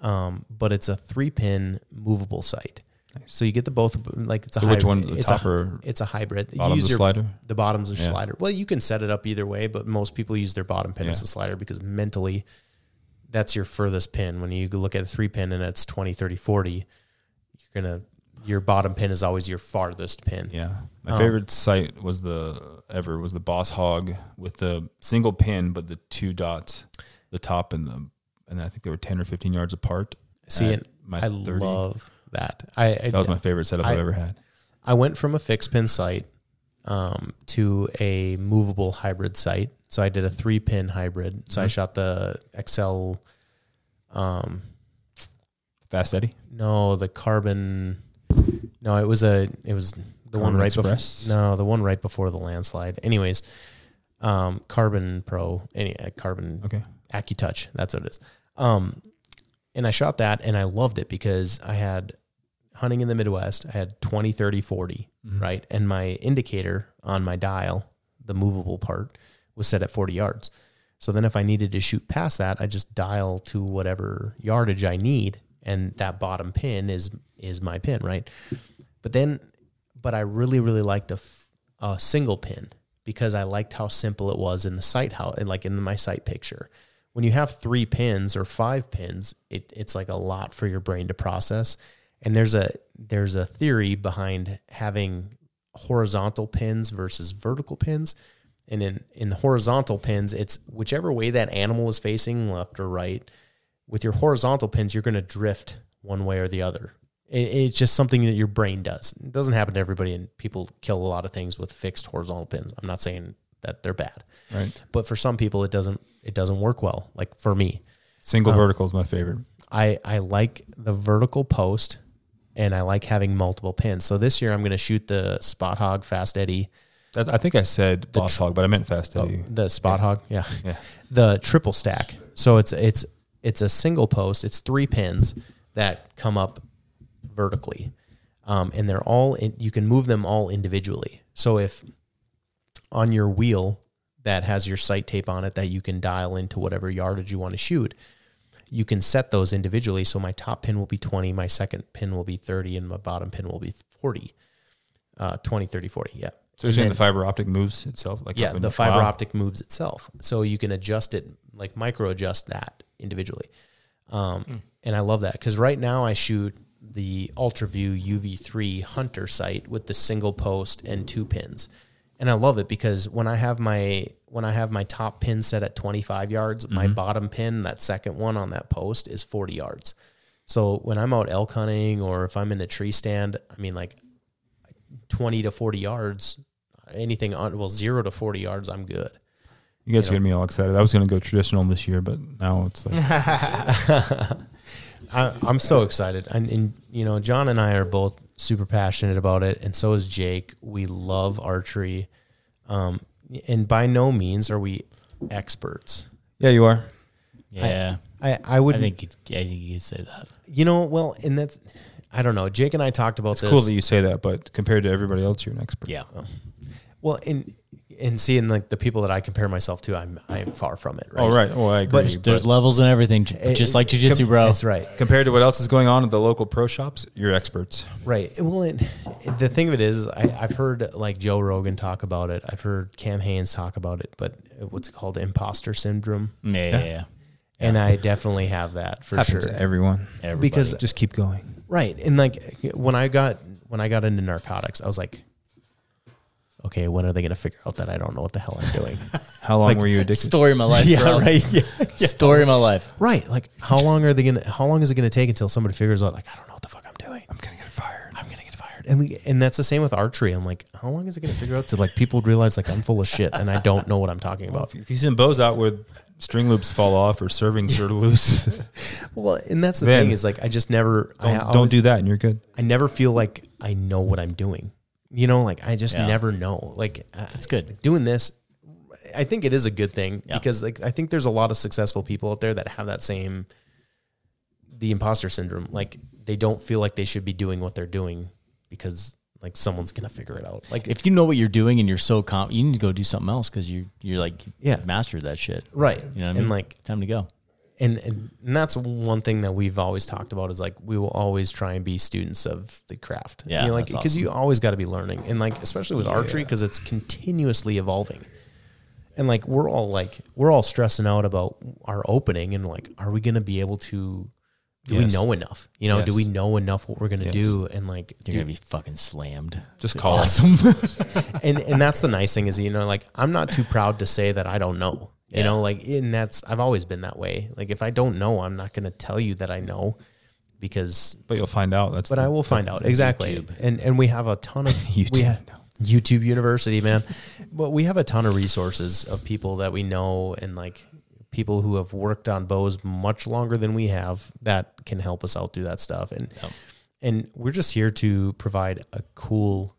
C: um, but it's a three pin movable sight. So you get the both, like it's a
B: So
C: hybrid.
B: which one, the
C: it's
B: top
C: a,
B: or
C: it's a hybrid.
B: bottom of the slider?
C: The bottom's the
B: Yeah.
C: slider. Well, you can set it up either way, but most people use their bottom pin as
B: Yeah.
C: the slider because mentally that's your furthest pin. When you look at a three pin and it's 20, 30, 40, you're going to, your bottom pin is always your farthest pin.
B: Yeah. My
C: Um,
B: favorite site was the ever was the Boss Hog with the single pin, but the two dots, the top and the and I think they were ten or fifteen yards apart.
C: See,
B: at
C: and
B: my
C: I
B: 30.
C: love that. I, I
B: That was my favorite setup I,
C: I-
B: have ever had.
C: I went from a fixed pin site um, to a movable hybrid site. So I did a three pin hybrid. So I
B: Mhm.
C: shot the XL, um,
B: Fast Eddie.
C: no, the carbon. No, it was a, it was the one
B: Carbon
C: right
B: Express?
C: before. No, the one right before the landslide. Anyways, um, Carbon Pro, any uh, Carbon
B: Okay.
C: AccuTouch. That's what it is. Um, and I shot that and I loved it because I had hunting in the Midwest, I had 20, 30, 40,
B: Mm-hmm.
C: right? And my indicator on my dial, the movable part, was set at 40 yards. So then if I needed to shoot past that, I just dial to whatever yardage I need and that bottom pin is is my pin, right? But then but I really really liked a, f- a single pin because I liked how simple it was in the sight how and like in my sight picture. When you have three pins or five pins, it, it's like a lot for your brain to process. And there's a there's a theory behind having horizontal pins versus vertical pins. And in in the horizontal pins, it's whichever way that animal is facing, left or right. With your horizontal pins, you're going to drift one way or the other. It, it's just something that your brain does. It doesn't happen to everybody, and people kill a lot of things with fixed horizontal pins. I'm not saying that they're bad,
B: Right.
C: but for some people, it doesn't it doesn't work well. Like for me, Oh.
B: Single vertical is my favorite.
C: I I like the vertical post, and I like having multiple pins. So this year, I'm going to shoot the spot hog fast eddy.
B: That, I think I said Boss Hog, but I meant Fast
C: Oh,
B: Eddie.
C: the spot hog, <laughs> yeah.
B: Yeah.
C: The triple stack. So it's it's it's a single post. It's three pins that come up vertically, um, and they're all in, you can move them all individually. So if on your wheel that has your sight tape on it that you can dial into whatever yardage you want to shoot, you can set those individually. So my top pin will be 20, my second pin will be 30, and my bottom pin will be 40. Uh, 20, 30, 40. Yeah.
B: So you're saying the fiber optic moves itself? Like
C: Yeah,
B: when
C: the
B: you-
C: fiber
B: wow.
C: optic moves itself, so you can adjust it, like micro adjust that individually. Um, And I love that because right now I shoot the UltraView UV3 Hunter sight with the single post and two pins, and I love it because when I have my when I have my top pin set at 25 yards, my bottom pin, that second one on that post, is 40 yards. So when I'm out elk hunting or if I'm in a tree stand, I mean, like 20 to 40 yards, anything on, well, zero to 40 yards, I'm good. <laughs>
B: You guys are getting me all excited. I was going to go traditional this year, but now it's
C: <laughs>
B: like
C: I, I'm so excited. And, and, you know, John and I are both super passionate about it. And so is Jake. We love archery. Um, and by no means are we experts.
B: yeah, you are.
F: Yeah,
C: I, I
F: I,
C: would,
F: think he- I think you could say that.
C: you know, well, and that's, I don't know. Jake and I talked about this.
B: Cool that you say that, but compared to everybody else, you're an expert.
F: Yeah,
C: well, and, and seeing like the people that I compare myself to, I'm, I'm far from it. Right.
B: Oh right. Well, I agree.
C: There's-
B: but-
F: there's levels and everything, j- just like jujitsu, bro.
C: That's right.
B: Compared to what else is going on at the local pro shops, you're experts.
C: Right. Well, it, the thing of it is, I, I've heard like Joe Rogan talk about it. I've heard Cam Haynes talk about it, but uh, what's it called? Imposter syndrome.
F: Yeah, yeah, yeah.
C: And I definitely have that for
B: Happens
C: sure.
B: to everyone.
F: Everybody.
C: Because
B: Just keep going.
C: right, and like when I got when I got into narcotics, I was like, okay, when are they going to figure out that I don't know what the hell I'm doing?
B: How long were you addicted?
F: story of my life, bro.
C: right. <laughs> Yeah.
F: Story of my life.
C: <laughs> Right. Like, how long are they gonna? How long is it gonna take until somebody figures out? Like, I don't know what the fuck I'm doing. I'm gonna get fired. I'm gonna get fired. And we, and that's the same with archery. I'm like, how long is it gonna figure out to like people realize like I'm full of shit and I don't know what I'm talking about.
B: If you- if you send bows out where string loops fall off or servings
C: <laughs>
B: are <laughs> loose,
C: Well, and that's the
B: Then-
C: thing is like I just never. I
B: don't,
C: always,
B: don't do that, and you're good.
C: I never feel like I know what I'm doing. You know, like I just
F: Yeah.
C: never know. Like
F: That's good.
C: Doing this, I think it is a good thing
F: Yeah.
C: because like I think there's a lot of successful people out there that have that same the imposter syndrome. Like they don't feel like they should be doing what they're doing because like someone's gonna figure it out. Like if
F: If you know what you're doing and you're so calm, you need to go do something else because you you're like
C: Yeah.
F: mastered that shit.
C: right,
F: You know what I
C: and
F: mean?
C: like
F: Time to go.
C: and, and and that's one thing that we've always talked about is like we will always try and be students of the craft.
A: Yeah,
C: you know, like
A: that's
C: because you always got to be learning, and like especially with archery because it's continuously evolving. And like we're all like we're all stressing out about our opening and like are we gonna be able to do
B: Yes.
C: we know enough? You know, do
B: Yes.
C: we know enough what we're gonna
B: Yes.
C: do? And like
A: You're
C: do-
A: gonna be fucking slammed.
B: Just call us.
C: and and that's the nice thing is you know like I'm not too proud to say that I don't know. You
A: Yeah.
C: know, like and that's I've always been that way. Like if I don't know, I'm not going to tell you that I know because
B: But you'll find out. That's
C: but I will find out exactly. And and we have a ton of
B: YouTube.
C: We ha- YouTube University, man. <laughs> but we have a ton of resources of people that we know and like people who have worked on bows much longer than we have that can help us out do that stuff. And and we're just here to provide a cool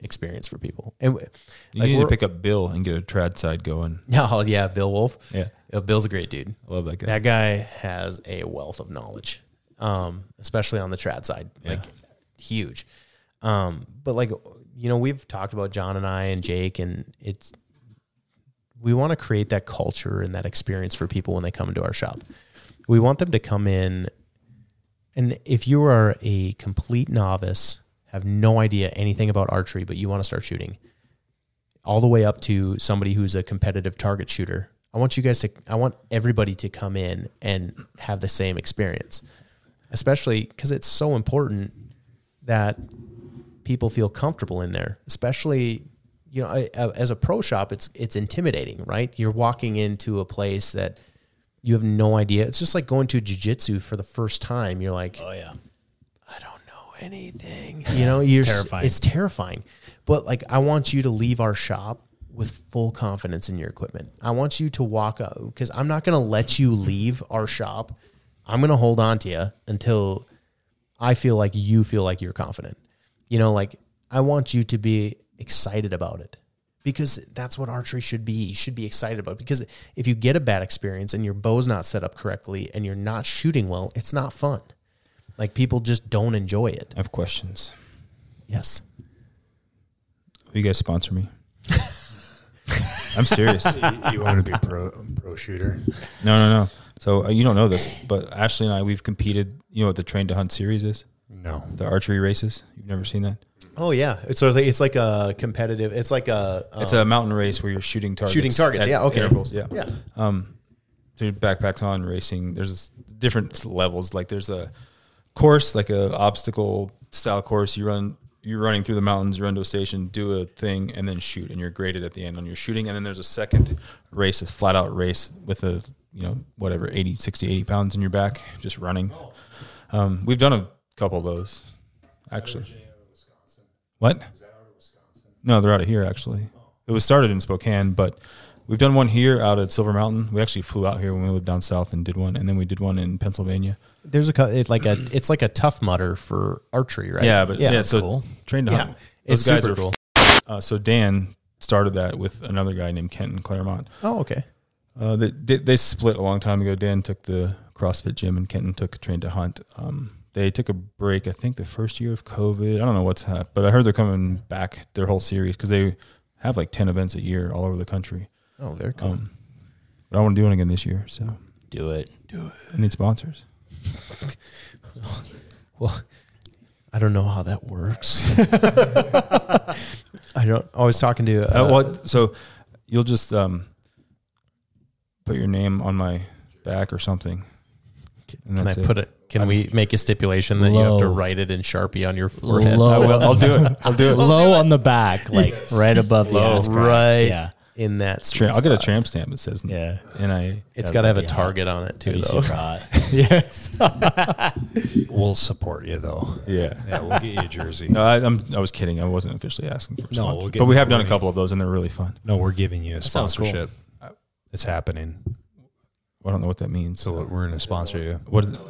C: experience for people. And we- <laughs>
B: You
C: like,
B: need to
C: we're-
B: pick up Bill and get a trad side going.
C: oh yeah, Bill Wolf.
B: Yeah,
C: Uh, Bill's a great dude.
B: I love that guy.
C: That guy has a wealth of knowledge, um, especially on the trad side, like huge. Um, but like you know, we've talked about John and I and Jake, and it's we want to create that culture and that experience for people when they come into our shop. We want them to come in, and if you are a complete novice, have no idea anything about archery, but you want to start shooting, all the way up to somebody who's a competitive target shooter. I want you guys to, I want everybody to come in and have the same experience, especially because it's so important that people feel comfortable in there, especially. You know, I, I- as a pro shop, it's it's intimidating, right? You're walking into a place that you have no idea. It's just like going to jujitsu for the first time. You're like,
F: Oh yeah.
C: I don't know anything. You know, you're terrifying.
F: Terrifying.
C: It's terrifying. But like, I want you to leave our shop with full confidence in your equipment. I want you to walk up because I'm not going to let you leave our shop. I'm going to hold on to you until I feel like you feel like you're confident. You know, like I want you to be excited about it because that's what archery should be. You should be excited about it because if you get a bad experience and your bow's not set up correctly and you're not shooting well, it's not fun. Like people just don't enjoy it.
B: I have questions.
C: Yes.
B: Will you guys sponsor
C: <laughs>
B: me? I'm serious. No,
D: <laughs> you want to be pro pro shooter?
B: no, no. So uh, you don't know this, but Ashley and I, we've competed. You know what the Train to Hunt series is?
D: No.
B: The archery races. You've never seen that?
C: Oh yeah. It's sort of like, it's like a competitive. It's like a um,
B: it's a mountain race where you're shooting targets.
C: shooting targets.
B: at
C: Yeah. Okay.
B: intervals, Yeah.
C: Yeah.
B: um so your backpacks on racing there's this different levels like there's a course like a obstacle style course you run you're running through the mountains you run to a station do a thing and then shoot and you're graded at the end on your shooting and then there's a second race a flat out race with a you know whatever 80 60 80 pounds in your back just running
C: Oh.
B: um, we've done a couple of those actually what no, they're out of here actually. It was started in Spokane, but we've done one here out at Silver Mountain. We actually flew out here when we lived down south and did one, and then we did one in Pennsylvania.
C: There's a co- it's like a it's like a tough mutter for archery, right?
B: Yeah, but yeah, so
C: cool.
B: trained to
C: Yeah,
B: hunt.
C: it's
B: Those guys
C: super
B: are-
C: cool.
B: Uh, so Dan started that with another guy named Kenton Claremont.
C: Oh, okay.
B: Uh, they, they they split a long time ago. Dan took the CrossFit gym, and Kenton took Trained to Hunt. Um, they took a break, I think, the first year of COVID. I don't know what's happened, but I heard they're coming back their whole series because they have like ten events a year all over the country.
C: Oh, very cool.
B: Um, but I want to do one again this year, so
A: Do it.
B: I need sponsors.
C: I don't know how that works. <laughs> I don't. I was talking to.
B: Uh,
C: Uh,
B: well, so you'll just um, put your name on my back or something. And
C: Can I
B: that's
C: put it? Can we make a stipulation that you have to
F: Low.
C: write it in Sharpie on your forehead?
F: Low.
B: I will. I'll do it. I'll do it.
F: Low on the
C: <laughs>
F: back, like right above
B: Low.
F: the ass crack.
C: Right
F: Yeah.
C: in that.
B: Tra-
C: Sweet
B: I'll get a
C: spot.
B: tramp stamp that says
F: Yeah.
B: NIA.
C: It's
F: Yeah,
C: got to have
F: that'd
C: a
F: be hot.
C: target on it too,
F: That'd be
C: though.
F: super
C: <laughs>
F: hot.
D: We'll support you though.
B: Yeah.
D: Yeah, we'll get you a jersey.
B: No, I, I'm, I was kidding. I wasn't officially asking for
D: No,
B: no,
D: we'll get-
B: but we have done a
D: we're-
B: couple of those, and they're really fun.
D: No, we're giving you a
F: sounds cool.
D: sponsorship. It's happening.
B: I don't know what that means.
D: So we're going to sponsor you.
B: what is it?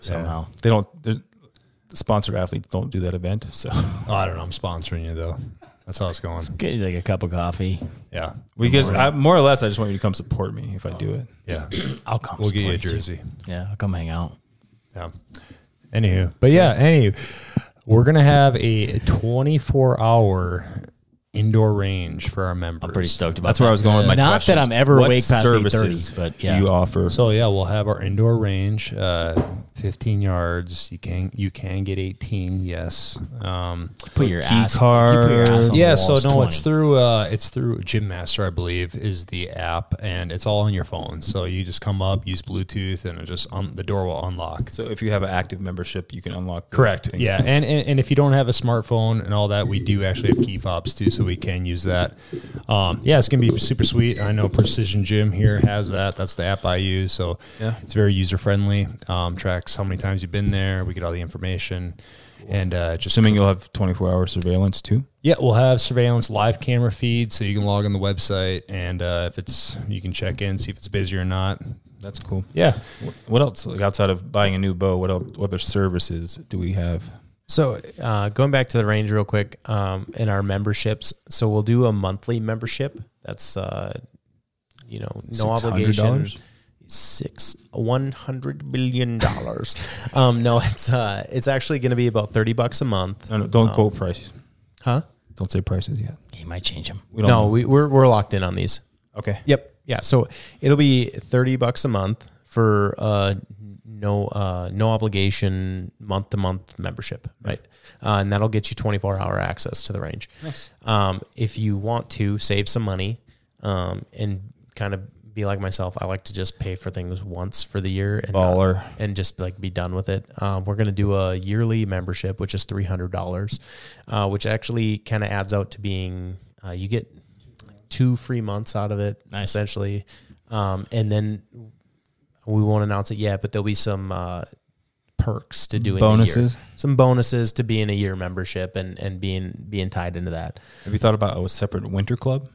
D: Somehow.
B: They don't. they're- Sponsored athletes don't do that event, so
D: Oh, I don't know. I'm sponsoring you though. That's how it's going.
F: Get like a cup of coffee.
D: Yeah.
B: we get I, more or less. I just want you to come support me if I do it.
D: Yeah.
F: I'll come.
D: We'll get you a
F: support
D: jersey.
F: Yeah, I'll come hang out.
D: Yeah. Anywho, but yeah, anywho, we're gonna have a 24 hour indoor range for our members.
A: I'm pretty stoked about
B: That's where I was going with my
F: Not
B: questions.
F: that I'm ever
B: What
F: awake past
B: services
F: 8:30, but yeah.
B: you offer.
D: So yeah, we'll have our indoor range, uh, 15 yards. You can you can get 18. Yes. Um,
F: Put your
B: Key
F: ass. you put your ass on
B: card.
F: the
D: yeah.
F: wall,
D: So no,
F: 20.
D: it's through uh, it's through Gym Master, I believe, is the app, and it's all on your phone. So you just come up, use Bluetooth, and it just un- the door will unlock.
B: So if you have an active membership, you can unlock. the
D: Correct.
B: things.
D: <laughs> Yeah, and, and and if you don't have a smartphone and all that, we do actually have key fobs too, so we can use that. Um, yeah, it's gonna be super sweet. I know Precision Gym here has that. That's the app I use, so
B: Yeah.
D: it's very user friendly. Um, tracks how many times you've been there. We get all the information, and uh, just
B: Assuming you'll have 24 hour surveillance too.
D: yeah, we'll have surveillance live camera feed, so you can log on the website, and uh, if it's you can check in, see if it's busy or not.
B: That's cool.
D: Yeah,
B: Wh- What else? Like outside of buying a new bow, what else, what other services do we have?
C: So uh, going back to the range real quick, um, in our memberships, so we'll do a monthly membership. That's uh, you know no
B: $600?
C: obligation. Six one hundred billion dollars. <laughs> um, no, it's uh, it's actually going to be about thirty bucks a month,
B: No, no, don't quote prices.
C: huh?
B: Don't say prices yet.
F: He might change him.
B: We don't
C: No,
B: know.
C: we, we're we're locked in on these.
B: okay.
C: Yep. Yeah. So it'll be thirty bucks a month for uh no uh no obligation month to month membership, right? Uh, and that'll get you twenty four hour access to the range. Nice. Um, if you want to save some money, um, and kind of be like myself, I like to just pay for things once for the year and not-
B: Baller.
C: and just like be done with it. Um, we're gonna do a yearly membership, which is three hundred dollars, uh, which actually kind of adds out to being uh, you get two free months out of it,
F: Nice.
C: essentially. Um, and then we won't announce it yet, but there'll be some uh, perks to doing a year.
B: Bonuses?
C: some bonuses to being a year membership and and being being tied into that.
B: Have you thought about a separate winter club?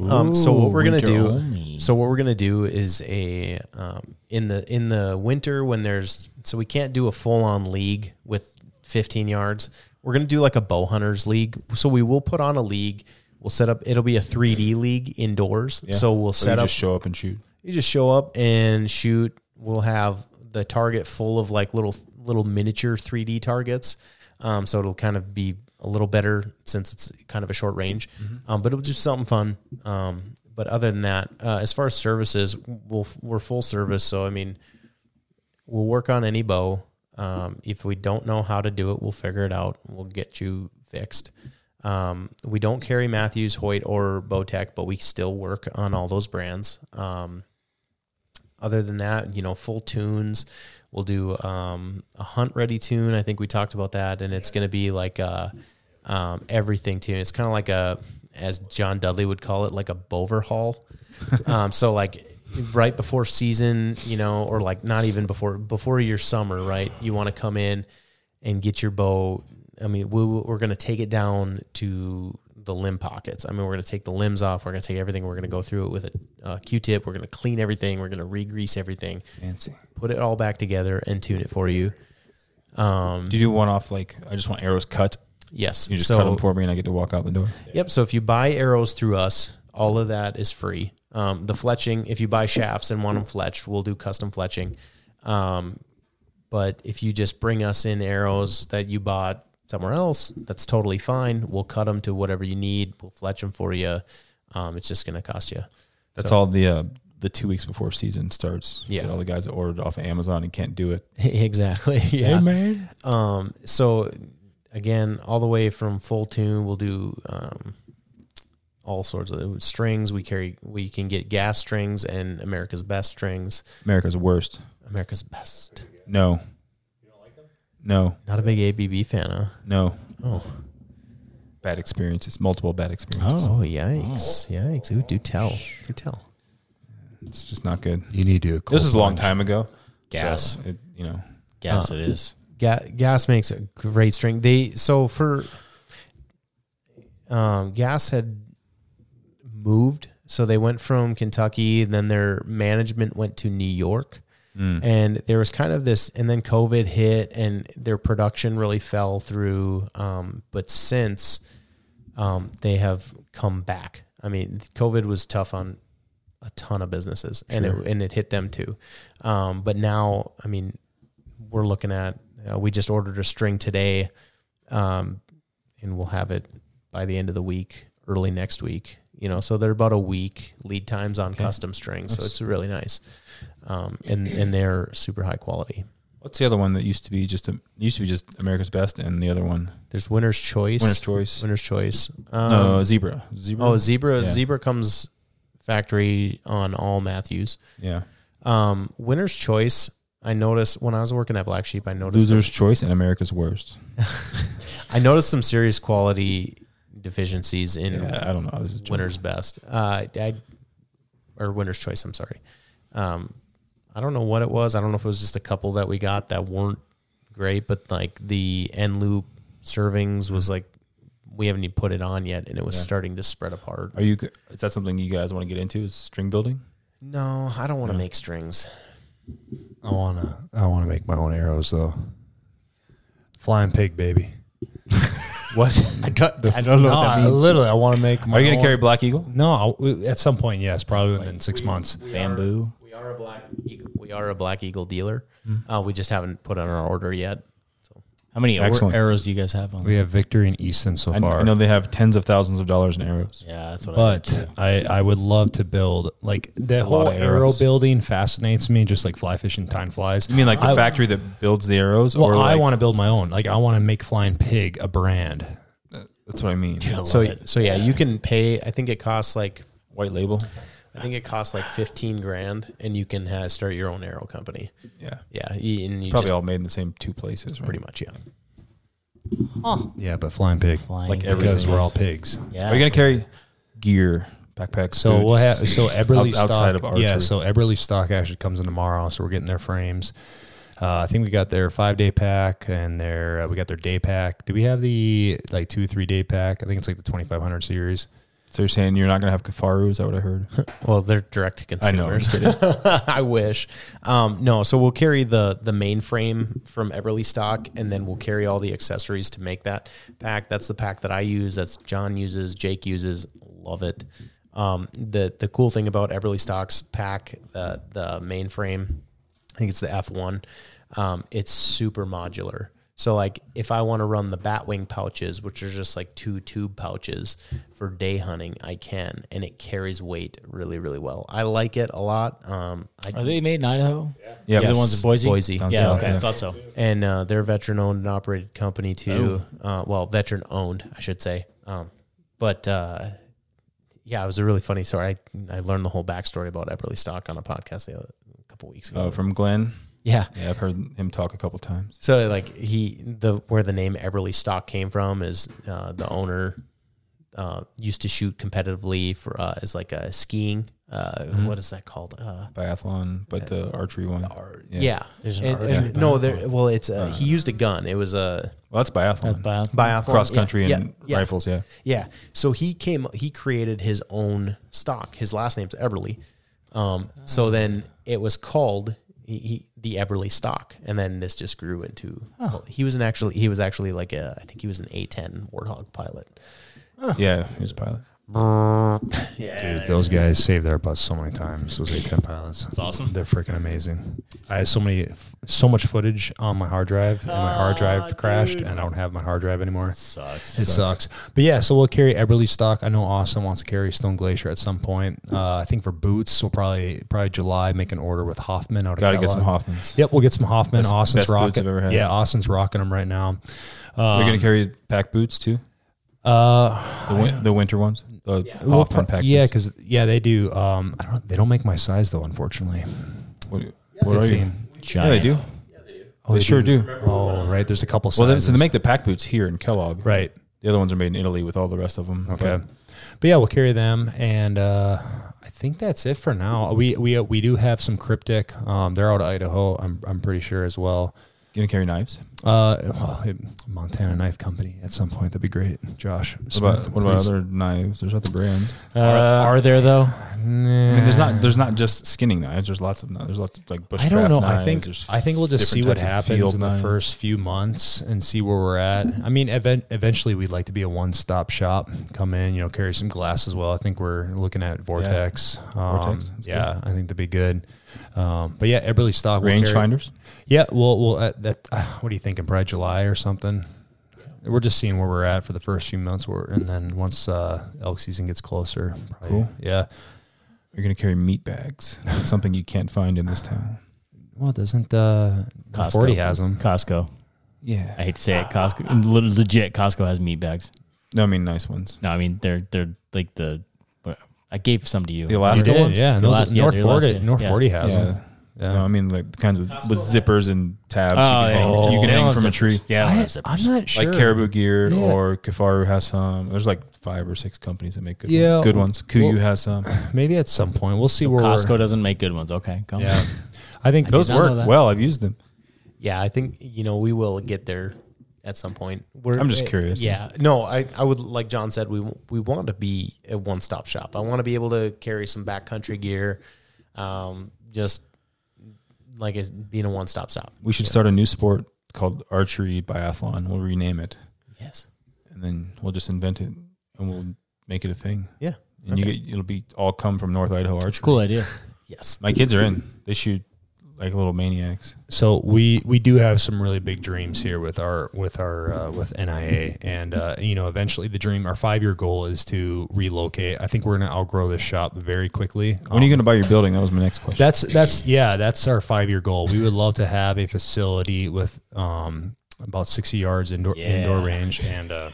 C: Um, so what we're gonna
B: winter
C: do?
F: only.
C: So what we're gonna do is a um, in the in the winter when there's so we can't do a full on league with 15 yards. We're gonna do like a bow hunters league. So we will put on a league. We'll set up. It'll be a 3D league indoors.
B: Yeah.
C: So we'll
B: Or
C: set
B: you
C: up.
B: Just show up and shoot.
C: you just show up and shoot. We'll have the target full of like little little miniature 3D targets. Um, so it'll kind of be a little better since it's kind of a short range, um, but it'll just something fun. Um, but other than that, uh, as far as services, we'll, we're full service. So I mean, we'll work on any bow. Um, if we don't know how to do it, we'll figure it out. We'll get you fixed. Um, we don't carry Matthews, Hoyt, or Bowtech, but we still work on all those brands. Um, other than that, you know, full tunes. We'll do um, a hunt ready tune. I think we talked about that, and it's going to be like a, um, everything tune. It's kind of like a, as John Dudley would call it, like a bover haul. um, so like right before season, you know, or like not even before before your summer, right? You want to come in and get your bow. I mean, we, we're going to take it down to the limb pockets. I mean, we're going to take the limbs off. We're going to take everything. We're going to go through it with a uh, Q-tip. We're going to clean everything. We're going to re-grease everything.
B: Fancy.
C: Put it all back together and tune it for you. Um,
B: Do you do one off like I just want arrows cut?
C: yes.
B: You just
C: So-
B: cut them for me, and I get to walk out the door.
C: Yep. So if you buy arrows through us, all of that is free. Um, the fletching, if you buy shafts and want them fletched, we'll do custom fletching. Um, but if you just bring us in arrows that you bought somewhere else, that's totally fine. We'll cut them to whatever you need. We'll fletch them for you. Um, it's just going to cost you.
B: That's all the uh, the two weeks before season starts.
C: Yeah.
B: Get all the guys that ordered off of Amazon and can't do it.
C: <laughs> exactly. <laughs> Yeah.
B: man.
C: Um, so again, all the way from full tune, we'll do um, all sorts of strings. We carry, we can get gas strings and America's best strings.
B: America's worst.
C: America's best.
B: No. You don't like them? No.
C: Not a big ABB fan, huh?
B: No.
C: Oh,
B: Bad experiences. Multiple bad experiences.
C: oh, yikes, yikes! Ooh, do tell, do tell.
B: It's just not good.
D: you need to.
B: This is a long time ago.
F: Gas.
B: So it, you know.
F: Gas it is.
C: Ga- gas makes a great string. They so for um, gas had moved, so they went from Kentucky, then their management went to New York.
B: Mm.
C: And there was kind of this, and then COVID hit, and their production really fell through. Um, but since um, they have come back, I mean, COVID was tough on a ton of businesses, and it and it hit them too. Um, but now, I mean, we're looking at. Uh, we just ordered a string today, um, and we'll have it by the end of the week, early next week. You know, so they're about a week lead times on custom strings, so
B: Nice.
C: it's really nice, um, and and they're super high quality.
B: What's the other one that used to be just a, used to be just America's Best, and the other one
C: There's winner's choice.
B: Winner's Choice?
C: Winner's choice. Um,
B: no, Zebra. Zebra.
C: Oh, zebra.
B: Yeah.
C: Zebra comes factory on all Matthews.
B: yeah.
C: Um, winner's choice. I noticed when I was working at Black Sheep, I noticed
B: Losers' Choice and America's Worst.
C: I noticed some serious quality deficiencies in
B: Yeah, I don't know. I was just
C: winner's best. Uh, I, or winner's choice. I'm sorry. Um, I don't know what it was. I don't know if it was just a couple that we got that weren't great, but like the end loop servings was like we haven't even put it on yet, and it was
B: Yeah.
C: starting to spread apart.
B: Are you? g- Is that something you guys want to get into? Is string building?
C: No, I don't want to make strings.
D: I wanna I wanna make my own arrows though. Flying pig, baby.
B: <laughs> What?
A: I don't, I don't know
D: No,
A: what that
D: I
A: means.
D: literally, I want to make. My
B: Are you going
D: own-
B: to carry Black Eagle?
D: No, I'll- at some point, yes, probably within six months.
A: Bamboo.
C: We are a black. Eagle, we are a black eagle dealer. Uh, we just haven't put on our order yet.
F: How many or-
B: Excellent.
F: arrows do you guys have on?
D: We have Victory and Easton so
B: I, kn-
D: far.
B: I know they have tens of thousands of dollars in arrows.
F: yeah, that's what I
D: but I, I would love to build like the
B: lot
D: whole
B: of
D: arrow
B: arrows.
D: building fascinates me just like fly fishing time flies
B: You mean like the
D: I-
B: factory that builds the arrows?
D: well
B: or
D: i
B: like-
D: want to build my own like i want to make flying pig a brand
B: That's what I mean.
C: So so yeah, you can pay. I think it costs like
B: White label.
C: I think it costs like fifteen grand, and you can uh, start your own arrow company.
B: Yeah.
C: Yeah, you, and you
B: Probably
C: just,
B: all made in the same two places, right?
C: pretty much. Yeah,
D: yeah but flying pig
F: Flying
B: like
F: pig.
D: because
B: everything
D: we're
B: is.
D: all pigs
F: Yeah.
B: Are you going to carry gear, backpacks?
D: so we'll
B: boots? <laughs>
D: have so Eberly
B: Out- outside
D: stock
B: of
D: yeah
B: archery.
D: so Eberly stock actually comes in tomorrow so we're getting their frames uh, I think we got their five day pack and their uh, we got their day pack. Do we have the like two three day pack? I think it's like the twenty five hundred series.
B: So you're saying you're not going to have Kafaru? Is that what I heard?
C: Well, they're direct to
B: I know. I'm
C: consumers. <laughs>
B: just kidding.
C: I wish. Um, no, so we'll carry the the main frame from Everly stock, and then we'll carry all the accessories to make that pack. That's the pack that I use. That's John uses. Jake uses. Love it. Um, the the cool thing about Everly stock's pack, the the main frame, I think it's the F one. Um, it's super modular. So like if I want to run the batwing pouches, which are just like two tube pouches for day hunting, I can, and it carries weight really, really well. I like it a lot. Um, I,
F: Are they made in Idaho? Yeah.
B: Yeah.
F: The ones in Boise?
C: Boise.
F: Yeah,
B: Sounds
F: okay.
B: about
F: I
B: right.
F: thought so.
C: and uh, they're a veteran owned and operated company too.
F: Oh.
C: Uh, well, veteran owned, I should say. Um, but uh, yeah, it was a really funny story. I, I learned the whole backstory about Eberly Stock on a podcast the other, a couple weeks ago.
B: Oh, from Glenn.
C: yeah.
B: Yeah, I've heard him talk a couple times.
C: So like he the where the name Eberly Stock came from is uh, the owner uh, used to shoot competitively for uh, as like a skiing. Uh,
B: Mm-hmm.
C: what is that called? Uh,
B: Biathlon, but the archery one.
C: yeah.
F: There's an
C: And-
F: archery
C: and- no, there. Well, it's a,
B: Uh,
C: he used a gun. It was a
B: Well, that's biathlon.
C: biathlon
B: Cross country
C: Yeah,
B: and
C: yeah, yeah.
B: rifles, yeah.
C: Yeah. So he came, he created his own stock. His last name's Eberly. Um, so then it was called he, he, the Eberly stock. And then this just grew into, well, he was an actually, he was actually like a, I think he was an A10 Warthog pilot.
B: Yeah, he was a pilot.
D: Dude, those guys saved our butts so many times. Those A10 pilots. That's awesome. They're freaking amazing. I have so many, so much footage on my hard drive, and my hard drive crashed, and I don't have my hard drive anymore.
F: Sucks.
D: It sucks. But yeah, so we'll carry Eberly stock. I know Austin wants to carry Stone Glacier at some point. Uh, I think for boots, we'll probably probably July make an order with Hoffman out of
B: Got to get
D: Kellogg.
B: some Hoffmans.
D: Yep, we'll get some Hoffman.
B: Best-
D: Austin's
B: best boots
D: rocking.
B: I've ever had.
D: Yeah, Austin's rocking them right now. Um,
B: You're going to carry pack boots too?
D: uh,
B: The, win- the winter ones? The
D: we'll
B: Hoffman
D: pro-
B: pack
D: yeah,
B: boots.
D: because yeah, they do. Um, I don't. They don't make my size though, unfortunately.
B: What, what are you?
D: 15.
B: Yeah, they do.
D: Oh,
B: They sure do.
D: Oh, right. There's a couple
B: Well,
D: sizes.
B: they, so they make the pack boots here in Kellogg.
D: right.
B: The other ones are made in Italy with all the rest of them.
D: Okay, but, yeah, we'll carry them, and uh, I think that's it for now. We we uh, we do have some cryptic. Um, they're out of Idaho. I'm I'm pretty sure as well.
B: Going to carry knives?
D: Uh, well, it- Montana Knife Company at some point. That'd be great, Josh.
B: What about,
D: Smith,
B: what about
D: please.
B: other knives? There's other brands.
D: Uh,
F: Are there though?
B: I mean, there's not there's not just skinning knives. There's lots of knives. There's lots of like bushcraft
D: I don't know.
B: Knives.
D: I think
B: There's
D: I think we'll just see
B: different
D: what
B: types of
D: happens
B: field
D: in the
B: knives.
D: first few months and see where we're at. I mean, event, eventually we'd like to be a one-stop shop. Come in, you know, carry some glass as well. I think we're looking at Vortex. Um,
B: Vortex, that's
D: yeah, I think that'd be good. Um, but yeah, Eberly stock we'll
B: range
D: carry-
B: finders.
D: Yeah, well, well, uh, that. Uh, what are you thinking? Probably July or something. we're just seeing where we're at for the first few months. We're, and then once uh, elk season gets closer, probably,
B: Cool.
D: Yeah.
B: You're gonna carry meat bags. That's something you can't find in this town.
D: Well, doesn't uh,
F: Costco.
D: forty has them?
F: Costco. I
B: Yeah.
F: hate to say it, Costco. le- Legit, Costco has meat bags.
B: No, I mean nice ones.
F: No, I mean they're they're like the. I gave some to you.
B: The Alaska
D: You did,
B: ones?
D: yeah. And
F: The
D: those,
F: last- yeah,
D: North
F: the last
D: Forty,
F: day.
D: North
F: Yeah.
D: Forty has
B: Yeah.
D: them. Yeah.
B: No, I mean like the kinds with, with zippers and tabs.
F: Oh,
B: you can hang,
F: yeah.
B: you can
F: They don't
B: hang
F: have
B: from a
F: zippers.
B: tree.
F: Yeah, I don't
D: I,
F: have
D: I'm
F: zippers.
D: not sure.
B: Like Caribou Gear
D: Yeah.
B: or Kafaru has some. There's like five or six companies that make good,
D: Yeah.
B: good ones. Kuyu
D: Well-
B: has some.
D: Maybe at some point we'll see where
F: Costco
D: we're,
F: doesn't make good ones. Okay, come
D: Yeah. I think
F: I
B: Those
D: those
F: did not know
B: work
F: that.
B: well. I've used them.
C: Yeah, I think you know we will get there at some point. We're,
B: I'm just
C: eh,
B: curious.
C: Yeah, no, I, I would like John said we we want to be a one stop shop. I want to be able to carry some backcountry gear, um, just like as being a one stop shop.
B: We should start a new sport called archery biathlon. We'll rename it,
F: Yes.
B: and then we'll just invent it, and we'll make it a thing.
C: Yeah.
B: And you get it'll be all come from North Idaho
F: It's a
B: archery.
F: cool idea.
C: Yes.
B: My kids are in. They shoot like little maniacs.
D: so we we do have some really big dreams here with our with our uh, with NIA and uh, you know eventually the dream our five year goal is to relocate. I think we're gonna outgrow this shop very quickly. Um,
B: When are you going to buy your building? That was my next question.
D: That's that's yeah, that's our five year goal. We would love to have a facility with um about sixty yards indoor indoor range and uh,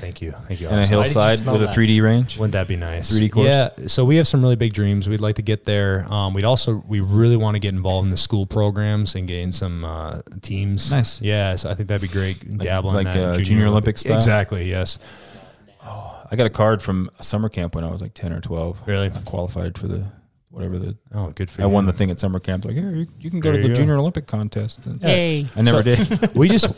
D: thank you, thank you.
B: and a
D: Austin.
B: hillside with a 3D range.
D: Wouldn't that be nice?
B: 3D course?
D: Yeah. So we have some really big dreams. We'd like to get there. Um, we'd also we really want to get involved in the school programs and gain some uh, teams.
B: Nice.
D: Yeah. So I think that'd be great. Dabble in
B: like,
D: that
B: uh, Junior Olympic style?
D: Exactly. Yes.
B: I got a card from a summer camp when I was like 10 or 12.
D: Really?
B: I qualified for the whatever the
D: Oh, good for
B: I
D: you.
B: won the thing at summer camp. Like, here, you, you can go
D: There
B: to the
D: you go.
B: junior Olympic contest. And
F: Hey.
B: I never
F: <laughs>
B: did.
D: we just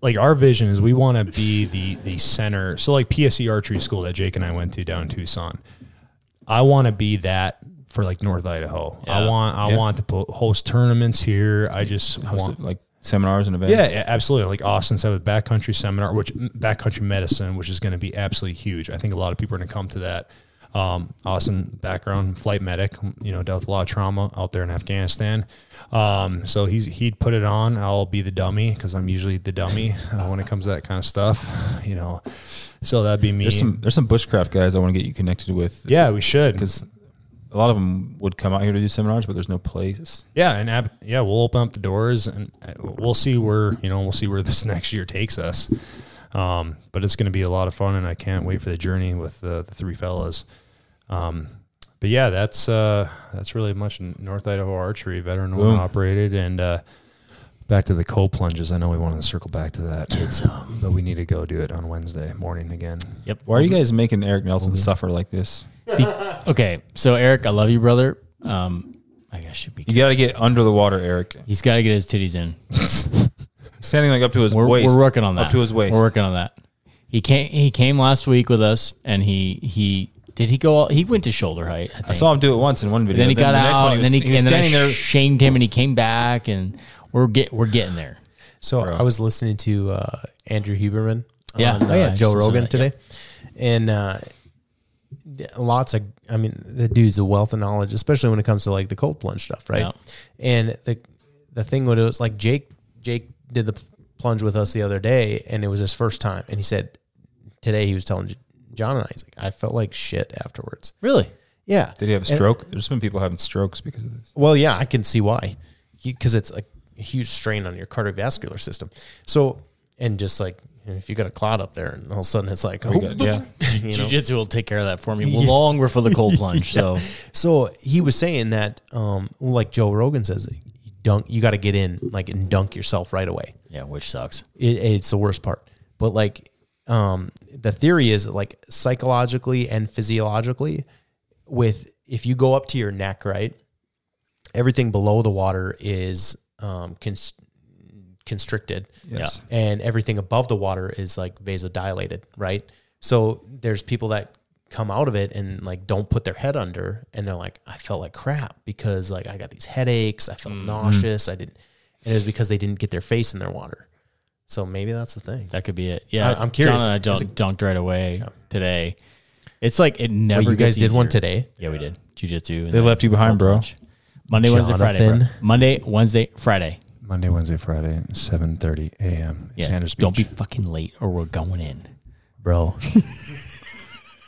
D: like our vision is we want to be the the center. So like PSE archery school that Jake and I went to down in Tucson. I want to be that for like North Idaho. I
F: Yeah.
D: want I
B: Yeah.
D: want to po- host tournaments here. I just want
B: Hosted, like seminars and events.
D: Yeah, yeah, absolutely. Like Austin said with backcountry seminar, which backcountry medicine, which is going to be absolutely huge. I think a lot of people are going to come to that. Um, Austin background, flight medic, you know, dealt with a lot of trauma out there in Afghanistan. Um, so he's he'd put it on. I'll be the dummy because I'm usually the dummy uh, when it comes to that kind of stuff, you know. So that'd be me.
B: There's some there's some bushcraft guys I want to get you connected with.
D: yeah, we should.
B: Because a lot of them would come out here to do seminars, but there's no place.
D: Yeah, and ab- yeah, we'll open up the doors, and uh, we'll see where you know we'll see where <laughs> this next year takes us. Um, but it's going to be a lot of fun, and I can't wait for the journey with the, the three fellas. Um, but yeah, that's uh, that's really much in North Idaho archery, veteran owned
B: Boom.
D: and operated, and uh, back to the cold plunges. I know we wanted to circle back to that, but we need to go do it on Wednesday morning again.
F: Yep.
B: Why are you guys making Eric Nelson suffer like this?
F: Okay, so Eric, I love you, brother. Um, I guess should be.
B: You got to get under the water, Eric.
F: He's got to get his titties in.
B: Standing like up to his
F: We're,
B: waist.
F: we're working on that.
B: Up to his waist.
F: We're working on that. He came. He came last week with us, and he he did he go. All, he went to shoulder height. I, think.
B: I saw him do it once in one video.
F: Then he got
B: the next
F: out,
B: one
F: and then he,
B: was-
F: and
B: was
F: then I
B: standing there.
F: shamed him, and he came back, and we're get we're getting there.
C: So I was listening to uh, Andrew Huberman
F: Yeah.
C: on
F: Oh, yeah,
C: uh,
F: I
C: Joe
F: just listened to
C: Rogan
F: that,
C: today, and uh, d- lots of I mean the dude's a wealth of knowledge, especially when it comes to like the cold plunge stuff, right?
F: Yeah.
C: And the the thing was, it was like Jake Jake did the plunge with us the other day, and it was his first time, and he said today he was telling J- John and I, he's like, I felt like shit afterwards.
F: Really?
C: Yeah,
B: Did he have a
C: And-
B: stroke? There's been people having strokes because of this.
C: Well, yeah, I can see why, because it's a huge strain on your cardiovascular system. So, and just like you know, if you got a clot up there, and all of a sudden it's like,
B: We got- yeah.
C: you know?
F: Jiu-jitsu will take care of that for me long before the <laughs> cold plunge. So
C: So he was saying that, um, like Joe Rogan says, you dunk, you got to get in, like, and dunk yourself right away.
F: yeah, which sucks.
C: It, it's the worst part. But like, um, the theory is that like psychologically and physiologically, with if you go up to your neck, right, everything below the water is um, const- constricted.
B: Yes.
C: and everything above the water is like vasodilated, right? So there's people that come out of it and like don't put their head under and they're like, I felt like crap because like I got these headaches, I felt nauseous, I didn't and it was because they didn't get their face in their water. So maybe that's the thing.
F: That could be it. Yeah,
C: I- I'm curious.
F: John and I
C: Is
F: dunked, dunked right away today. It's like it never.
C: Well, you
F: gets
C: guys did one
F: easier.
C: today.
F: Yeah, we did jiu-jitsu. and
B: They
F: then
B: left you behind,
F: cold
B: bro.
F: plunge. Monday, Wednesday, Friday.
C: Jonathan.
F: bro. Monday, Wednesday, Friday.
D: Monday, Wednesday, Friday, 7.30 a.m.
A: Yeah.
D: Sanders
A: Don't be
D: Beach.
A: fucking late or we're going in.
B: <laughs>
C: bro.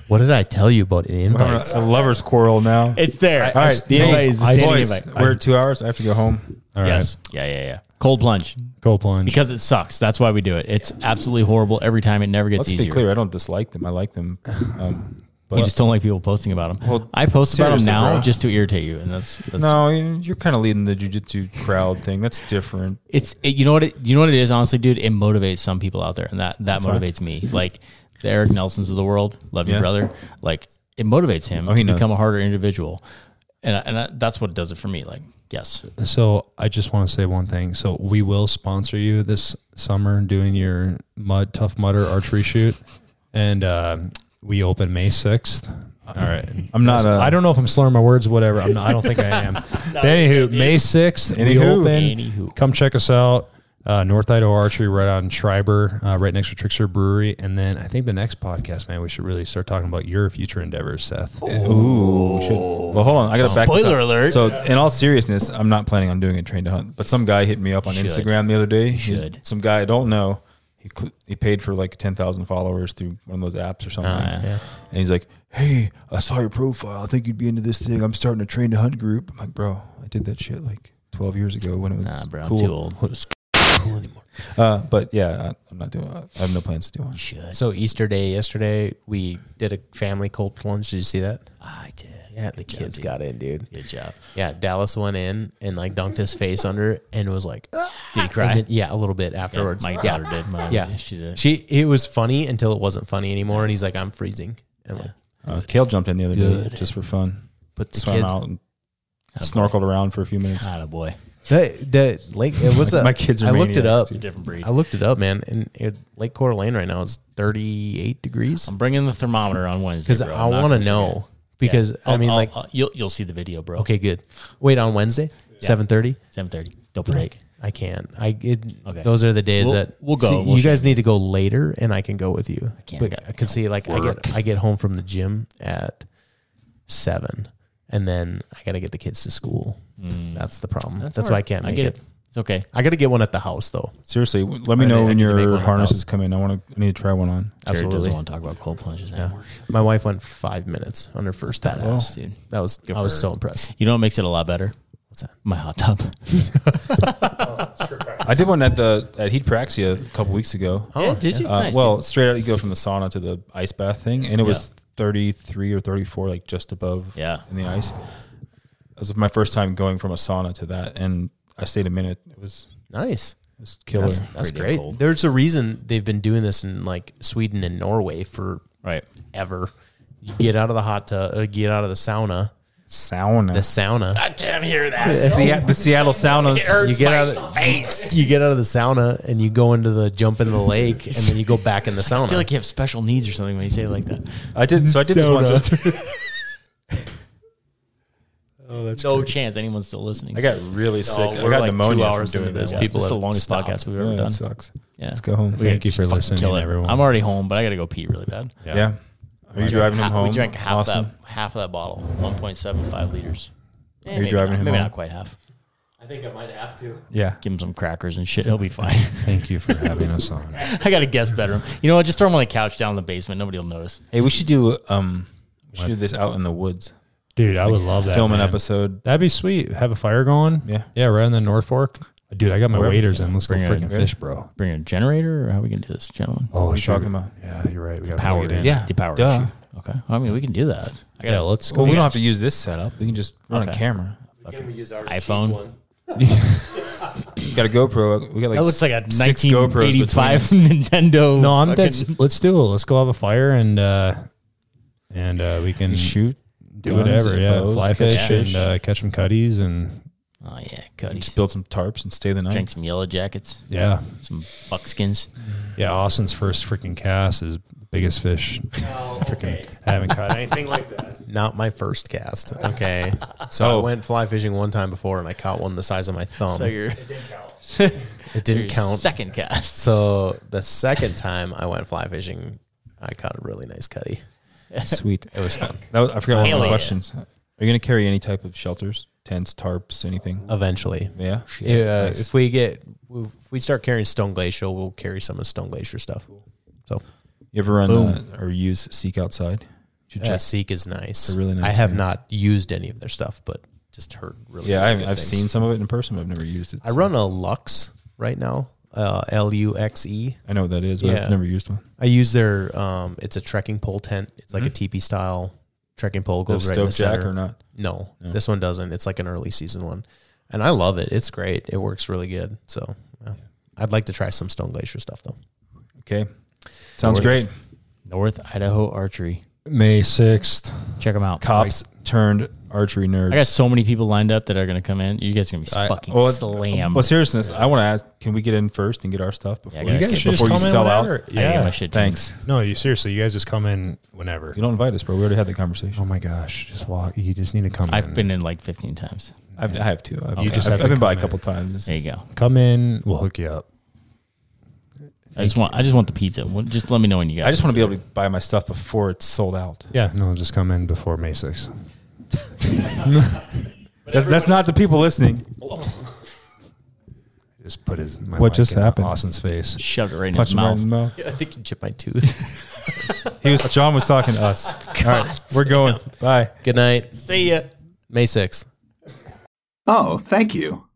C: what did I tell you about invites?
B: a lover's quarrel now.
A: It's there.
B: All right,
A: the invite is the
B: I-
A: standing
B: boys,
A: invite.
B: we're at two hours. I have to go home.
D: All right.
A: yes. Yeah, yeah, yeah. Cold plunge
D: Cold plunge.
A: because it sucks. That's why we do it. It's absolutely horrible every time. It never gets
B: Let's
A: easier.
B: be clear. I don't dislike them. I like them. Um, but
A: You just don't like people posting about them.
B: Well,
A: I post about them
B: seriously,
A: now
B: bro.
A: just to irritate you, and that's, that's
B: no, you- you're kind of leading the jujitsu crowd thing. That's different.
A: It's it, you know what it, you know what it is. Honestly, dude, it motivates some people out there, and that that motivates me. Like the Eric Nelsons of the world, love you,
B: Yeah.
A: brother. Like it motivates him
B: he
A: to
B: knows.
A: become a harder individual, and I, and I, that's what does it for me. Like yes,
D: So I just want to say one thing. So we will sponsor you this summer doing your mud tough mudder archery shoot, and um, we open May sixth. All right.
B: I'm not. uh,
D: I don't know if I'm slurring my words. Whatever. I'm not, I don't think I
B: <laughs>
D: am. But anywho, May sixth. We
B: Anywho.
D: open.
A: Anywho.
D: Come check us out. Uh, North Idaho Archery, right on Schreiber, uh, right next to Trickster Brewery, and then I think the next podcast, man, we should really start talking about your future endeavors, Seth.
B: Ooh. Shit. Well, hold on. I got to back. this
A: Spoiler
B: up.
A: alert.
B: So, in all seriousness, I'm not planning on doing a train to hunt. But some guy hit me up on
A: Should.
B: Instagram the other day. He's-
A: Should.
B: Some guy I don't know. He cl- he paid for like ten thousand followers through one of those apps or something.
A: Ah, yeah.
B: And he's like, "Hey, I saw your profile. I think you'd be into this thing. I'm starting a train to hunt group." I'm like, "Bro, I did that shit like 12 years ago when it was
A: nah, bro, I'm
B: cool."
A: too old.
B: Uh, but yeah, I, I'm not doing. I have no plans to do one.
A: Should
C: So Easter Day yesterday, we did a family cold plunge. Did you see that?
A: I did?
C: Yeah, the kids got in, dude.
A: Good job.
C: Yeah, Dallas went in and like dunked his face under it and was like,
A: Did he
C: And
A: cry?
C: then- yeah, a little bit afterwards.
A: My
C: yeah.
A: daughter did. My,
C: Yeah.
A: she did.
C: She it was funny until it wasn't funny anymore, and he's like, "I'm freezing." And I'm like,
B: Uh, Kale jumped in the other
A: Good. Oh,
B: day just for fun.
C: put the
B: Swam
C: kids.
B: out and snorkeled around for a few minutes.
A: Not a boy.
C: The the lake.
A: <laughs>
C: uh, What's up?
B: my kids are
C: I looked it
B: maniacs,
C: up.
B: dude.
A: Different breed.
C: I looked it up, man. And it, Lake Coeur Lane right now is 38 degrees.
A: I'm bringing the thermometer on Wednesday
C: Because
A: bro.
C: I
A: I'm not
C: want to
A: gonna forget.
C: know. Because I
A: I'll-
C: mean,
A: I'll-
C: like,
A: I'll- you'll you'll see the video, bro.
C: okay, good. Wait on Wednesday, seven thirty.
A: seven thirty. Don't break.
C: I can't. I it,
A: Okay.
C: those are the days
A: We'll-
C: that
A: we'll go.
C: See,
A: We'll
C: you guys need to go later, and I can go with you. I
A: can't. I
C: But
A: got-
C: I can see like I get I get home from the gym at seven, and then I gotta get the kids to school. That's the problem. That's, why I can't
A: Mm. I
C: make
A: get
C: it.
A: it. It's okay.
C: I gotta get one at the house though.
B: Seriously, w- let me
C: I-
B: know
C: I
B: when
C: need to make one
B: your
C: of
B: harnesses
C: those.
B: come in. I want to. I need to try one on.
A: Terry
C: Absolutely.
A: doesn't want to talk about cold plunges anymore.
C: My wife went five minutes on her first badass.
A: dude.
C: That was I
A: for
C: was
A: her.
C: so impressed.
A: You know what makes it a lot better?
C: What's that?
A: My hot tub.
B: I did one at the at Heat Praxia a couple weeks ago.
C: Oh,
A: yeah, did you?
B: Uh, well, straight out you go from the sauna to the ice bath thing, and it was 33 or 34, like just above
A: Yeah.
B: in the ice. It was my first time going from a sauna to that, and I stayed a minute. It was,
C: Nice.
B: it was killer.
C: That's, that's
A: Pretty
C: great.
A: cold.
C: There's a reason they've been doing this in like Sweden and Norway for
A: right.
C: ever. You get out of the hot tub, uh, get out of the sauna, the
B: sauna.
C: sauna.
B: The, Sea- the
C: <laughs>
B: Seattle saunas.
C: you get out of the, face. <laughs> You get out of the sauna and you go into the jump in the lake, and then you go back in the
A: <laughs>
C: sauna.
A: I feel like you have special needs or something when you say it like that.
B: I did so. I did this one. <laughs>
A: no chance anyone's still listening.
B: I got really sick. I
C: we're
B: got
C: like two
B: pneumonia from
C: hours
B: doing
C: into
B: this.
C: this.
B: Yeah.
C: People
A: This is the
C: have
A: longest
C: stopped.
A: podcast we've ever
B: Yeah,
A: done.
B: that sucks.
A: Yeah.
B: Let's go home.
D: Thank you for
A: Kill
D: listening,
A: it.
D: everyone.
A: I'm already home, but I got to go pee really bad.
B: Yeah. Are you driving him
A: Ha-
B: home?
A: we drank half
B: Austin?
A: that half of that bottle, 1.75 liters. Eh,
B: you
A: maybe
B: driving
A: not,
B: him
A: Maybe
B: home?
A: not quite half.
C: I think I might have to.
B: Yeah.
A: Give him some crackers and shit. He'll be fine. <laughs>
D: Thank you for having us
B: <laughs>
D: on.
A: I got a guest bedroom. You know what? Just throw him on the couch down in the basement. Nobody will notice.
B: Hey, we should do um, we should do this out in the woods.
D: Dude, I would love that.
B: Film an
D: man.
B: episode.
D: That'd be sweet. Have a fire going.
B: Yeah.
D: Yeah, right in the North Fork. Dude, I got my
B: Wherever,
D: waders in. Let's go
A: Bring it
D: freaking
B: in.
D: fish, bro.
A: Bring a generator, or how we gonna do this, gentlemen?
D: Oh,
B: What are you talking about?
D: Yeah, you're right. We got
A: Power,
D: power in.
B: Yeah.
A: The power
B: Duh.
A: issue. Okay. I mean, we can do that. I got
D: Yeah, let's go.
B: Well, we don't have to use this setup. We can just run a
A: Okay.
B: camera.
C: Can we use our
A: iPhone. one?
B: We got a GoPro. We got like
A: that looks like a
B: s- six GoPros between
A: 1985
F: <laughs>
B: us.
A: Nintendo.
D: no, I'm
A: fucking-
D: dead. s- <laughs> Let's do it. Let's go have a fire and uh and uh we can
B: Shoot,
D: do
B: guns
D: whatever.
B: and
D: Yeah,
B: bows,
D: fly
B: catch
D: fish
B: fish.
D: and uh, catch some cutties and
A: Oh yeah, Cody.
B: just build some tarps and stay the night.
A: Drink some yellow jackets,
D: yeah,
A: some buckskins.
D: yeah. Austin's first freaking cast is biggest fish. <laughs> freaking haven't caught anything like that.
C: Not my first cast. Okay, <laughs> Oh. so I went fly fishing one time before, and I caught one the size of my thumb.
A: So your,
C: <laughs> it didn't
A: your
C: count.
A: second cast.
C: so the second time I went fly fishing, I caught a really nice cutty.
B: <laughs> Sweet.
C: It was fun.
A: <laughs>
B: That was, I forgot one of
A: Hell
B: the
A: yeah.
B: questions. Are you going to carry any type of shelters? tents, tarps, anything?
C: eventually.
B: Yeah.
C: Yeah,
B: Nice.
C: if we get if we start carrying Stone Glacier, we'll carry some of Stone Glacier stuff. So
B: You ever run uh, or use Seek Outside? You
C: uh, Seek is nice.
B: They're really nice,
C: I have
B: yeah.
C: not used any of their stuff, but just heard really.
B: Yeah,
C: really
B: I've,
C: good
B: I've
C: things.
B: seen some of it in person. But I've never used it.
C: I
B: so-
C: run a Lux right now, uh, L U X E.
B: I know what that is, but
C: Yeah.
B: I've never used one.
C: I use their. Um, it's a trekking pole tent. It's like a teepee style trekking pole. Goes
B: Mm-hmm. Does
C: right in
B: Stoke
C: the
B: Jack
C: center.
B: or not?
C: No, this one doesn't. It's like an early season one, and I love it. It's great. It works really good. So, yeah. I'd like to try some Stone Glacier stuff though.
B: Okay, sounds great.
F: North Idaho Archery.
D: May 6th.
F: Check them out.
B: Cops turned archery nerds.
F: I got so many people lined up that are going to come in. You guys are going to be fucking
B: well,
F: slammed.
B: Well, seriousness, I want to ask: Can we get in first and get our stuff before
F: I gotta You guys
D: should
B: before
D: just
B: you
D: come in
B: sell out?
D: whenever.
F: I gotta get
D: Yeah.
F: my shit done.
B: Thanks.
D: No, you seriously, you guys just come in whenever.
B: You don't invite us, bro. We already had the conversation.
D: Oh my gosh, just walk. You just need to come in.
F: I've been in like 15 times.
B: I've, I have too. I've,
D: You just
B: I've,
D: have to
B: I've been by a
D: come
B: couple times.
F: There you go.
D: come in. We'll hook you up.
F: I just want I just want the pizza. Well, Just let me know when you got.
B: I just want to be
F: pizza.
B: able to buy my stuff before it's sold out.
D: Yeah, no, just come in before May 6th.
B: That, that's not the people listening.
D: Just put his my
B: What
D: mic
B: just
D: in
B: happened?
D: Austin's face.
F: shoved it right in
B: Punch
F: his
B: him right in
F: mouth.
B: the mouth.
C: I think you chipped my tooth.
B: He was John was talking to us.
F: <laughs>
B: All right, we're going. Bye.
C: good night. See ya. May sixth.
G: Oh, thank you.